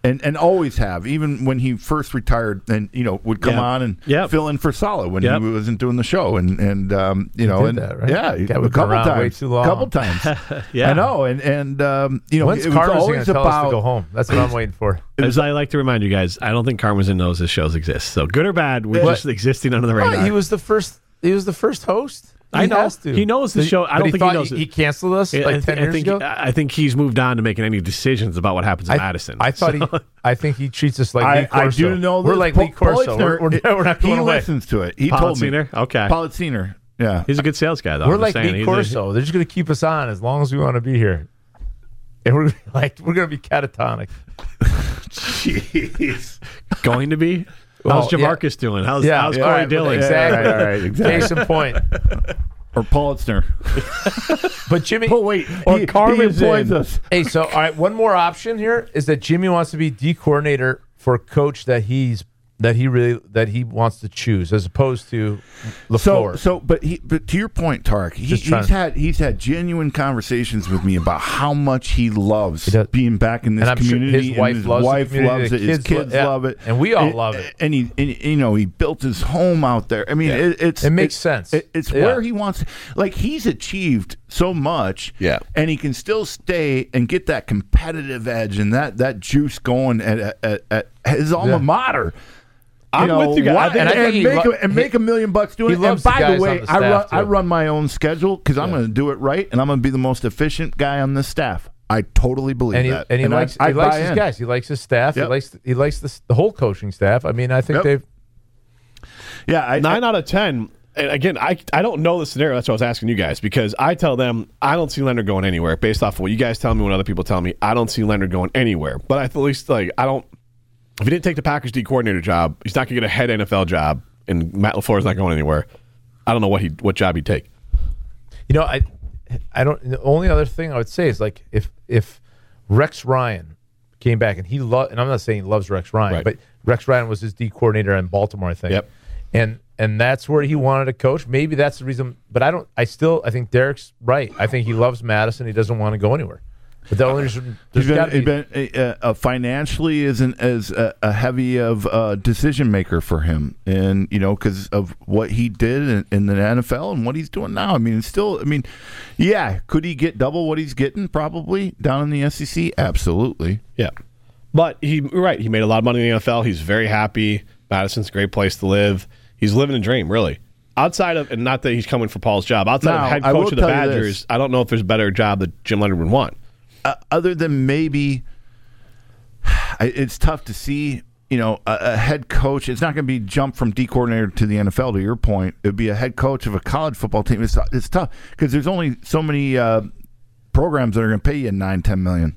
[SPEAKER 4] And, and always have even when he first retired and you know would come
[SPEAKER 3] Yep.
[SPEAKER 4] on and
[SPEAKER 3] Yep.
[SPEAKER 4] fill in for Sala when
[SPEAKER 3] Yep.
[SPEAKER 4] he wasn't doing the show and and um, you know
[SPEAKER 5] did
[SPEAKER 4] and
[SPEAKER 5] that, right?
[SPEAKER 4] yeah
[SPEAKER 5] Guy
[SPEAKER 4] a
[SPEAKER 5] would've been
[SPEAKER 4] couple
[SPEAKER 5] around
[SPEAKER 4] times
[SPEAKER 5] way too long.
[SPEAKER 4] couple times
[SPEAKER 3] Yeah.
[SPEAKER 4] I know and and um, you know
[SPEAKER 5] When's
[SPEAKER 4] it was
[SPEAKER 5] Carter's going to
[SPEAKER 4] always
[SPEAKER 5] tell
[SPEAKER 4] about
[SPEAKER 5] us to go home? That's what I'm waiting for.
[SPEAKER 3] As I like to remind you guys, I don't think Carmazin knows this shows exist. So good or bad, we're
[SPEAKER 5] But-
[SPEAKER 3] just existing under the radar.
[SPEAKER 5] Right, he was the first. He was the first host.
[SPEAKER 3] I
[SPEAKER 5] He
[SPEAKER 3] know.
[SPEAKER 5] has to.
[SPEAKER 3] He knows the show. I
[SPEAKER 5] But
[SPEAKER 3] don't
[SPEAKER 5] he
[SPEAKER 3] think he
[SPEAKER 5] thought
[SPEAKER 3] knows
[SPEAKER 5] He,
[SPEAKER 3] it.
[SPEAKER 5] canceled us
[SPEAKER 3] I- I,
[SPEAKER 5] like
[SPEAKER 3] th-
[SPEAKER 5] ten
[SPEAKER 3] I
[SPEAKER 5] years
[SPEAKER 3] think,
[SPEAKER 5] ago.
[SPEAKER 3] I think he's moved on to making any decisions about what happens in Madison.
[SPEAKER 5] I thought he. I think he treats us like Lee
[SPEAKER 4] I, I
[SPEAKER 5] Corso.
[SPEAKER 4] do know
[SPEAKER 5] we're
[SPEAKER 4] this.
[SPEAKER 5] like
[SPEAKER 4] Po-
[SPEAKER 5] Lee Corso.
[SPEAKER 4] Politzner,
[SPEAKER 5] We're, we're,
[SPEAKER 4] it-
[SPEAKER 5] we're not going
[SPEAKER 4] he
[SPEAKER 5] away.
[SPEAKER 4] listens to it. He told me.
[SPEAKER 3] Politziner? Okay.
[SPEAKER 4] Politziner. Yeah.
[SPEAKER 3] he's a good sales guy, though.
[SPEAKER 5] We're
[SPEAKER 3] I'm
[SPEAKER 5] like
[SPEAKER 3] just saying,
[SPEAKER 5] Lee
[SPEAKER 3] he's a-
[SPEAKER 5] Corso. They're just going to keep us on as long as we want to be here, and we're gonna be like we're going to be catatonic.
[SPEAKER 4] Jeez.
[SPEAKER 3] going to be. How's
[SPEAKER 5] Well, yeah.
[SPEAKER 3] Jamarcus doing? How's,
[SPEAKER 5] Yeah,
[SPEAKER 3] how's
[SPEAKER 5] yeah,
[SPEAKER 3] Corey
[SPEAKER 5] right,
[SPEAKER 3] Dillon?
[SPEAKER 5] Exactly.
[SPEAKER 4] Yeah, all right, exactly.
[SPEAKER 5] Case in point.
[SPEAKER 4] or Politzner.
[SPEAKER 5] But Jimmy.
[SPEAKER 3] But wait,
[SPEAKER 5] Or
[SPEAKER 3] he- he
[SPEAKER 5] Carmen's
[SPEAKER 4] employs
[SPEAKER 5] in.
[SPEAKER 4] us.
[SPEAKER 5] Hey, so all right, one more option here is that Jimmy wants to be D coordinator for a coach that he's that he really that he wants to choose as opposed to
[SPEAKER 4] So,
[SPEAKER 5] Lafleur.
[SPEAKER 4] so, but he, but to your point, Tark, he,
[SPEAKER 5] Just
[SPEAKER 4] he's
[SPEAKER 5] trying to-
[SPEAKER 4] had he's had genuine conversations with me about how much he loves
[SPEAKER 5] does.
[SPEAKER 4] being back in this
[SPEAKER 5] And I'm sure his
[SPEAKER 4] community. and
[SPEAKER 5] wife
[SPEAKER 4] his
[SPEAKER 5] loves the
[SPEAKER 4] wife
[SPEAKER 5] community,
[SPEAKER 4] loves
[SPEAKER 5] the
[SPEAKER 4] it. His
[SPEAKER 5] kids lo-
[SPEAKER 4] kids
[SPEAKER 5] yeah.
[SPEAKER 4] love it,
[SPEAKER 5] And we all love it.
[SPEAKER 4] And he, and, you know, he built his home out there. I mean, it, it's
[SPEAKER 5] It makes sense.
[SPEAKER 4] it- it's
[SPEAKER 5] Yeah.
[SPEAKER 4] where he wants. Like he's achieved so much,
[SPEAKER 6] Yeah.
[SPEAKER 4] and he can still stay and get that competitive edge and that that juice going at at, at his alma
[SPEAKER 5] Yeah.
[SPEAKER 4] matter.
[SPEAKER 3] I'm with you guys. I
[SPEAKER 4] why-
[SPEAKER 3] think-
[SPEAKER 4] and,
[SPEAKER 5] I think
[SPEAKER 4] and
[SPEAKER 5] he
[SPEAKER 4] make,
[SPEAKER 5] lo-
[SPEAKER 4] a, and
[SPEAKER 5] he-
[SPEAKER 4] make a million bucks doing
[SPEAKER 5] he
[SPEAKER 4] it.
[SPEAKER 5] loves
[SPEAKER 4] And by
[SPEAKER 5] the guys
[SPEAKER 4] the,
[SPEAKER 5] on
[SPEAKER 4] way,
[SPEAKER 5] the
[SPEAKER 4] I, run,
[SPEAKER 5] staff,
[SPEAKER 4] I
[SPEAKER 5] too.
[SPEAKER 4] run my own schedule because I'm going to do it right, and I'm going to be the most efficient guy on this staff. I totally believe
[SPEAKER 5] and he,
[SPEAKER 4] that.
[SPEAKER 5] and he
[SPEAKER 4] I-
[SPEAKER 5] likes
[SPEAKER 4] I
[SPEAKER 5] he likes
[SPEAKER 4] buy
[SPEAKER 5] his
[SPEAKER 4] in.
[SPEAKER 5] guys. He likes his staff. He
[SPEAKER 4] Yep.
[SPEAKER 5] likes he likes the, the whole coaching staff. I mean, I
[SPEAKER 4] Yep.
[SPEAKER 5] think they've
[SPEAKER 4] Yeah, I,
[SPEAKER 3] nine out of ten. And again, I I don't know the scenario. That's what I was asking you guys because I tell them I don't see Leonard going anywhere based off of what you guys tell me when other people tell me I don't see Leonard going anywhere. But I at least like I don't. If he didn't take the Packers D coordinator job, he's not going to get a head NFL job, and Matt Lafleur is not going anywhere. I don't know what he what job he'd take.
[SPEAKER 5] You know, I, I don't. The only other thing I would say is like if if Rex Ryan came back and he loved, and I'm not saying he loves Rex Ryan,
[SPEAKER 3] Right.
[SPEAKER 5] but Rex Ryan was his D coordinator in Baltimore, I think.
[SPEAKER 3] Yep.
[SPEAKER 5] And and that's where he wanted to coach. Maybe that's the reason. But I don't. I still. I think Derek's right. I think he loves Madison. He doesn't want to go anywhere. But the only reason
[SPEAKER 4] He's
[SPEAKER 5] there's
[SPEAKER 4] been,
[SPEAKER 5] gotta be-
[SPEAKER 4] he's been, uh, uh, financially isn't as uh, a heavy of a decision maker for him, and you know because of what he did in, in the NFL and what he's doing now. I mean, it's still, I mean, yeah, could he get double what he's getting probably down in the SEC? Absolutely.
[SPEAKER 3] Yeah. But he you're right, he made a lot of money in the NFL. He's very happy. Madison's a great place to live. He's living a dream, really. Outside of and not that he's coming for Paul's job, outside
[SPEAKER 4] Now,
[SPEAKER 3] of head
[SPEAKER 4] I will
[SPEAKER 3] coach of the
[SPEAKER 4] tell you
[SPEAKER 3] Badgers,
[SPEAKER 4] this.
[SPEAKER 3] I don't know if there's a better job that Jim Leonard would want.
[SPEAKER 4] uh, other than maybe I- it's tough to see you know a, a head coach it's not going to be jump from d coordinator to the nfl to your point it would be a head coach of a college football team it's, it's tough because there's only so many uh, programs that are going to pay you 9 10 million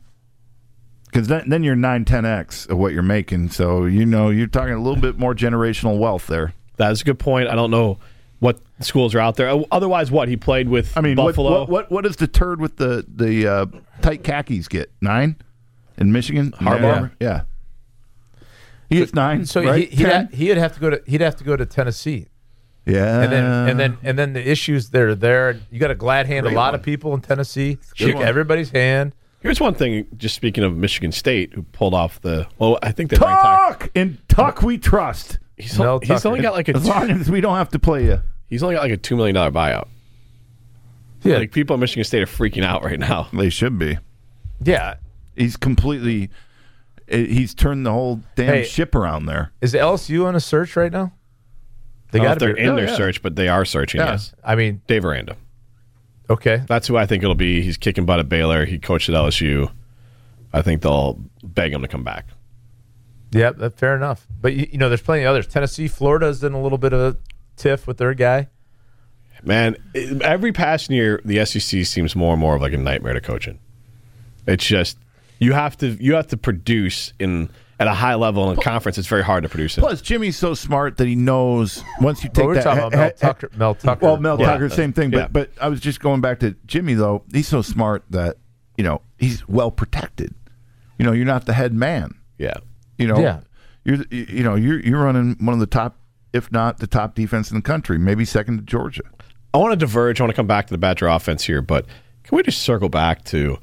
[SPEAKER 4] because then, then you're 9 10x of what you're making so you know you're talking a little bit more generational wealth there
[SPEAKER 3] That's a good point. I don't know what schools are out there. O- Otherwise, what he played with
[SPEAKER 4] i mean what-
[SPEAKER 3] Buffalo.
[SPEAKER 4] what what what does the turd with the the uh, tight khakis get nine in michigan
[SPEAKER 5] Harbaugh?
[SPEAKER 4] yeah, yeah. He gets nine.
[SPEAKER 5] So
[SPEAKER 4] right?
[SPEAKER 5] he, he'd,
[SPEAKER 4] Ten?
[SPEAKER 5] ha- he'd have to go to he'd have to go to Tennessee,
[SPEAKER 4] Yeah.
[SPEAKER 5] and then and
[SPEAKER 3] Uh,
[SPEAKER 5] then and then the issues that are there. You got to glad hand a
[SPEAKER 4] Great
[SPEAKER 5] lot
[SPEAKER 4] one.
[SPEAKER 5] of people in Tennessee.
[SPEAKER 4] good
[SPEAKER 5] Shake
[SPEAKER 4] one.
[SPEAKER 5] everybody's hand.
[SPEAKER 3] Here's one thing. Just speaking of Michigan State, who pulled off the well, I think they ranked high.
[SPEAKER 4] Talk! In Tuck we trust.
[SPEAKER 3] He's,
[SPEAKER 5] Mel
[SPEAKER 3] on- he's
[SPEAKER 5] Tucker.
[SPEAKER 3] only got like a
[SPEAKER 4] As long
[SPEAKER 3] two,
[SPEAKER 4] as we don't have to play you.
[SPEAKER 3] he's only got like a two million dollar buyout.
[SPEAKER 5] Yeah.
[SPEAKER 3] Like people at Michigan State are freaking out right now.
[SPEAKER 4] They should be.
[SPEAKER 5] Yeah.
[SPEAKER 4] He's completely. eh, He's turned the whole damn
[SPEAKER 5] Hey.
[SPEAKER 4] ship around there.
[SPEAKER 5] Is LSU on a search right now? They
[SPEAKER 3] I
[SPEAKER 5] got
[SPEAKER 3] don't know if
[SPEAKER 5] to
[SPEAKER 3] Oh, they're in their search, but they are searching. Yes,
[SPEAKER 5] I mean,
[SPEAKER 3] Dave Aranda.
[SPEAKER 5] okay.
[SPEAKER 3] That's who I think it'll be. He's kicking butt at Baylor. He coached at LSU. I think they'll beg him to come back.
[SPEAKER 5] Yeah, that, fair enough. But you, you know, there's plenty of others. Tennessee, Florida's in a little bit of a tiff with their guy.
[SPEAKER 3] Man, it- every passing year, the SEC seems more and more of like a nightmare to coach in. It's just you have to you have to produce in at a high level in a conference. It's very hard to produce it.
[SPEAKER 4] Plus, Jimmy's so smart that he knows once you take
[SPEAKER 5] we're
[SPEAKER 4] that.
[SPEAKER 5] talking about Mel Tucker- Mel Tucker.
[SPEAKER 4] Well, Mel
[SPEAKER 5] Yeah.
[SPEAKER 4] Tucker, same thing.
[SPEAKER 3] Yeah.
[SPEAKER 4] But but I was just going back to Jimmy though. He's so smart that you know he's well protected. You know, you're not the head man.
[SPEAKER 3] yeah,
[SPEAKER 4] You know,
[SPEAKER 5] Yeah.
[SPEAKER 4] you're the- you you know you're you're running one of the top, if not the top defense in the country, maybe second to Georgia.
[SPEAKER 3] I want to diverge. I want to come back to the Badger offense here, but can we just circle back to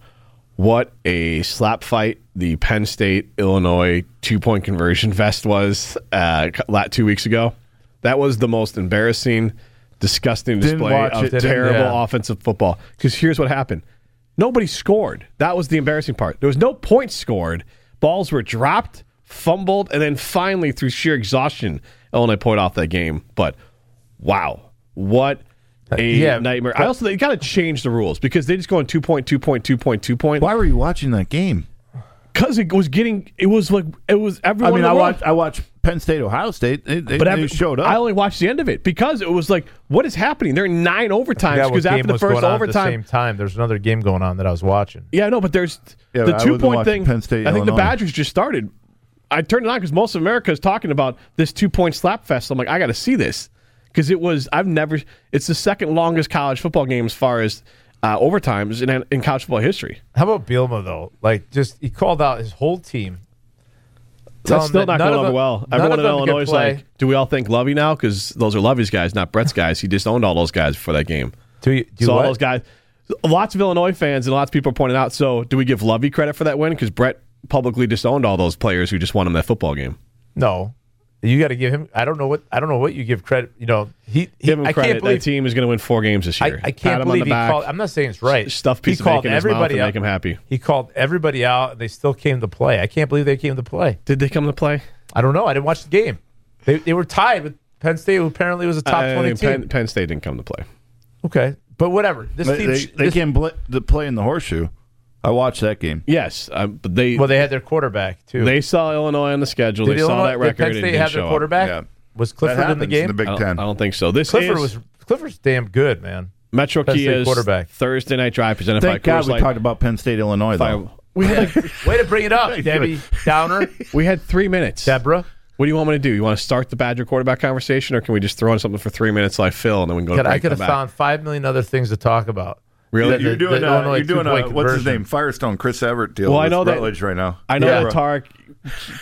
[SPEAKER 3] what a slap fight the Penn State Illinois two point conversion fest was uh, la- two weeks ago? That was the most embarrassing, disgusting
[SPEAKER 4] Didn't
[SPEAKER 3] display
[SPEAKER 4] watch
[SPEAKER 3] of
[SPEAKER 4] it, didn't-
[SPEAKER 3] terrible
[SPEAKER 5] yeah.
[SPEAKER 3] offensive football. Because here's what happened nobody scored. That was the embarrassing part. There was no points scored. Balls were dropped, fumbled, and then finally, through sheer exhaustion, Illinois pulled off that game. But wow, what a
[SPEAKER 5] Uh, Yeah,
[SPEAKER 3] nightmare! I also they got to change the rules because they just go on two point, two point, two point, two point.
[SPEAKER 4] Why were you watching that game?
[SPEAKER 3] Because it was getting, it was like it was everyone.
[SPEAKER 4] I mean,
[SPEAKER 3] in the
[SPEAKER 4] I
[SPEAKER 3] world.
[SPEAKER 4] watch I watch Penn State, Ohio State. They, they,
[SPEAKER 3] But
[SPEAKER 4] they
[SPEAKER 3] every-
[SPEAKER 4] showed up.
[SPEAKER 3] I only watched the end of it because it was like, what is happening? They're in nine overtimes
[SPEAKER 5] Yeah,
[SPEAKER 3] because
[SPEAKER 5] what
[SPEAKER 3] after
[SPEAKER 5] game
[SPEAKER 3] the
[SPEAKER 5] was
[SPEAKER 3] first
[SPEAKER 5] going on at the
[SPEAKER 3] overtime,
[SPEAKER 5] same time, there's another game going on that I was watching.
[SPEAKER 3] Yeah, no, but there's
[SPEAKER 4] Yeah,
[SPEAKER 3] the
[SPEAKER 4] I
[SPEAKER 3] two
[SPEAKER 4] wasn't
[SPEAKER 3] point
[SPEAKER 4] watching
[SPEAKER 3] thing.
[SPEAKER 4] Penn State,
[SPEAKER 3] I think the
[SPEAKER 4] Illinois.
[SPEAKER 3] Badgers just started I turned it on because most of America is talking about this two point slap fest. I'm like, I got to see this because it was I've never. It's the second longest college football game as far as uh, overtimes in in college football history.
[SPEAKER 5] How about Bielma though? Like, just he called out his whole team. Tell
[SPEAKER 3] That's
[SPEAKER 5] him
[SPEAKER 3] still
[SPEAKER 5] that
[SPEAKER 3] not
[SPEAKER 5] none
[SPEAKER 3] going
[SPEAKER 5] of
[SPEAKER 3] over
[SPEAKER 5] them-
[SPEAKER 3] well.
[SPEAKER 5] none
[SPEAKER 3] Everyone
[SPEAKER 5] of
[SPEAKER 3] in
[SPEAKER 5] them can
[SPEAKER 3] Illinois is
[SPEAKER 5] play.
[SPEAKER 3] like, do we all think Lovey now? Because those are Lovey's guys, not Brett's guys. He just owned all those guys before that game.
[SPEAKER 5] Do you, do you
[SPEAKER 3] so all
[SPEAKER 5] what?
[SPEAKER 3] those guys, lots of Illinois fans and lots of people are pointing out. So do we give Lovey credit for that win? Because Brett publicly disowned all those players who just won him that football game.
[SPEAKER 5] No, you got to give him. I don't know what I don't know what you give credit. You know, he, he
[SPEAKER 3] Give him
[SPEAKER 5] I
[SPEAKER 3] credit.
[SPEAKER 5] can't believe
[SPEAKER 3] that team is going to win four games this
[SPEAKER 5] I,
[SPEAKER 3] year.
[SPEAKER 5] I can't
[SPEAKER 3] Pat him on
[SPEAKER 5] believe
[SPEAKER 3] the
[SPEAKER 5] he
[SPEAKER 3] back.
[SPEAKER 5] called. I'm not saying it's right.
[SPEAKER 3] Stuff piece
[SPEAKER 5] he
[SPEAKER 3] of bacon
[SPEAKER 5] called
[SPEAKER 3] in his mouth
[SPEAKER 5] everybody
[SPEAKER 3] and
[SPEAKER 5] out.
[SPEAKER 3] make him happy.
[SPEAKER 5] He called everybody out, and they still came to play. I can't believe they came to play.
[SPEAKER 3] Did they come to play?
[SPEAKER 5] I don't know. I didn't watch the game. They, they were tied with Penn State, who apparently was a top
[SPEAKER 3] I
[SPEAKER 5] twenty
[SPEAKER 3] mean,
[SPEAKER 5] team.
[SPEAKER 3] Uh, Penn, Penn State didn't come to play.
[SPEAKER 5] okay, but whatever. This
[SPEAKER 4] They,
[SPEAKER 5] team,
[SPEAKER 4] they, they
[SPEAKER 5] this-
[SPEAKER 4] can play, the play in the horseshoe. I watched that game.
[SPEAKER 3] Yes, uh, but they
[SPEAKER 5] well, they had their quarterback too.
[SPEAKER 3] they saw Illinois on the schedule.
[SPEAKER 5] did
[SPEAKER 3] they saw
[SPEAKER 5] Illinois-
[SPEAKER 3] that
[SPEAKER 5] did
[SPEAKER 3] record.
[SPEAKER 5] Penn
[SPEAKER 3] and
[SPEAKER 5] State
[SPEAKER 3] didn't
[SPEAKER 5] had their
[SPEAKER 3] show up.
[SPEAKER 5] quarterback.
[SPEAKER 4] Yeah.
[SPEAKER 5] Was
[SPEAKER 4] That
[SPEAKER 5] Clifford in
[SPEAKER 4] happens
[SPEAKER 5] the game?
[SPEAKER 4] the Big
[SPEAKER 3] I don't,
[SPEAKER 4] Ten.
[SPEAKER 3] I don't think so. This
[SPEAKER 5] Clifford
[SPEAKER 3] is
[SPEAKER 5] was Clifford's damn good, man.
[SPEAKER 3] Metro
[SPEAKER 5] Penn State
[SPEAKER 3] Kia's
[SPEAKER 5] quarterback.
[SPEAKER 3] Thursday night drive presented by
[SPEAKER 4] Thank
[SPEAKER 3] Coors
[SPEAKER 4] God we
[SPEAKER 3] Light.
[SPEAKER 4] talked about Penn State, Illinois, though.
[SPEAKER 3] We had like,
[SPEAKER 5] Way to bring it up, Debbie Downer,
[SPEAKER 3] we had three minutes.
[SPEAKER 5] Deborah.
[SPEAKER 3] What do you want me to do? You want to start the Badger quarterback conversation, or can we just throw in something for three minutes till I fill, and then we can go? to
[SPEAKER 5] God, I
[SPEAKER 3] break
[SPEAKER 5] could
[SPEAKER 3] and
[SPEAKER 5] have
[SPEAKER 3] come back?
[SPEAKER 5] found five million other things to talk about.
[SPEAKER 3] really. uh,
[SPEAKER 5] that-
[SPEAKER 4] You're
[SPEAKER 5] the-
[SPEAKER 4] doing
[SPEAKER 5] the
[SPEAKER 4] a,
[SPEAKER 5] Illinois
[SPEAKER 4] you're doing a
[SPEAKER 5] two-point
[SPEAKER 4] what's his
[SPEAKER 5] conversion.
[SPEAKER 4] name Firestone Chris Everett deal
[SPEAKER 3] Well,
[SPEAKER 4] with
[SPEAKER 3] I know that-
[SPEAKER 4] Rutledge right now.
[SPEAKER 3] I know
[SPEAKER 5] Yeah.
[SPEAKER 3] that Tarek.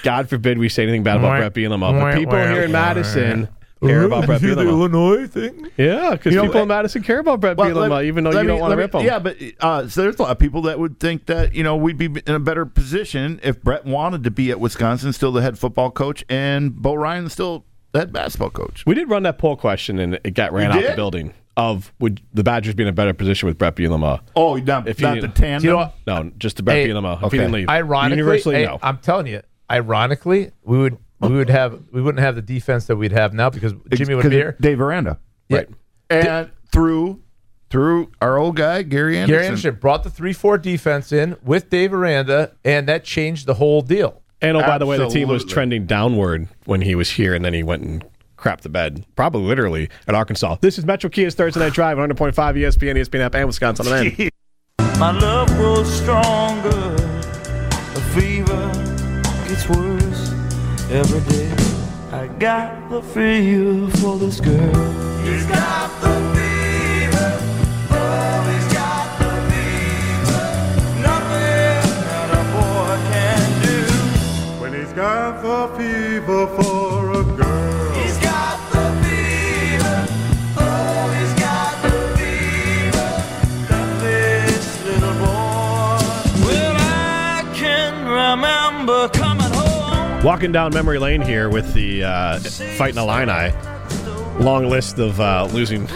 [SPEAKER 3] God forbid we say anything bad about
[SPEAKER 5] Mwah.
[SPEAKER 3] Brett Bielema, but
[SPEAKER 5] Mwah,
[SPEAKER 3] people
[SPEAKER 5] mwah,
[SPEAKER 3] here in
[SPEAKER 5] mwah.
[SPEAKER 3] Madison care about Brett Bielema.
[SPEAKER 5] Illinois thing.
[SPEAKER 3] Yeah, because
[SPEAKER 4] know,
[SPEAKER 3] people
[SPEAKER 4] eh,
[SPEAKER 3] in Madison care about Brett
[SPEAKER 4] Well,
[SPEAKER 3] Bielema,
[SPEAKER 4] let-
[SPEAKER 3] uh, even though
[SPEAKER 4] let
[SPEAKER 3] you don't
[SPEAKER 4] me-
[SPEAKER 3] want to
[SPEAKER 4] let me-
[SPEAKER 3] rip him.
[SPEAKER 4] Yeah, but uh, so there's a lot of people that would think that you know we'd be in a better position if Brett wanted to be at Wisconsin, still the head football coach, and Bo Ryan still the head basketball coach.
[SPEAKER 3] We did run that poll question, and it got ran
[SPEAKER 4] You
[SPEAKER 3] out the
[SPEAKER 4] did?
[SPEAKER 3] building. Of would the Badgers be in a better position with Brett Bielema?
[SPEAKER 4] Oh, not,
[SPEAKER 3] If you
[SPEAKER 4] not
[SPEAKER 3] need-
[SPEAKER 4] the tandem.
[SPEAKER 5] You know,
[SPEAKER 3] No, just the Brett
[SPEAKER 5] Hey,
[SPEAKER 3] Bielema. If
[SPEAKER 4] okay.
[SPEAKER 3] he didn't leave,
[SPEAKER 5] ironically,
[SPEAKER 3] universally
[SPEAKER 5] hey,
[SPEAKER 3] no.
[SPEAKER 5] I'm telling you, ironically, we would we would have we wouldn't have the defense that we'd have now because Jimmy would be here.
[SPEAKER 4] Dave Aranda,
[SPEAKER 5] Right.
[SPEAKER 4] and through through our old guy Gary Anderson.
[SPEAKER 5] Gary Anderson brought the three four defense in with Dave Aranda, and that changed the whole deal.
[SPEAKER 3] And oh, by the way, the team was
[SPEAKER 4] Absolutely.
[SPEAKER 3] trending downward when he was here, and then he went and crapped the bed, probably literally at Arkansas. This is Metro Kia's Thursday Night Drive, 100.5 ESPN, ESPN app, and Wisconsin on the
[SPEAKER 8] My love grows stronger. The fever gets worse every day. I got the fever for this girl.
[SPEAKER 7] He's got the fever. Oh, he's got the fever. Nothing that a boy can do. When he's got the fever for a girl. He's got the fever. Oh, he's got the fever.
[SPEAKER 8] this little boy. Well, I can remember coming home.
[SPEAKER 3] Walking down memory lane here with the uh, Fighting Illini. Long list of uh, losing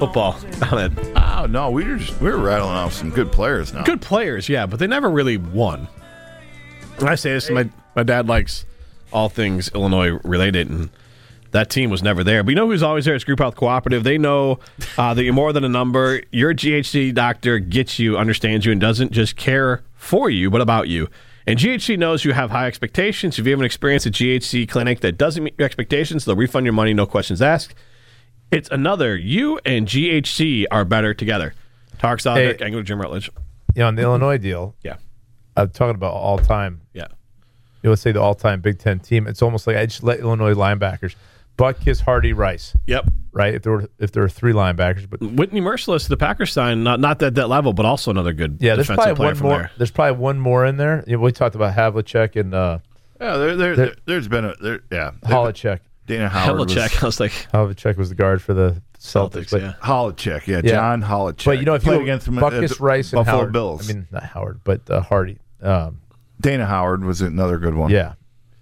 [SPEAKER 3] football on it.
[SPEAKER 4] Oh no, we were just, we were rattling off some good players now.
[SPEAKER 3] Good players, yeah, but they never really won. And I say this, my, my dad likes all things Illinois related, and that team was never there. But you know who's always there? It's Group Health Cooperative. They know uh, that you're more than a number. Your GHC doctor gets you, understands you, and doesn't just care for you, but about you. And GHC knows you have high expectations. If you have an experience at GHC clinic that doesn't meet your expectations, they'll refund your money, no questions asked. It's another. You and GHC are better together. Tarek Saldick,
[SPEAKER 5] Hey.
[SPEAKER 3] Angler Jim Rutledge.
[SPEAKER 5] You know, on the Illinois deal,
[SPEAKER 3] Yeah.
[SPEAKER 5] I'm talking about all time.
[SPEAKER 3] Yeah.
[SPEAKER 5] You know, let's say the all time Big Ten team. It's almost like I just let Illinois linebackers, Buck, Kiss, Hardy, Rice.
[SPEAKER 3] Yep.
[SPEAKER 5] Right, if there were if there were three linebackers, but
[SPEAKER 3] Whitney Merciless, the Packers sign, not not at that level, but also another good
[SPEAKER 5] yeah, there's
[SPEAKER 3] defensive
[SPEAKER 5] probably
[SPEAKER 3] player
[SPEAKER 5] one
[SPEAKER 3] from
[SPEAKER 5] more.
[SPEAKER 3] there.
[SPEAKER 5] There's probably one more in there. You know, we talked about Havlicek and uh,
[SPEAKER 4] Yeah, there, there, there, there's been a there, yeah.
[SPEAKER 5] Holacek.
[SPEAKER 4] Dana Howard was-
[SPEAKER 3] Havlicek, I was like,
[SPEAKER 5] Havlicek was the guard for the Celtics.
[SPEAKER 3] Celtics,
[SPEAKER 5] but,
[SPEAKER 3] yeah.
[SPEAKER 4] Holacek, yeah,
[SPEAKER 5] Yeah.
[SPEAKER 4] John Holacek.
[SPEAKER 5] but you know, if
[SPEAKER 4] played
[SPEAKER 5] you
[SPEAKER 4] against him, at
[SPEAKER 5] Buckus,
[SPEAKER 4] the
[SPEAKER 5] Rice, and
[SPEAKER 4] Buffalo
[SPEAKER 5] Howard.
[SPEAKER 4] Bills.
[SPEAKER 5] I mean, not Howard, but uh, Hardy. Um,
[SPEAKER 4] Dana Howard was another good one.
[SPEAKER 5] yeah,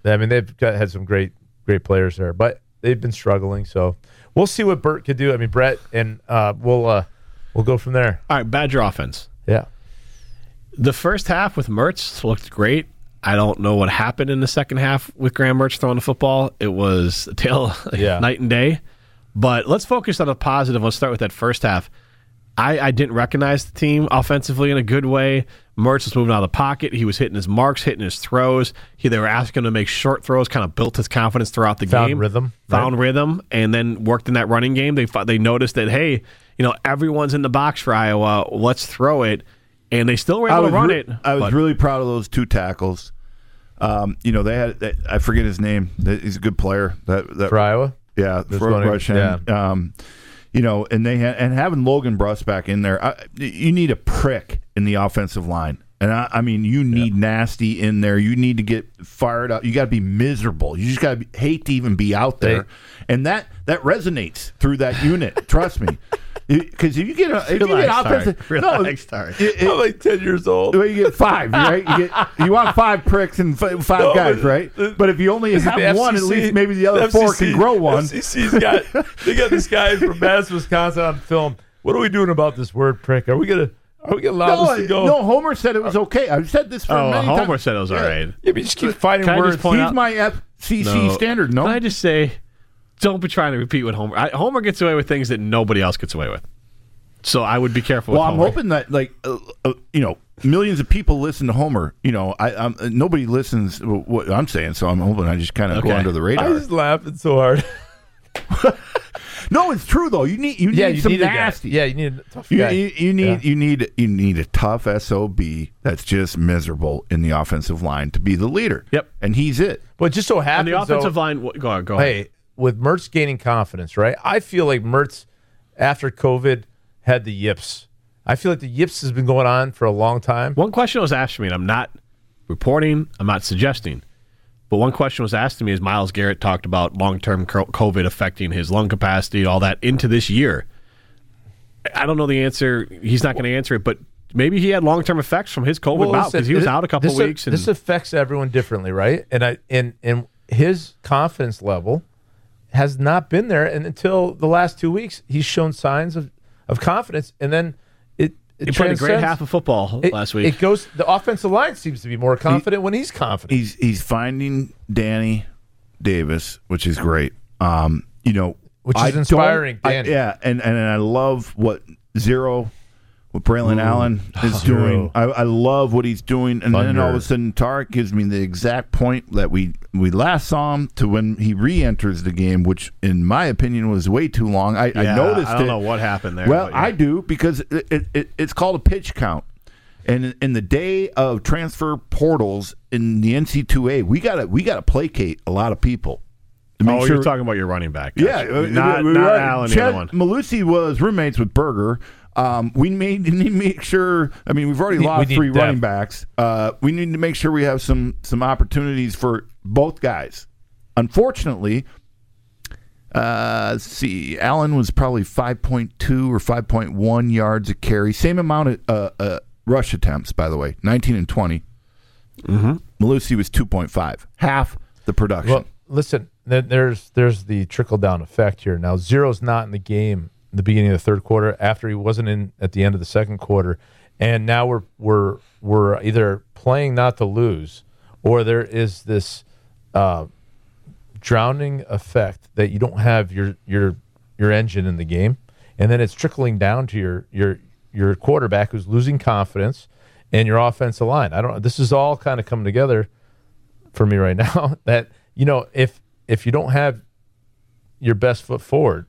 [SPEAKER 5] I mean they've got, had some great great players there, but they've been struggling. So we'll see what Burt could do. I mean Brett, and uh, we'll uh, we'll go from there.
[SPEAKER 3] all right, Badger offense.
[SPEAKER 5] Yeah,
[SPEAKER 3] The first half with Mertz looked great. I don't know what happened in the second half with Graham Mertz throwing the football. It was a tale
[SPEAKER 5] Yeah.
[SPEAKER 3] night and day. But let's focus on the positive. Let's start with that first half. I, I didn't recognize the team offensively in a good way. Mertz was moving out of the pocket. He was hitting his marks, hitting his throws. He, they were asking him to make short throws, kind of built his confidence throughout the
[SPEAKER 5] Found
[SPEAKER 3] game.
[SPEAKER 5] rhythm,
[SPEAKER 3] Found rhythm, and then worked in that running game. They fi- they noticed that, hey, you know, everyone's in the box for Iowa. Let's throw it. And they still were able to run
[SPEAKER 4] re-
[SPEAKER 3] it.
[SPEAKER 4] I was
[SPEAKER 3] but-
[SPEAKER 4] really proud of those two tackles. Um, you know, they had they, I forget his name. That- He's a good player. That that
[SPEAKER 5] For Iowa?
[SPEAKER 4] yeah,
[SPEAKER 5] This
[SPEAKER 4] Ro-
[SPEAKER 5] one,
[SPEAKER 4] Russian.
[SPEAKER 5] yeah.
[SPEAKER 4] Um, you know, and they had, and having Logan Bruss back in there, I, you need a prick in the offensive line. And I, I mean, you need nasty in there. You need to get fired up. You got to be miserable. You just got to hate to even be out there. and that that resonates through that unit. trust me, because if you get a, if you get
[SPEAKER 9] Relax, Tarek.
[SPEAKER 4] offensive, no,
[SPEAKER 9] Relax, Tarek.
[SPEAKER 4] it- it-
[SPEAKER 5] I'm like 10 years old.
[SPEAKER 4] well, you get five, right? You, get, you want five pricks and f- five
[SPEAKER 5] No,
[SPEAKER 4] guys,
[SPEAKER 5] but-
[SPEAKER 4] right? But if you only have
[SPEAKER 5] The
[SPEAKER 4] one, at
[SPEAKER 5] FCC
[SPEAKER 4] least maybe the other four can grow one.
[SPEAKER 5] FCC's got they got this guy from Madison, Wisconsin on film. What are we doing about this word prick? Are we gonna are we
[SPEAKER 3] Uh,
[SPEAKER 5] gonna allow
[SPEAKER 4] No,
[SPEAKER 5] this to go?
[SPEAKER 4] no, Homer said it was okay. I've said this for
[SPEAKER 3] Oh,
[SPEAKER 4] many
[SPEAKER 3] Homer
[SPEAKER 4] times.
[SPEAKER 3] said it was all right.
[SPEAKER 5] Yeah, but you just keep finding
[SPEAKER 3] Can I just
[SPEAKER 5] words.
[SPEAKER 3] point
[SPEAKER 4] He's
[SPEAKER 3] out-
[SPEAKER 4] my FCC standard. No,
[SPEAKER 3] Can I just say, don't be trying to repeat what Homer. I, Homer gets away with things that nobody else gets away with. So I would be careful.
[SPEAKER 4] well,
[SPEAKER 3] with
[SPEAKER 4] I'm
[SPEAKER 3] Homer.
[SPEAKER 4] hoping that like uh, uh, you know millions of people listen to Homer. You know, I i nobody listens to what I'm saying, so I'm hoping I just kind of go
[SPEAKER 3] Okay.
[SPEAKER 4] under the radar.
[SPEAKER 5] I was laughing so hard.
[SPEAKER 4] no, it's true though. You need you need some nasty.
[SPEAKER 5] Yeah, you need a tough
[SPEAKER 4] You,
[SPEAKER 5] guy.
[SPEAKER 4] you, you need
[SPEAKER 5] Yeah.
[SPEAKER 4] you need you need a tough sob that's just miserable in the offensive line to be the leader.
[SPEAKER 3] Yep.
[SPEAKER 4] and he's it.
[SPEAKER 5] but just so
[SPEAKER 3] And
[SPEAKER 5] happens
[SPEAKER 3] the offensive
[SPEAKER 5] though,
[SPEAKER 3] line. Go on, go ahead.
[SPEAKER 5] Hey, with Mertz gaining confidence, right? I feel like Mertz after COVID had the yips. I feel like the yips has been going on for a long time.
[SPEAKER 3] One question was asked to me, and I'm not reporting, I'm not suggesting, but one question was asked to me is Miles Garrett talked about long term COVID affecting his lung capacity, all that into this year. I don't know the answer. He's not going to answer it, but maybe he had long term effects from his COVID bout
[SPEAKER 5] listen,
[SPEAKER 3] because he was
[SPEAKER 5] thi-
[SPEAKER 3] out a couple
[SPEAKER 5] this a-
[SPEAKER 3] weeks. and
[SPEAKER 5] this affects everyone differently, right? And I and and his confidence level has not been there, and until the last two weeks, he's shown signs of, of confidence, and then it it
[SPEAKER 3] he played a great
[SPEAKER 5] transcends-
[SPEAKER 3] half of football
[SPEAKER 5] it-
[SPEAKER 3] last week.
[SPEAKER 5] It goes. The offensive line seems to be more confident when he's confident.
[SPEAKER 4] He's he's finding Danny Davis, which is great. Um, you know,
[SPEAKER 5] Which is
[SPEAKER 4] I don't-
[SPEAKER 5] inspiring,
[SPEAKER 4] I-
[SPEAKER 5] Danny.
[SPEAKER 4] yeah, and and I love what Zero, what Braylon Allen is doing. I, I love what he's doing, and then all of a sudden Tarek gives me the exact point that we we last saw him to when he re-enters the game, which in my opinion was way too long. I, I
[SPEAKER 3] Yeah,
[SPEAKER 4] noticed.
[SPEAKER 3] I don't
[SPEAKER 4] it.
[SPEAKER 3] know what happened there,
[SPEAKER 4] Well,
[SPEAKER 3] but yeah.
[SPEAKER 4] I do because it, it, it, it's called a pitch count. And in- in the day of transfer portals in the NC2A, we gotta we gotta placate a lot of people. to make
[SPEAKER 3] oh,
[SPEAKER 4] sure-
[SPEAKER 3] you're talking about your running back.
[SPEAKER 4] yeah,
[SPEAKER 3] Gotcha.
[SPEAKER 4] uh,
[SPEAKER 3] not,
[SPEAKER 4] we- we-
[SPEAKER 3] not
[SPEAKER 4] right.
[SPEAKER 3] Allen, the
[SPEAKER 4] Chad
[SPEAKER 3] other one.
[SPEAKER 4] Malusi was roommates with Berger. Um, we made need to make sure. I mean, we've already
[SPEAKER 5] We need- we
[SPEAKER 4] lost
[SPEAKER 5] need
[SPEAKER 4] three
[SPEAKER 5] depth.
[SPEAKER 4] running backs. Uh, we need to make sure we have some some opportunities for both guys. Unfortunately, uh, let's see, Allen was probably five point two or five point one yards a carry, same amount of uh, uh, rush attempts, by the way, nineteen and 20 Malusi was two point five, half the production.
[SPEAKER 5] Well, listen, there- there's there's the trickle down effect here. Now zero's not in the game in the beginning of the third quarter. After he wasn't in at the end of the second quarter, and now we're we're we're either playing not to lose, or there is this uh, drowning effect that you don't have your your your engine in the game, and then it's trickling down to your your your quarterback who's losing confidence, and your offensive line. I don't. This is all kind of coming together for me right now that you know if if you don't have your best foot forward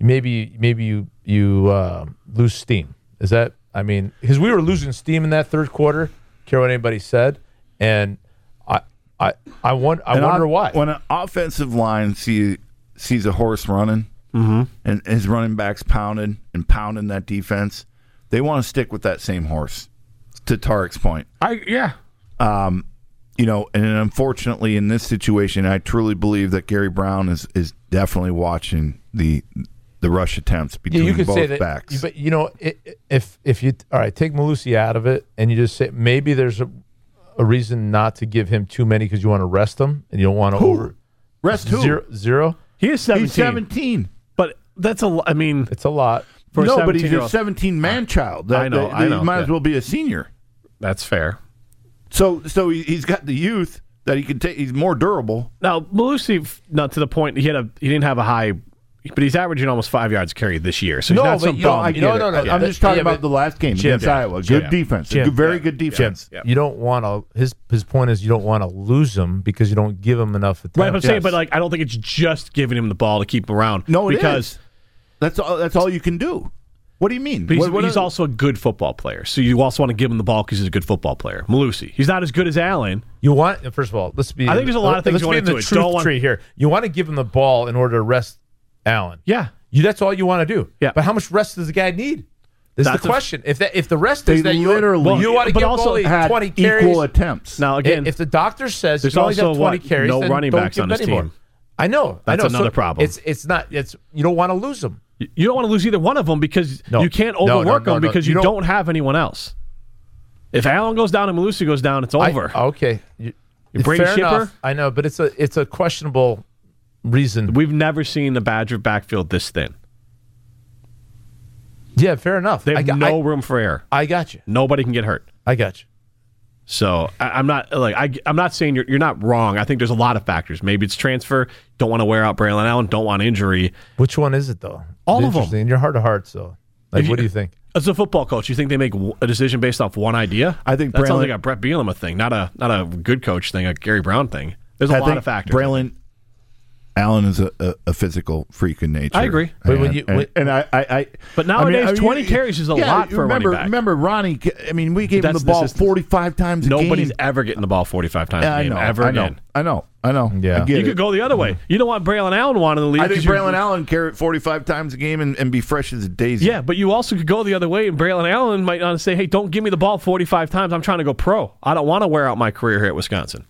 [SPEAKER 5] maybe maybe you you uh, lose steam is that i mean because we were losing steam in that third quarter care what anybody said and i i i, won- I
[SPEAKER 4] And
[SPEAKER 5] wonder
[SPEAKER 4] o-
[SPEAKER 5] why
[SPEAKER 4] When an offensive line see, sees a horse running
[SPEAKER 5] Mm-hmm.
[SPEAKER 4] and his running back's pounding and pounding that defense, they want to stick with that same horse, to Tarek's point. Um,
[SPEAKER 3] I, yeah.
[SPEAKER 4] You know, and unfortunately, in this situation, I truly believe that Gary Brown is, is definitely watching the the rush attempts
[SPEAKER 5] Yeah,
[SPEAKER 4] between
[SPEAKER 5] you could
[SPEAKER 4] both
[SPEAKER 5] say that,
[SPEAKER 4] backs.
[SPEAKER 5] but you know, i- i- if if you all right, take Malusi out of it, and you just say maybe there's a, a reason not to give him too many because you want to rest him and you don't want to over
[SPEAKER 4] Rest who?
[SPEAKER 5] zero zero.
[SPEAKER 3] He is 17.
[SPEAKER 4] He's 17.
[SPEAKER 3] But that's a lo- I mean,
[SPEAKER 5] It's a lot.
[SPEAKER 3] for
[SPEAKER 4] no,
[SPEAKER 3] a
[SPEAKER 4] but he's
[SPEAKER 3] 17-year-old
[SPEAKER 4] a 17 man child.
[SPEAKER 3] I know, I know,
[SPEAKER 4] He might
[SPEAKER 3] yeah.
[SPEAKER 4] as well be a senior.
[SPEAKER 3] That's fair.
[SPEAKER 4] So, so he, he's got the youth that he can take. He's more durable.
[SPEAKER 3] Now Malusi, f- not to the point he had a he didn't have a high, but he's averaging almost five yards carry this year. So he's
[SPEAKER 5] No,
[SPEAKER 3] not
[SPEAKER 5] but
[SPEAKER 3] some
[SPEAKER 5] you
[SPEAKER 3] bum.
[SPEAKER 5] don't- I
[SPEAKER 4] I
[SPEAKER 5] get
[SPEAKER 4] no,
[SPEAKER 5] it.
[SPEAKER 4] no, no.
[SPEAKER 5] Yeah.
[SPEAKER 4] I'm just talking
[SPEAKER 5] Yeah, but-
[SPEAKER 4] about the last game
[SPEAKER 5] Jim,
[SPEAKER 4] against
[SPEAKER 5] yeah.
[SPEAKER 4] Iowa. Good defense.
[SPEAKER 3] Jim,
[SPEAKER 4] good, very good defense.
[SPEAKER 5] You don't want to. His his point is you don't want to lose him because you don't give him enough attention.
[SPEAKER 3] Right, I'm saying, but like, I don't think it's just giving him the ball to keep him around.
[SPEAKER 4] No, it
[SPEAKER 3] because
[SPEAKER 4] is. That's all. That's all you can do. What do you mean?
[SPEAKER 3] But he's,
[SPEAKER 4] What- what
[SPEAKER 3] he's
[SPEAKER 4] are-
[SPEAKER 3] also a good football player, so you also want to give him the ball because he's a good football player. Malusi, he's not as good as Allen.
[SPEAKER 5] You want first of all, let's be.
[SPEAKER 3] I think there's a lot of things
[SPEAKER 5] let's
[SPEAKER 3] going
[SPEAKER 5] be in the
[SPEAKER 3] into it.
[SPEAKER 5] truth
[SPEAKER 3] Don't want-
[SPEAKER 5] tree here. You want to give him the ball in order to rest Allen.
[SPEAKER 3] Yeah.
[SPEAKER 5] you, that's all you want to do.
[SPEAKER 3] Yeah.
[SPEAKER 5] but how much rest does the guy need? This is
[SPEAKER 3] That's
[SPEAKER 5] the
[SPEAKER 3] a-
[SPEAKER 5] question. if that if the rest is that you
[SPEAKER 4] literally
[SPEAKER 5] you want to
[SPEAKER 3] but
[SPEAKER 5] give
[SPEAKER 3] also
[SPEAKER 5] Bully
[SPEAKER 4] had
[SPEAKER 5] twenty carries.
[SPEAKER 4] equal attempts.
[SPEAKER 3] Now again,
[SPEAKER 5] if the doctor says
[SPEAKER 3] There's
[SPEAKER 5] you only
[SPEAKER 3] also,
[SPEAKER 5] have 20
[SPEAKER 3] what,
[SPEAKER 5] carries,
[SPEAKER 3] no
[SPEAKER 5] then
[SPEAKER 3] running
[SPEAKER 5] don't
[SPEAKER 3] backs
[SPEAKER 5] give
[SPEAKER 3] on
[SPEAKER 5] them
[SPEAKER 3] this
[SPEAKER 5] anymore.
[SPEAKER 3] team.
[SPEAKER 5] I know. I
[SPEAKER 3] That's
[SPEAKER 5] know.
[SPEAKER 3] another problem.
[SPEAKER 5] It's it's not. It's you don't want to lose them.
[SPEAKER 3] you don't want to lose either one of them because
[SPEAKER 5] No.
[SPEAKER 3] you can't
[SPEAKER 5] No, no,
[SPEAKER 3] overwork
[SPEAKER 5] no,
[SPEAKER 3] them
[SPEAKER 5] no.
[SPEAKER 3] because
[SPEAKER 5] You
[SPEAKER 3] you,
[SPEAKER 5] don't-
[SPEAKER 3] don't, have anyone else. If Allen goes down and Malusi goes down, it's
[SPEAKER 5] I-
[SPEAKER 3] over.
[SPEAKER 5] okay. You,
[SPEAKER 3] Brady
[SPEAKER 5] fair
[SPEAKER 3] Shipper?
[SPEAKER 5] enough. I know, but it's a it's a questionable reason.
[SPEAKER 3] We've never seen the Badger backfield this thin.
[SPEAKER 5] yeah, fair enough.
[SPEAKER 3] They
[SPEAKER 5] I
[SPEAKER 3] have
[SPEAKER 5] got,
[SPEAKER 3] no room for error.
[SPEAKER 5] I, I got you.
[SPEAKER 3] Nobody can get hurt.
[SPEAKER 5] I got you.
[SPEAKER 3] So I, I'm not like I, I'm not saying you're you're not wrong. I think there's a lot of factors. Maybe it's transfer. Don't want to wear out Braylon Allen. Don't want injury.
[SPEAKER 5] Which one is it though?
[SPEAKER 3] All
[SPEAKER 5] It's
[SPEAKER 3] of 'em.
[SPEAKER 5] interesting. In your heart of hearts, though. Like,
[SPEAKER 3] If you-
[SPEAKER 5] what do you think?
[SPEAKER 3] As a football coach, you think they make w- a decision based off one idea?
[SPEAKER 4] I think
[SPEAKER 3] that sounds
[SPEAKER 4] Braylon-
[SPEAKER 3] like a Brett Bielema thing, not a not a good coach thing, a Gary Brown thing. There's a
[SPEAKER 4] I
[SPEAKER 3] lot
[SPEAKER 4] think
[SPEAKER 3] of factors.
[SPEAKER 4] Braylon Allen is a, a, a physical freak in nature.
[SPEAKER 3] I agree.
[SPEAKER 5] But when you-
[SPEAKER 4] and,
[SPEAKER 5] when-
[SPEAKER 4] and I, I, I,
[SPEAKER 3] But
[SPEAKER 4] I mean-
[SPEAKER 3] nowadays,
[SPEAKER 4] I mean,
[SPEAKER 3] 20
[SPEAKER 4] you-
[SPEAKER 3] carries is a
[SPEAKER 4] yeah,
[SPEAKER 3] lot for a running
[SPEAKER 4] remember,
[SPEAKER 3] back.
[SPEAKER 4] Remember, Ronnie? I mean, we gave him
[SPEAKER 3] That's
[SPEAKER 4] the
[SPEAKER 3] the
[SPEAKER 4] ball
[SPEAKER 3] system.
[SPEAKER 4] forty-five times. a
[SPEAKER 3] Nobody's
[SPEAKER 4] game.
[SPEAKER 3] ever getting the ball 45 times
[SPEAKER 4] Yeah,
[SPEAKER 3] a
[SPEAKER 4] I
[SPEAKER 3] game
[SPEAKER 4] know.
[SPEAKER 3] ever
[SPEAKER 4] I know.
[SPEAKER 3] again.
[SPEAKER 4] I know. I know.
[SPEAKER 5] Yeah.
[SPEAKER 4] I get
[SPEAKER 3] You could
[SPEAKER 4] it.
[SPEAKER 3] go the other way. You don't want Braylon Allen wanting to leave.
[SPEAKER 4] I think
[SPEAKER 3] 'cause you're-
[SPEAKER 4] Braylon Allen carry it forty-five times a game and, and be fresh as a daisy.
[SPEAKER 3] Yeah, but you also could go the other way, and Braylon Allen might not say, "Hey, don't give me the ball 45 times. I'm trying to go pro. I don't want to wear out my career here at Wisconsin."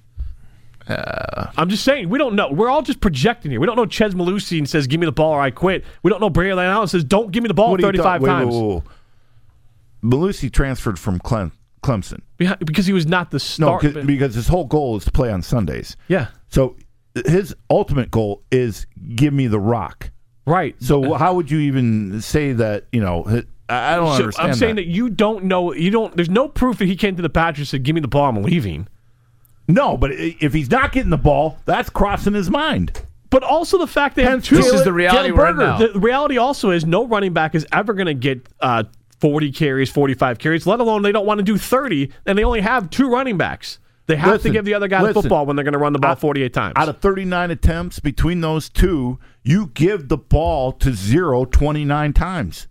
[SPEAKER 4] Uh.
[SPEAKER 3] I'm just saying we don't know. We're all just projecting here. We don't know Ches Malusi says, "Give me the ball or I quit." We don't know Braylon Allen says, "Don't give me the ball
[SPEAKER 4] What do you
[SPEAKER 3] 35
[SPEAKER 4] thought- wait,
[SPEAKER 3] times."
[SPEAKER 4] wait, wait, wait. Belusi transferred from Clem, Clemson.
[SPEAKER 3] Behi- Because he was not the
[SPEAKER 4] No,
[SPEAKER 3] start.
[SPEAKER 4] 'cause- because his whole goal is to play on Sundays.
[SPEAKER 3] yeah,
[SPEAKER 4] So his ultimate goal is give me the rock.
[SPEAKER 3] right.
[SPEAKER 4] So how would you even say that? You know, hi- I I don't
[SPEAKER 3] So
[SPEAKER 4] understand.
[SPEAKER 3] I'm saying that. you don't know. You don't. There's no proof that he came to the Patriots and said, "Give me the ball. I'm leaving."
[SPEAKER 4] no, but i- if he's not getting the ball, that's crossing his mind.
[SPEAKER 3] But also the fact they have two.
[SPEAKER 5] This is the reality we're in now.
[SPEAKER 3] The reality also is no running back is ever going to get uh, 40 carries, 45 carries, let alone they don't want to do 30, and they only have two running backs. They have
[SPEAKER 4] Listen,
[SPEAKER 3] to give the other guy the
[SPEAKER 4] listen.
[SPEAKER 3] football when they're going to run the ball
[SPEAKER 4] Out-
[SPEAKER 3] 48 times.
[SPEAKER 4] Out of 39 attempts between those two, you give the ball to zero 29 times.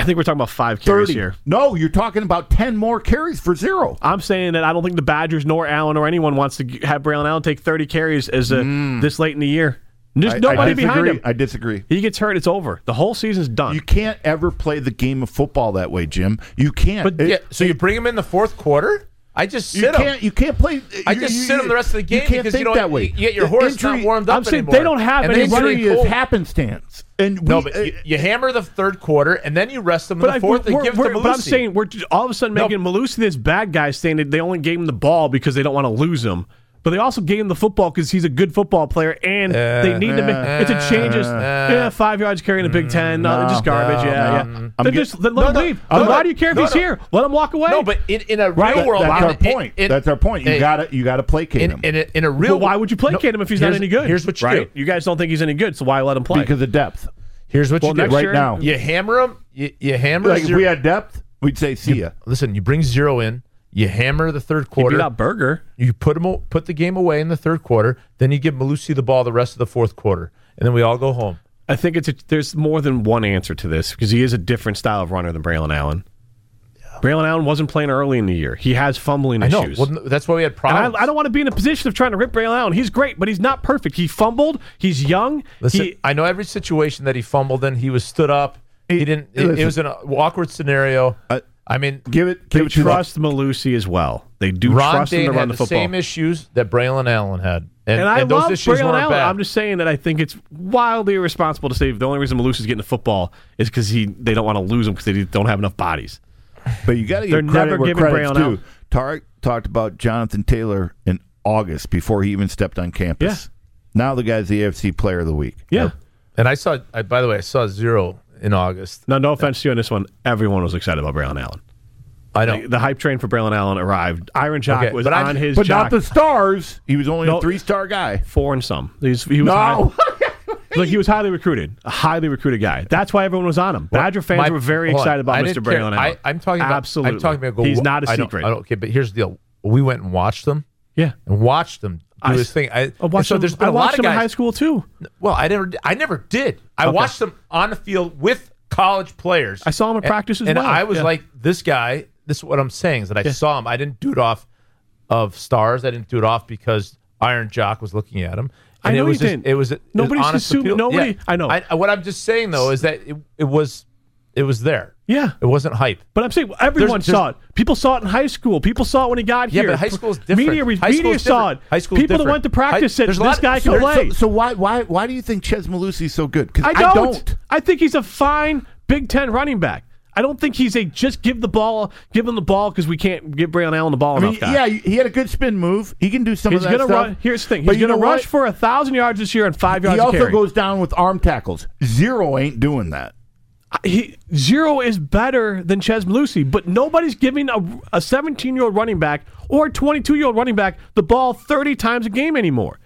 [SPEAKER 3] I think we're talking about five carries
[SPEAKER 4] 30.
[SPEAKER 3] here.
[SPEAKER 4] No, you're talking about 10 more carries for zero.
[SPEAKER 3] I'm saying that I don't think the Badgers nor Allen or anyone wants to g- have Braylon Allen take 30 carries as a, this late in the year. There's nobody behind
[SPEAKER 4] Mm. disagree.
[SPEAKER 3] him.
[SPEAKER 4] I disagree.
[SPEAKER 3] he gets hurt, it's over. The whole season's done.
[SPEAKER 4] You can't ever play the game of football that way, Jim. You can't.
[SPEAKER 3] But
[SPEAKER 4] It-
[SPEAKER 5] Yeah. So you bring him in the fourth quarter. I just sit
[SPEAKER 4] you
[SPEAKER 5] him.
[SPEAKER 4] can't. You can't play.
[SPEAKER 5] I
[SPEAKER 4] you-
[SPEAKER 5] just
[SPEAKER 4] you-
[SPEAKER 5] sit him the rest of the
[SPEAKER 4] You
[SPEAKER 5] game
[SPEAKER 4] can't
[SPEAKER 5] because
[SPEAKER 4] think
[SPEAKER 5] you know
[SPEAKER 4] that way.
[SPEAKER 5] You get your
[SPEAKER 4] The
[SPEAKER 5] horse not
[SPEAKER 4] injury-
[SPEAKER 5] warmed up
[SPEAKER 3] I'm saying
[SPEAKER 5] anymore.
[SPEAKER 3] they don't have
[SPEAKER 5] And
[SPEAKER 3] any
[SPEAKER 5] then you
[SPEAKER 3] running
[SPEAKER 4] Injury
[SPEAKER 5] get
[SPEAKER 4] is
[SPEAKER 5] cold.
[SPEAKER 4] happenstance, and we,
[SPEAKER 5] No, but
[SPEAKER 4] uh,
[SPEAKER 5] you, you hammer the third quarter and then you rest them in the
[SPEAKER 3] I-
[SPEAKER 5] fourth and
[SPEAKER 3] we're-
[SPEAKER 5] give it
[SPEAKER 3] we're-
[SPEAKER 5] to Malusi.
[SPEAKER 3] but I'm saying we're just all of a sudden
[SPEAKER 5] No.
[SPEAKER 3] making Malusi this bad guy, saying that they only gave him the ball because they don't want to lose him. But they also gave him the football because he's a good football player, and they need to make it's a change. Just yeah, five yards carrying a
[SPEAKER 5] Mm.
[SPEAKER 3] Big Ten, no, just garbage. yeah,
[SPEAKER 4] no.
[SPEAKER 3] yeah.
[SPEAKER 4] I'm
[SPEAKER 3] Then
[SPEAKER 4] get-
[SPEAKER 3] just let, let
[SPEAKER 5] No,
[SPEAKER 3] him
[SPEAKER 5] no,
[SPEAKER 3] leave.
[SPEAKER 5] no,
[SPEAKER 3] Then
[SPEAKER 5] no,
[SPEAKER 3] why do you care if
[SPEAKER 5] no,
[SPEAKER 3] he's
[SPEAKER 5] no.
[SPEAKER 3] here? Let him walk away.
[SPEAKER 5] no, but in, in a
[SPEAKER 3] Right?
[SPEAKER 5] real world,
[SPEAKER 4] that's
[SPEAKER 5] in-
[SPEAKER 4] our
[SPEAKER 5] in-
[SPEAKER 4] point.
[SPEAKER 5] in-
[SPEAKER 4] that's our point. You
[SPEAKER 5] Hey,
[SPEAKER 4] gotta you gotta placate
[SPEAKER 5] in,
[SPEAKER 4] him
[SPEAKER 5] in, a, in a real.
[SPEAKER 3] But why would you play
[SPEAKER 5] No,
[SPEAKER 3] Kate him if he's not
[SPEAKER 5] here's-
[SPEAKER 3] any good?
[SPEAKER 5] Here's what you
[SPEAKER 3] right?
[SPEAKER 5] do.
[SPEAKER 3] You guys don't think he's any good, so why let him play?
[SPEAKER 4] because of depth.
[SPEAKER 5] Here's what
[SPEAKER 3] Well,
[SPEAKER 5] you do
[SPEAKER 3] next
[SPEAKER 4] right
[SPEAKER 3] year-
[SPEAKER 4] now.
[SPEAKER 5] You hammer him. You, you hammer.
[SPEAKER 4] Like if
[SPEAKER 5] zero-
[SPEAKER 4] we had depth, we'd say see ya.
[SPEAKER 5] listen, you bring zero in. You hammer the third
[SPEAKER 3] he beat
[SPEAKER 5] quarter.
[SPEAKER 3] out Berger.
[SPEAKER 5] You put him o- put the game away in the third quarter. Then you give Malusi the ball the rest of the fourth quarter, and then we all go home.
[SPEAKER 3] I think it's a, there's more than one answer to this because he is a different style of runner than Braylon Allen. Braylon Allen wasn't playing early in the year. He has fumbling
[SPEAKER 5] I know.
[SPEAKER 3] issues.
[SPEAKER 5] Well, n- that's why we had
[SPEAKER 3] and
[SPEAKER 5] problems.
[SPEAKER 3] I, I don't want to be in a position of trying to rip Braylon Allen. He's great, but he's not perfect. He fumbled. He's young.
[SPEAKER 5] Listen,
[SPEAKER 3] he,
[SPEAKER 5] I know every situation that he fumbled in. He was stood up. He,
[SPEAKER 4] He-
[SPEAKER 5] didn't. It, it
[SPEAKER 4] listen.
[SPEAKER 5] was an awkward scenario.
[SPEAKER 4] I-
[SPEAKER 5] I mean,
[SPEAKER 4] Give it. Give
[SPEAKER 3] they
[SPEAKER 4] it to
[SPEAKER 3] trust Malusi as well. They do
[SPEAKER 5] Ron
[SPEAKER 3] trust him
[SPEAKER 5] Dane
[SPEAKER 3] to run
[SPEAKER 5] had
[SPEAKER 3] the
[SPEAKER 5] the,
[SPEAKER 3] football.
[SPEAKER 5] same issues that Braylon Allen had, and,
[SPEAKER 3] and I
[SPEAKER 5] and those
[SPEAKER 3] love
[SPEAKER 5] issues
[SPEAKER 3] Braylon
[SPEAKER 5] weren't
[SPEAKER 3] Allen.
[SPEAKER 5] bad.
[SPEAKER 3] I'm just saying that I think it's wildly irresponsible to say the only reason Malusi's getting the football is because he they don't want to lose him because they don't have enough bodies.
[SPEAKER 4] But you got to
[SPEAKER 3] They're
[SPEAKER 4] give credit
[SPEAKER 3] never
[SPEAKER 4] where
[SPEAKER 3] giving
[SPEAKER 4] credit's
[SPEAKER 3] Brown out.
[SPEAKER 4] due. Tarek talked about Jonathan Taylor in August before he even stepped on campus. Now the guy's the AFC Player of the Week.
[SPEAKER 3] Yeah.
[SPEAKER 5] and I saw. I, by the way, I saw zero in August.
[SPEAKER 3] Now, no offense to you on this one. Everyone was excited about Braylon Allen.
[SPEAKER 5] I know.
[SPEAKER 3] Like, the hype train for Braylon Allen arrived. Iron Jock
[SPEAKER 5] Okay,
[SPEAKER 3] was
[SPEAKER 5] but I'm-
[SPEAKER 3] on his
[SPEAKER 4] But
[SPEAKER 3] jock
[SPEAKER 4] not the stars. He was only
[SPEAKER 3] No.
[SPEAKER 4] a three-star guy.
[SPEAKER 3] four and some. He's, he was
[SPEAKER 4] No.
[SPEAKER 3] high- like he was highly recruited, a highly recruited guy. That's why everyone was on him. Badger fans
[SPEAKER 5] My-
[SPEAKER 3] were very
[SPEAKER 5] hold on.
[SPEAKER 3] excited about
[SPEAKER 5] I
[SPEAKER 3] Mr.
[SPEAKER 5] didn't care.
[SPEAKER 3] Braylon Allen.
[SPEAKER 5] I, I'm talking about
[SPEAKER 3] absolutely.
[SPEAKER 5] I'm talking about go,
[SPEAKER 3] He's not a
[SPEAKER 5] I don't-
[SPEAKER 3] secret.
[SPEAKER 5] I don't, okay, but here's the deal. We went and watched them
[SPEAKER 3] yeah,
[SPEAKER 5] and watched them do
[SPEAKER 3] I
[SPEAKER 5] this
[SPEAKER 3] s-
[SPEAKER 5] thing. I,
[SPEAKER 3] I
[SPEAKER 5] and
[SPEAKER 3] watched
[SPEAKER 5] so
[SPEAKER 3] him.
[SPEAKER 5] there's been
[SPEAKER 3] I
[SPEAKER 5] a lot
[SPEAKER 3] watched
[SPEAKER 5] of
[SPEAKER 3] him in high
[SPEAKER 5] guys.
[SPEAKER 3] school too.
[SPEAKER 5] Well, I never I never did. I watched them on the field with college players.
[SPEAKER 3] I saw him at
[SPEAKER 5] And-
[SPEAKER 3] practice as
[SPEAKER 5] and
[SPEAKER 3] well.
[SPEAKER 5] I was
[SPEAKER 3] Yeah.
[SPEAKER 5] like, this guy. This is what I'm saying is that I saw him. I didn't do it off of stars. I didn't do it off because Iron Jock was looking at him.
[SPEAKER 3] I
[SPEAKER 5] And
[SPEAKER 3] know
[SPEAKER 5] it was
[SPEAKER 3] you
[SPEAKER 5] just-
[SPEAKER 3] didn't.
[SPEAKER 5] It was it was
[SPEAKER 3] Nobody's
[SPEAKER 5] honest
[SPEAKER 3] assuming-
[SPEAKER 5] appeal.
[SPEAKER 3] nobody- I know.
[SPEAKER 5] what I'm just saying though is that it, it was it was there.
[SPEAKER 3] Yeah.
[SPEAKER 5] It wasn't hype.
[SPEAKER 3] But I'm saying everyone
[SPEAKER 5] There's- there's-
[SPEAKER 3] saw it. People saw it in high school. People saw it when he got
[SPEAKER 5] Yeah,
[SPEAKER 3] here.
[SPEAKER 5] but high school's different.
[SPEAKER 3] Media, re-
[SPEAKER 5] High
[SPEAKER 3] media
[SPEAKER 5] school's
[SPEAKER 3] saw
[SPEAKER 5] different.
[SPEAKER 3] it.
[SPEAKER 5] High school's
[SPEAKER 3] people that
[SPEAKER 5] different.
[SPEAKER 3] went to practice
[SPEAKER 5] High-
[SPEAKER 3] said
[SPEAKER 5] there's
[SPEAKER 3] this
[SPEAKER 5] a lot-
[SPEAKER 3] guy
[SPEAKER 5] so-
[SPEAKER 3] can play.
[SPEAKER 4] So, so why why why do you think Ches Malusi's so good? Because
[SPEAKER 3] I don't. I think he's a fine Big Ten running back. I don't think he's a just give the ball, give him the ball because we can't give Braylon Allen the ball
[SPEAKER 4] I mean,
[SPEAKER 3] enough guy.
[SPEAKER 4] yeah, he had a good spin move. He can do some
[SPEAKER 3] He's
[SPEAKER 4] of that
[SPEAKER 3] gonna
[SPEAKER 4] stuff.
[SPEAKER 3] run. Here's the thing.
[SPEAKER 4] But
[SPEAKER 3] He's
[SPEAKER 4] you
[SPEAKER 3] gonna
[SPEAKER 4] know
[SPEAKER 3] rush
[SPEAKER 4] what?
[SPEAKER 3] for a thousand yards this year and five yards.
[SPEAKER 4] He
[SPEAKER 3] a
[SPEAKER 4] also
[SPEAKER 3] carry.
[SPEAKER 4] goes down with arm tackles. Zero ain't doing that.
[SPEAKER 3] he, zero is better than Ches Malusi, but nobody's giving a, a 17 year old running back or a 22 year old running back the ball 30 times a game anymore.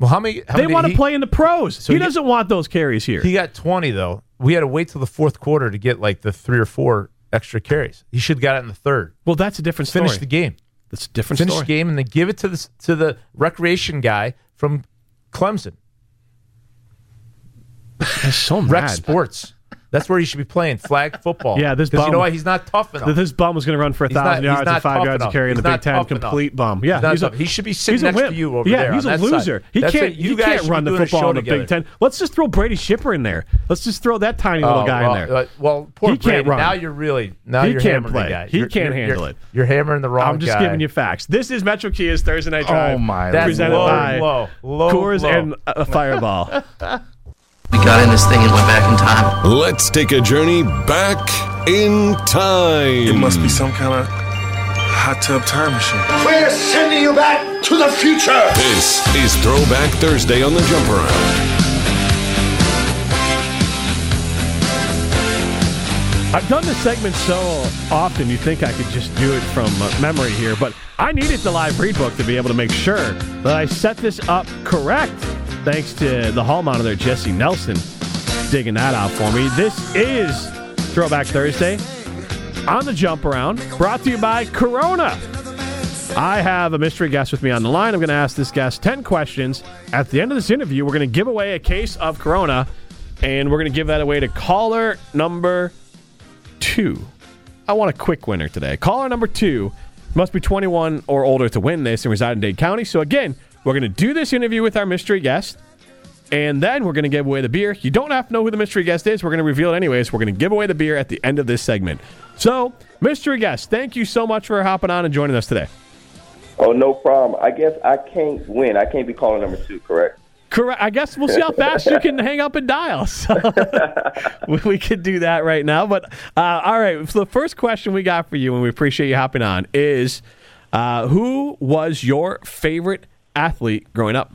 [SPEAKER 5] Well, how many? How
[SPEAKER 3] They
[SPEAKER 5] many-
[SPEAKER 3] want to
[SPEAKER 5] he-
[SPEAKER 3] play in the pros. he
[SPEAKER 5] he-
[SPEAKER 3] doesn't want those carries here.
[SPEAKER 5] He got 20 though. We had to wait till the fourth quarter to get like the three or four extra carries. He should have got it in the third.
[SPEAKER 3] well, that's a different story.
[SPEAKER 5] Finish the game.
[SPEAKER 3] That's a different
[SPEAKER 5] Finish
[SPEAKER 3] story.
[SPEAKER 5] the game and then give it to the to the recreation guy from Clemson.
[SPEAKER 3] That's so
[SPEAKER 5] Rec
[SPEAKER 3] mad.
[SPEAKER 5] sports. That's where he should be playing flag football.
[SPEAKER 3] Yeah, this
[SPEAKER 5] 'Cause you
[SPEAKER 3] bum-
[SPEAKER 5] know why he's not tough enough.
[SPEAKER 3] That This bum was going to run for a
[SPEAKER 5] He's not-
[SPEAKER 3] thousand
[SPEAKER 5] he's
[SPEAKER 3] yards and
[SPEAKER 5] not
[SPEAKER 3] five
[SPEAKER 5] tough
[SPEAKER 3] yards a
[SPEAKER 5] enough.
[SPEAKER 3] carry in the
[SPEAKER 5] He's
[SPEAKER 3] Big
[SPEAKER 5] not
[SPEAKER 3] Ten.
[SPEAKER 5] tough enough.
[SPEAKER 3] Complete bum. Yeah,
[SPEAKER 5] He's not
[SPEAKER 3] a-
[SPEAKER 5] tough. He should be
[SPEAKER 3] he's
[SPEAKER 5] sitting
[SPEAKER 3] a
[SPEAKER 5] next
[SPEAKER 3] wimp.
[SPEAKER 5] to you over
[SPEAKER 3] yeah,
[SPEAKER 5] there
[SPEAKER 3] he's
[SPEAKER 5] on
[SPEAKER 3] a
[SPEAKER 5] that side.
[SPEAKER 3] loser. He
[SPEAKER 5] That's
[SPEAKER 3] can't.
[SPEAKER 5] it. You
[SPEAKER 3] he
[SPEAKER 5] guys
[SPEAKER 3] can't
[SPEAKER 5] should be
[SPEAKER 3] run the
[SPEAKER 5] doing a
[SPEAKER 3] football
[SPEAKER 5] show
[SPEAKER 3] in the Big
[SPEAKER 5] together.
[SPEAKER 3] Ten. Let's just throw Brady Shipper in there. Let's just throw that tiny little
[SPEAKER 5] Oh,
[SPEAKER 3] guy
[SPEAKER 5] well,
[SPEAKER 3] in there.
[SPEAKER 5] uh, Well, poor
[SPEAKER 3] He can't
[SPEAKER 5] Brady.
[SPEAKER 3] run.
[SPEAKER 5] Now you're really now
[SPEAKER 3] He
[SPEAKER 5] you're
[SPEAKER 3] can't
[SPEAKER 5] hammering the
[SPEAKER 3] play.
[SPEAKER 5] guy.
[SPEAKER 3] He
[SPEAKER 5] You're-
[SPEAKER 3] can't
[SPEAKER 5] you're-
[SPEAKER 3] handle
[SPEAKER 5] you're-
[SPEAKER 3] it.
[SPEAKER 5] You're hammering the wrong.
[SPEAKER 3] I'm just
[SPEAKER 5] guy.
[SPEAKER 3] giving you facts. This is Metro Kia's Thursday Night Drive.
[SPEAKER 4] Oh, my
[SPEAKER 5] That's
[SPEAKER 3] Presented
[SPEAKER 5] low,
[SPEAKER 3] by
[SPEAKER 5] low, low,
[SPEAKER 3] Coors
[SPEAKER 5] low.
[SPEAKER 3] and uh, Fireball.
[SPEAKER 9] We got in this thing and went back in time.
[SPEAKER 2] Let's take a journey back in time.
[SPEAKER 7] It must be some kind of hot tub time machine.
[SPEAKER 10] We're sending you back to the future.
[SPEAKER 2] This is Throwback Thursday on the Jump Around.
[SPEAKER 3] I've done this segment so often, you think I could just do it from uh, memory here, but I needed the live read book to be able to make sure that I set this up correct. Thanks to the hall monitor, Jesse Nelson, digging that out for me. This is Throwback Thursday on the jump around, brought to you by Corona. I have a mystery guest with me on the line. I'm going to ask this guest 10 questions. At the end of this interview, we're going to give away a case of Corona, and we're going to give that away to caller number two. I want a quick winner today. Caller number two must be 21 or older to win this and reside in Dade County. So, again, we're going to do this interview with our mystery guest, and then we're going to give away the beer. You don't have to know who the mystery guest is. We're going to reveal it anyways. We're going to give away the beer at the end of this segment. So, mystery guest, thank you so much for hopping on and joining us today.
[SPEAKER 11] Oh, no problem. I guess I can't win. I can't be calling number two, correct?
[SPEAKER 3] Correct. I guess we'll see how fast you can hang up and dial. So we- we could do that right now. But uh, all right. So the first question we got for you, and we appreciate you hopping on, is uh, who was your favorite athlete growing up?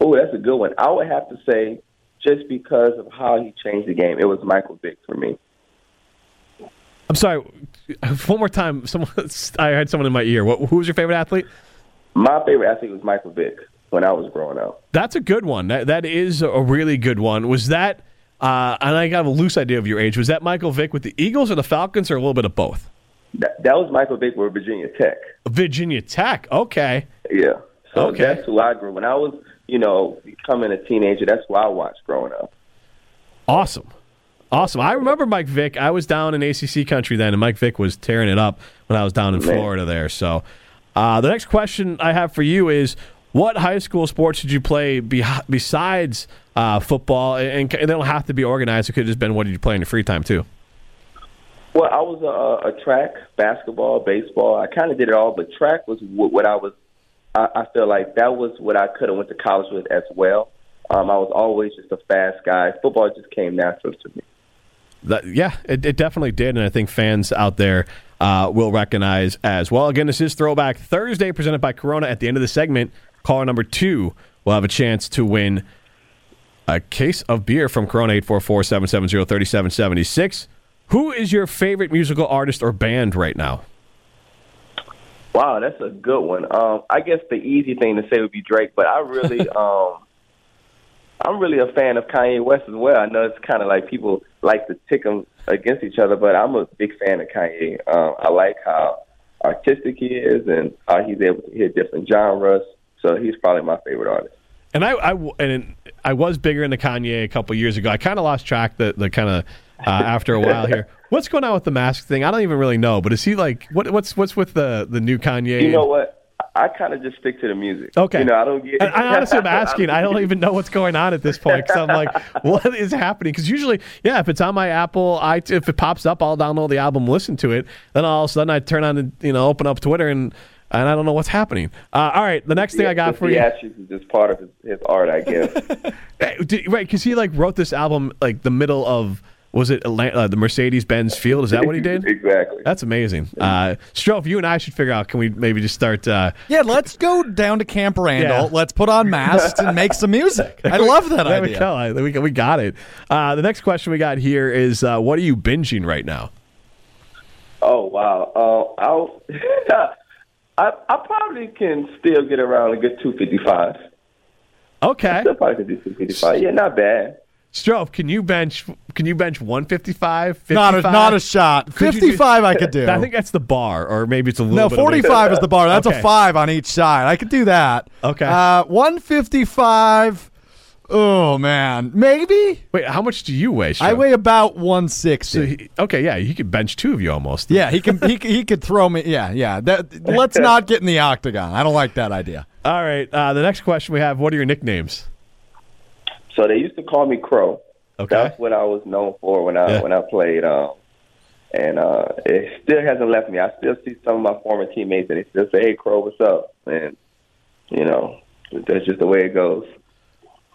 [SPEAKER 11] Oh, that's a good one. I would have to say, just because of how he changed the game, it was Michael Vick for me.
[SPEAKER 3] I'm sorry. One more time. Someone, I heard someone in my ear. What, who was your favorite athlete?
[SPEAKER 11] My favorite athlete was Michael Vick when I was growing up.
[SPEAKER 3] That's a good one. That, that is a really good one. Was that? Uh, and I got a loose idea of your age. Was that Michael Vick with the Eagles or the Falcons or a little bit of both?
[SPEAKER 11] That, that was Michael Vick with Virginia Tech.
[SPEAKER 3] Virginia Tech. Okay.
[SPEAKER 11] Yeah. So
[SPEAKER 3] Okay.
[SPEAKER 11] that's who I grew. When I was, you know, becoming a teenager, that's who I watched growing up.
[SPEAKER 3] Awesome. Awesome. I remember Mike Vick. I was down in ACC country then, and Mike Vick was tearing it up when I was down in
[SPEAKER 11] Man.
[SPEAKER 3] Florida there. So, uh, the next question I have for you is what high school sports did you play be- besides uh, football? And, and they don't have to be organized. It could have just been what did you play in your free time, too?
[SPEAKER 11] Well, I was a, a track, basketball, baseball. I kind of did it all, but track was what, what I was. I, I feel like that was what I could have went to college with as well. Um, I was always just a fast guy. Football just came natural to me.
[SPEAKER 3] That, yeah, it, it definitely did, and I think fans out there uh, will recognize as well. Again, this is Throwback Thursday, presented by Corona. At the end of the segment, caller number two will have a chance to win a case of beer from Corona 844-770-3776. Who is your favorite musical artist or band right now?
[SPEAKER 11] Wow, that's a good one. Um, I guess the easy thing to say would be Drake, but I really, um, I'm really a fan of Kanye West as well. I know it's kind of like people like to tick him against each other, but I'm a big fan of Kanye. Um, I like how artistic he is and how he's able to hit different genres. So he's probably my favorite artist.
[SPEAKER 3] And I, I w- and I was bigger into Kanye a couple years ago. I kind of lost track the the kind of uh, after a while here. What's going on with the mask thing? I don't even really know. But is he like what what's what's with the the new Kanye?
[SPEAKER 11] You know what? I kind of just stick to the music.
[SPEAKER 3] Okay.
[SPEAKER 11] You know, I don't get.
[SPEAKER 3] I, I honestly am asking. I don't even know what's going on at this point because I'm like, what is happening? Because usually, yeah, if it's on my Apple, I if it pops up, I'll download the album, listen to it. Then all of a sudden, I turn on, and, you know, open up Twitter, and and I don't know what's happening. Uh, all right, the next thing I got for you,
[SPEAKER 11] Theatrics is just part of his, his art, I guess.
[SPEAKER 3] Eh, did- right? Because he like wrote this album like the middle of was it Atlan- uh, the Mercedes Benz Field? Is that what he did?
[SPEAKER 11] exactly.
[SPEAKER 3] That's amazing. Uh, Strofe, you and I should figure out. Can we maybe just start? Uh,
[SPEAKER 12] Yeah, let's go down to Camp Randall.
[SPEAKER 3] Yeah.
[SPEAKER 12] Let's put on masks and make some music. I love that
[SPEAKER 3] There we
[SPEAKER 12] idea.
[SPEAKER 3] go. I- We, we got it. Uh, the next question we got here is uh, what are you binging right now?
[SPEAKER 11] Oh wow. Uh, I'll, I I probably can still get around a good two fifty five.
[SPEAKER 3] Okay.
[SPEAKER 11] Still probably could do two fifty five. Yeah, not bad.
[SPEAKER 3] Strofe, can you bench? Can you bench 155?
[SPEAKER 12] Not a-
[SPEAKER 3] 55?
[SPEAKER 12] not a shot.
[SPEAKER 3] Could you do-
[SPEAKER 12] 55 I could do.
[SPEAKER 3] I think that's the bar, or maybe it's a little.
[SPEAKER 12] No,
[SPEAKER 3] bit of a-
[SPEAKER 12] 45 is the bar. That's
[SPEAKER 3] Okay.
[SPEAKER 12] a five on each side. I could do that.
[SPEAKER 3] Okay.
[SPEAKER 12] Uh, 155. Oh, man. Maybe?
[SPEAKER 3] Wait, how much do you weigh?
[SPEAKER 12] I
[SPEAKER 3] Strofe?
[SPEAKER 12] weigh about 160.
[SPEAKER 3] So he- okay, yeah, he could bench two of you almost.
[SPEAKER 12] yeah, he can. He, c- he could throw me. Yeah, yeah. That, let's not get in the octagon. I don't like that idea.
[SPEAKER 3] All right. Uh, the next question we have: What are your nicknames?
[SPEAKER 11] So they used to call me Crow.
[SPEAKER 3] Okay.
[SPEAKER 11] That's what I was known for when I
[SPEAKER 3] Yeah.
[SPEAKER 11] when I played. Um, and uh, it still hasn't left me. I still see some of my former teammates, and they still say, "Hey, Crow, what's up?" And you know, that's just the way it goes.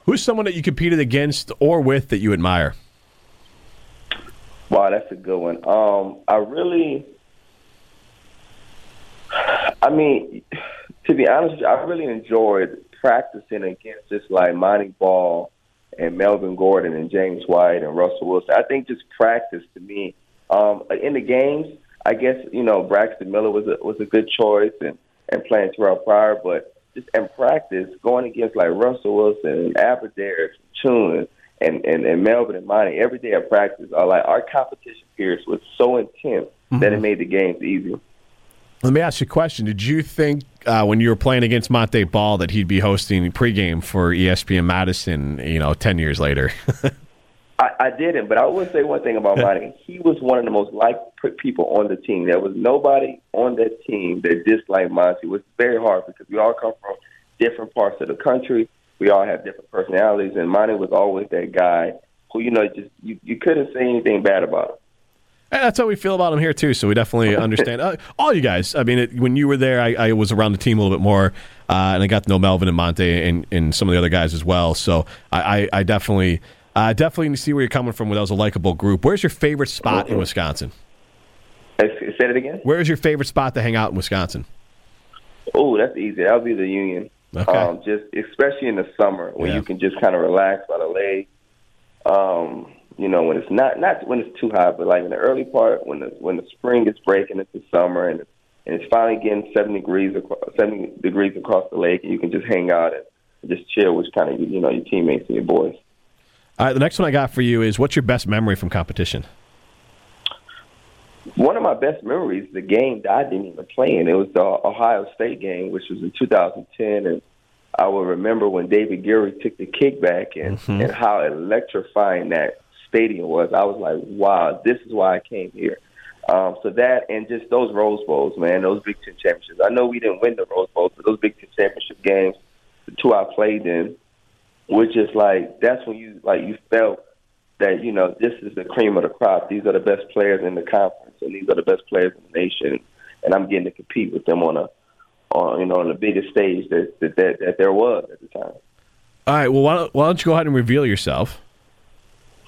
[SPEAKER 3] Who's someone that you competed against or with that you admire?
[SPEAKER 11] Wow, that's a good one. Um, I really, I mean, to be honest, with you, I really enjoyed practicing against just like Monty Ball and Melvin Gordon and James White and Russell Wilson. I think just practice to me um, in the games. I guess you know Braxton Miller was a was a good choice and and playing Terrell Pryor, but just in practice going against like Russell Wilson and Aberdare, Tune and, and and Melvin and Monty every day of practice are like our competition periods was so intense that it made the games easy.
[SPEAKER 3] Let me ask you a question. Did you think uh, when you were playing against Monte Ball that he'd be hosting pregame for E ESPN Madison? You know, ten years later.
[SPEAKER 11] I, I didn't, but I will say one thing about Monty. He was one of the most liked p- people on the team. There was nobody on that team that disliked Monty. It was very hard because we all come from different parts of the country. We all have different personalities, and Monty was always that guy who, you know, just you, you couldn't say anything bad about him.
[SPEAKER 3] Hey, that's how we feel about him here too. So we definitely understand uh, all you guys. I mean, it, when you were there, I, I was around the team a little bit more, uh, and I got to know Melvin and Monte and, and some of the other guys as well. So I, I, I definitely, uh, definitely see where you're coming from. With that was a likable group. Where's your favorite spot in Wisconsin?
[SPEAKER 11] Say say that again.
[SPEAKER 3] Where's your favorite spot to hang out in Wisconsin?
[SPEAKER 11] Oh, that's easy. That would be the union.
[SPEAKER 3] Okay.
[SPEAKER 11] Um, just especially in the summer when you can just kind of relax by the lake. Um, you know, when it's not not when it's too hot, but like in the early part when the when the spring is breaking into summer and and it's finally getting seven degrees across, seventy degrees across the lake, and you can just hang out and just chill with kind of you know your teammates and your boys.
[SPEAKER 3] All right, the next one I got for you is what's your best memory from competition?
[SPEAKER 11] One of my best memories, the game that I didn't even play in, it was the Ohio State game, which was in 2010, and I will remember when David Geary took the kickback and,
[SPEAKER 7] Mhm.
[SPEAKER 11] and how electrifying that stadium was. I was like, wow, this is why I came here. Um, so that and just those Rose Bowls, man, those Big Ten championships. I know we didn't win the Rose Bowls, but those Big Ten championship games, the two I played in, were just like that's when you like you felt that you know this is the cream of the crop. These are the best players in the conference, and these are the best players in the nation. And I'm getting to compete with them on a on you know on the biggest stage that that that, that there was at the time.
[SPEAKER 3] All right, well, why don't, why don't you go ahead and reveal yourself?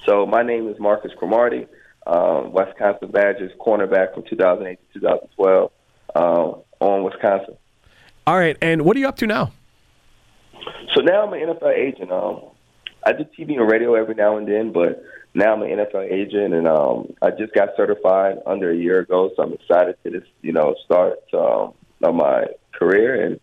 [SPEAKER 11] So my name is Marcus Cromartie, um, Wisconsin Badgers cornerback from 2008 to 2012 um, on Wisconsin.
[SPEAKER 3] All right, and what are you up to now?
[SPEAKER 11] So now I'm an NFL agent. Um, I do TV and radio every now and then, but now I'm an NFL agent, and um, I just got certified under a year ago. So I'm excited to just you know start um, on my career and,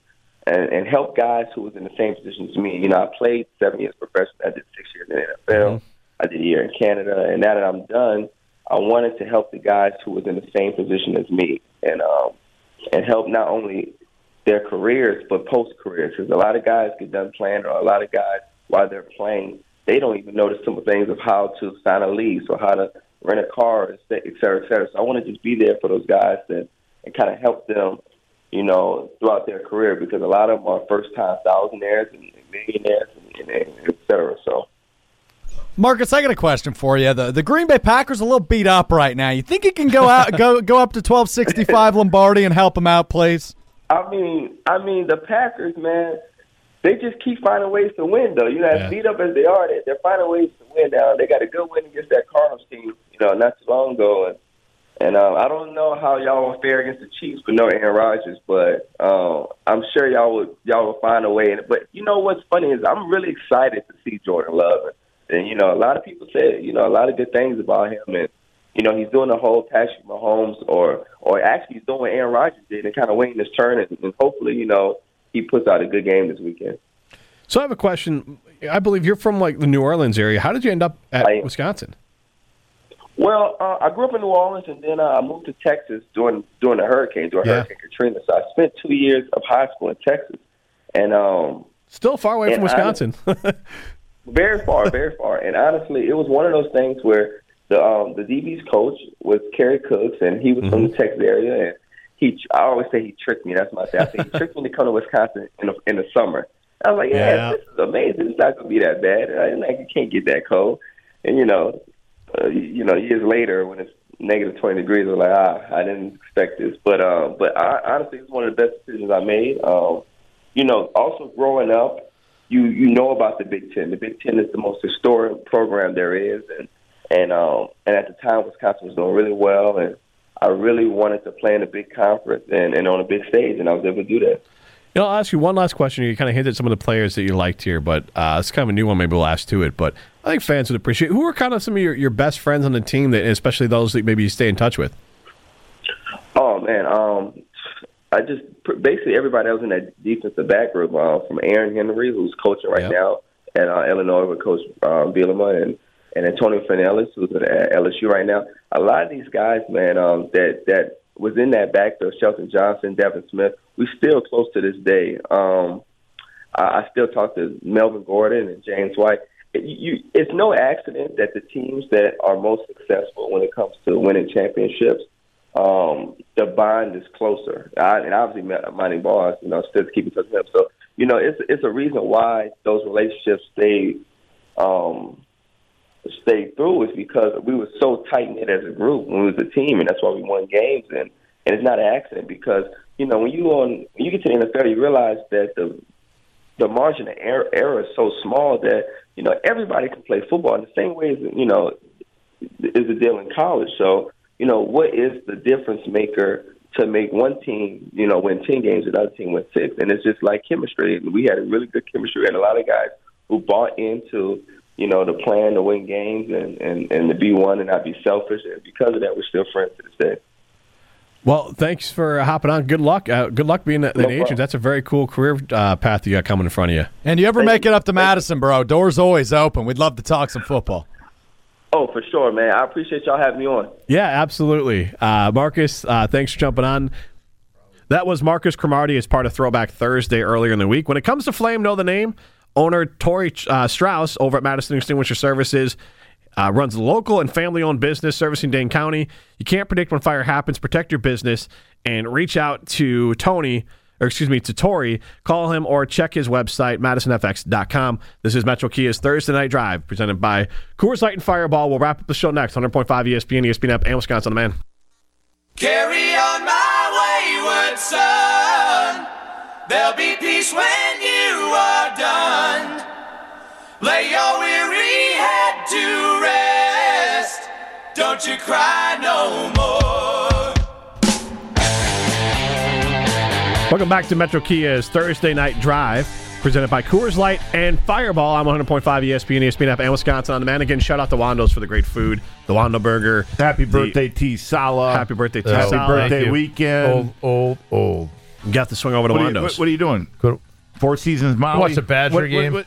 [SPEAKER 11] and and help guys who was in the same position as me. You know, I played seven years professional. I did six years in the NFL. I did a year in Canada, and now that I'm done, I wanted to help the guys who was in the same position as me, and um, and help not only their careers, but post careers. Because a lot of guys get done playing, or a lot of guys while they're playing, they don't even know the simple things of how to sign a lease or how to rent a car, et cetera, et cetera. Et cetera. So I want to just be there for those guys that, and kind of help them, you know, throughout their career because a lot of them are first time thousandaires and millionaires and, and, and et cetera. So.
[SPEAKER 12] Marcus, I got a question for you. The the Green Bay Packers are a little beat up right now. You think you can go out go go up to 1265 Lombardi and help them out, please?
[SPEAKER 11] I mean, I mean the Packers, man. They just keep finding ways to win, though. You know, as beat up as they are, they- they're finding ways to win. Now they got a good win against that Cardinals team, you know, not too long ago, and and um, I don't know how y'all will fare against the Chiefs with no Aaron Rodgers, but um, I'm sure y'all would y'all will find a way. And- But you know what's funny is I'm really excited to see Jordan Love, and you know, a lot of people said you know a lot of good things about him, and you know, he's doing the whole Patrick Mahomes or or actually he's doing what Aaron Rodgers did and kind of waiting his turn and, and hopefully, you know, he puts out a good game this weekend.
[SPEAKER 3] So I have a question. I believe you're from like the New Orleans area. How did you end up at Wisconsin?
[SPEAKER 11] Well, uh, I grew up in New Orleans and then uh, I moved to Texas during during the hurricane, during
[SPEAKER 3] Yeah.
[SPEAKER 11] Hurricane Katrina. So I spent two years of high school in Texas, and um,
[SPEAKER 3] Still far away
[SPEAKER 11] And
[SPEAKER 3] from
[SPEAKER 11] I-
[SPEAKER 3] Wisconsin.
[SPEAKER 11] very far, very far. And honestly, it was one of those things where the um, the DB's coach was Kerry Cooks, and he was from the Texas area. And he, I always say he tricked me. That's my thing. I say he tricked me to come to Wisconsin in the, in the summer. I was like, yeah,
[SPEAKER 7] Yeah.
[SPEAKER 11] this is amazing. It's not gonna be that bad. I, like, you can't get that cold. And you know, uh, you you know, years later when it's negative twenty degrees, I'm like, ah, I didn't expect this. But uh, but I, honestly, it's one of the best decisions I made. Um, you know, also growing up, you you know about the Big Ten. The Big Ten is the most historic program there is, and and um and at the time Wisconsin was doing really well, and I really wanted to play in a big conference and, and on a big stage, and I was able to do that.
[SPEAKER 3] You know, I'll ask you one last question. You kind of hinted at some of the players that you liked here, but uh, it's kind of a new one. Maybe we'll ask to it, but I think fans would appreciate. Who are kind of some of your, your best friends on the team, that, especially those that maybe you stay in touch with?
[SPEAKER 11] Oh man, um, I just pr- basically everybody else in that defensive back group, uh, from Aaron Henry, who's coaching right now at uh, Illinois with Coach um, Bielema, and and Antonio Fernandez, who's at LSU right now. A lot of these guys, man, um, that that was in that backfield, Shelton Johnson, Devin Smith, we still close to this day. Um, I, I still talk to Melvin Gordon and James White. It- You, it's no accident that the teams that are most successful when it comes to winning championships um, the bond is closer. I, and obviously, Ma- Monty Bars, you know, still keep in touch with him. So, you know, it's it's a reason why those relationships stay um, stay through is because we were so tight knit as a group when we was a team, and that's why we won games. And and it's not an accident because you know when you on when you get to the NFL, you realize that the the margin of error, error is so small that you know everybody can play football in the same way as you know is the deal in college. So, you know, what is the difference maker to make one team, you know, win 10 games and another team win six? And it's just like chemistry. And we had a really good chemistry and a lot of guys who bought into, you know, the plan to win games and, and, and to be one and not be selfish. And because of that, we're still friends to this day.
[SPEAKER 3] Well, thanks for hopping on. Good luck. Uh, good luck being an agent. That's a very cool career uh, path you got coming in front of you.
[SPEAKER 12] And you ever make it up to Madison, bro? Doors always open. We'd love to talk some football.
[SPEAKER 11] Oh, for sure, man. I appreciate y'all having me on.
[SPEAKER 3] Yeah, absolutely. Uh, Marcus, uh, thanks for jumping on. That was Marcus Cromartie as part of Throwback Thursday earlier in the week. When it comes to Flame, know the name. Owner Tori uh, Strauss over at Madison Extinguisher Services uh, runs a local and family owned business servicing Dane County. You can't predict when fire happens. Protect your business and reach out to Tony, or excuse me, to Tori. Call him or check his website, madisonfx.com. This is Metro Kia's Thursday Night Drive presented by Coors Light and Fireball. We'll wrap up the show next 100.5 ESPN, ESPN app, and Wisconsin on Demand.
[SPEAKER 7] Carry on my wayward son. There'll be peace when you are done. Lay your weary head to rest. Don't you cry no more.
[SPEAKER 3] Welcome back to Metro Kia's Thursday Night Drive, presented by Coors Light and Fireball. I'm 100.5 ESPN, ESPN app, and Wisconsin on the man. Again, shout out to Wando's for the great food, the Wando Burger.
[SPEAKER 4] Happy birthday, T. Sala.
[SPEAKER 3] Happy birthday, T.
[SPEAKER 4] Happy
[SPEAKER 3] Sala.
[SPEAKER 4] birthday
[SPEAKER 5] Oh,
[SPEAKER 4] weekend.
[SPEAKER 3] Old,
[SPEAKER 5] old, old.
[SPEAKER 3] Got to swing over to
[SPEAKER 4] what, are you,
[SPEAKER 3] Wando's.
[SPEAKER 4] what, what are you doing? Four Seasons Maui.
[SPEAKER 5] Watch the Badger
[SPEAKER 4] What- what-
[SPEAKER 5] game.
[SPEAKER 4] what-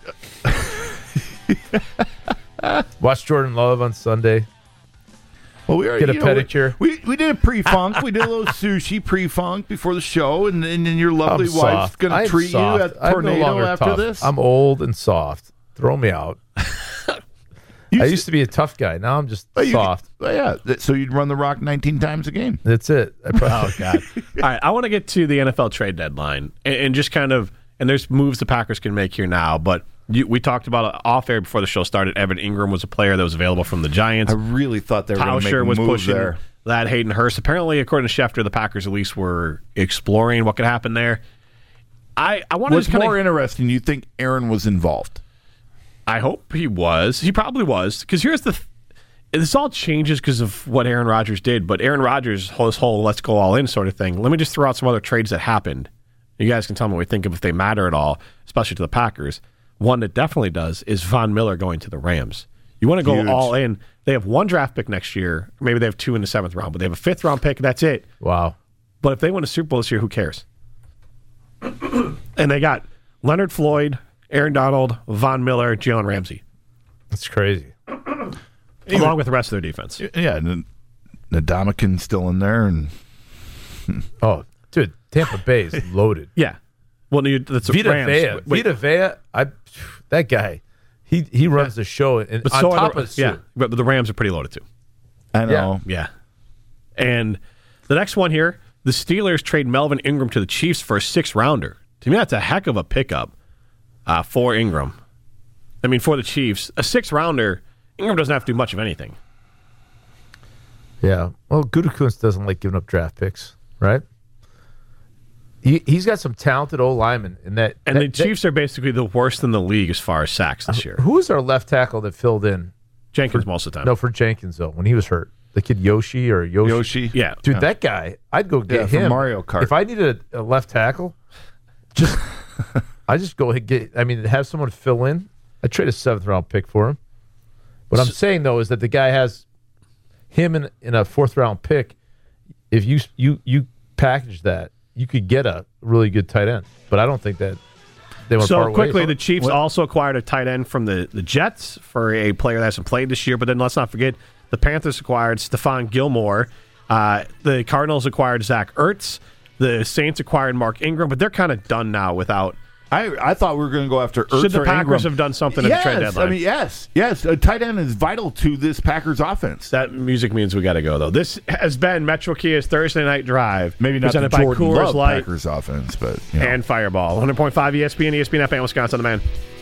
[SPEAKER 5] Watch Jordan Love on Sunday.
[SPEAKER 4] Well, we already
[SPEAKER 5] Get a
[SPEAKER 4] you know, we-
[SPEAKER 5] pedicure.
[SPEAKER 4] We, we did a pre-funk. we did a little sushi pre-funk before the show, and then and your lovely
[SPEAKER 5] I'm
[SPEAKER 4] wife's
[SPEAKER 5] soft.
[SPEAKER 4] going
[SPEAKER 5] I'm
[SPEAKER 4] to treat
[SPEAKER 5] soft.
[SPEAKER 4] you at
[SPEAKER 5] I'm no
[SPEAKER 4] tornado
[SPEAKER 5] longer
[SPEAKER 4] after
[SPEAKER 5] tough.
[SPEAKER 4] this.
[SPEAKER 5] I'm old and soft. Throw me out. I used to be a tough guy. Now I'm just
[SPEAKER 4] you-
[SPEAKER 5] soft.
[SPEAKER 4] Well, yeah, th- so you'd run the rock 19 times a game.
[SPEAKER 5] That's it. I
[SPEAKER 4] Oh,
[SPEAKER 5] probably,
[SPEAKER 3] All right, I want to get to the NFL trade deadline and, and just kind of and there's moves the Packers can make here now, but you, we talked about it off air before the show started. Evan Ingram was a player that was available from the Giants. I
[SPEAKER 4] really thought they were gonna make a
[SPEAKER 3] Tauscher was
[SPEAKER 4] move
[SPEAKER 3] pushing
[SPEAKER 4] there.
[SPEAKER 3] that Hayden Hurst. Apparently, according to Schefter, the Packers at least were exploring what could happen there. I I want to
[SPEAKER 4] What's
[SPEAKER 3] just kind
[SPEAKER 4] more
[SPEAKER 3] of
[SPEAKER 4] interesting, you think Aaron was involved?
[SPEAKER 3] I hope he was. He probably was. Because here's the. Th- this all changes because of what Aaron Rodgers did, but Aaron Rodgers' whole, this whole let's go all in sort of thing. Let me just throw out some other trades that happened. You guys can tell me what we think of if they matter at all, especially to the Packers. One that definitely does is Von Miller going to the Rams. You want to go
[SPEAKER 5] Huge.
[SPEAKER 3] all in. They have one draft pick next year. Maybe they have two in the seventh round, but they have a fifth round pick. That's it.
[SPEAKER 5] Wow.
[SPEAKER 3] But if they win a Super Bowl this year, who cares? and they got Leonard Floyd, Aaron Donald, Von Miller, Jalen Ramsey
[SPEAKER 5] That's crazy.
[SPEAKER 3] along with the rest of their defense.
[SPEAKER 4] Yeah, and Nadamakin's still in there, and
[SPEAKER 5] oh, dude, Tampa Bay is loaded.
[SPEAKER 3] Yeah. Well, you, that's
[SPEAKER 5] Vita
[SPEAKER 3] Rams.
[SPEAKER 5] Vea.
[SPEAKER 3] Wait.
[SPEAKER 5] Vita Vea. I that guy. He he runs the show, and
[SPEAKER 3] But
[SPEAKER 5] on
[SPEAKER 3] so
[SPEAKER 5] top
[SPEAKER 3] are the,
[SPEAKER 5] of
[SPEAKER 3] yeah, but the Rams are pretty loaded too.
[SPEAKER 4] I know.
[SPEAKER 3] Yeah. And the next one here, the Steelers trade Melvin Ingram to the Chiefs for a six rounder. To me, that's a heck of a pickup uh, for Ingram. I mean, for the Chiefs, a six rounder, Ingram doesn't have to do much of anything.
[SPEAKER 5] Yeah. Well, Gutekunst doesn't like giving up draft picks, right? He he's got some talented old linemen in that.
[SPEAKER 3] And the
[SPEAKER 5] that- that-
[SPEAKER 3] Chiefs are basically the worst in the league as far as sacks this year.
[SPEAKER 5] Uh, Who was our left tackle that filled in?
[SPEAKER 3] Jenkins most of the time.
[SPEAKER 5] No, for Jenkins though, when he was hurt, the kid Yoshi or Yoshi.
[SPEAKER 4] Yoshi?
[SPEAKER 3] Yeah.
[SPEAKER 5] dude,
[SPEAKER 3] Yeah.
[SPEAKER 5] that guy, I'd go get
[SPEAKER 4] Yeah, from
[SPEAKER 5] him.
[SPEAKER 4] Mario Kart.
[SPEAKER 5] If I needed a, a left tackle, just I just go ahead get. I mean, have someone fill in. I trade a seventh round pick for him. What I'm saying though is that the guy has him in, in a fourth round pick. If you you you package that, you could get a really good tight end. But I don't think that they went
[SPEAKER 3] So
[SPEAKER 5] part
[SPEAKER 3] quickly,
[SPEAKER 5] ways.
[SPEAKER 3] the Chiefs
[SPEAKER 5] What-
[SPEAKER 3] also acquired a tight end from the, the Jets for a player that hasn't played this year. But then let's not forget the Panthers acquired Stephon Gilmore. Uh, the Cardinals acquired Zach Ertz. The Saints acquired Mark Ingram, but they're kind of done now without.
[SPEAKER 4] I I thought we were going to go after Ertz
[SPEAKER 3] Should the
[SPEAKER 4] or
[SPEAKER 3] Packers
[SPEAKER 4] Ingram.
[SPEAKER 3] have done something at the trade
[SPEAKER 4] Yes,
[SPEAKER 3] deadline?
[SPEAKER 4] I mean, yes, yes. A tight end is vital to this Packers offense.
[SPEAKER 3] That music means we got to go though. This has been Metro Kia's Thursday Night Drive,
[SPEAKER 4] Maybe not
[SPEAKER 3] presented
[SPEAKER 4] the
[SPEAKER 3] by
[SPEAKER 4] Jordan
[SPEAKER 3] Coors
[SPEAKER 4] Love
[SPEAKER 3] Light
[SPEAKER 4] Packers offense, but
[SPEAKER 3] E and Fireball, 100.5 ESPN, ESPN FM, Wisconsin, the man.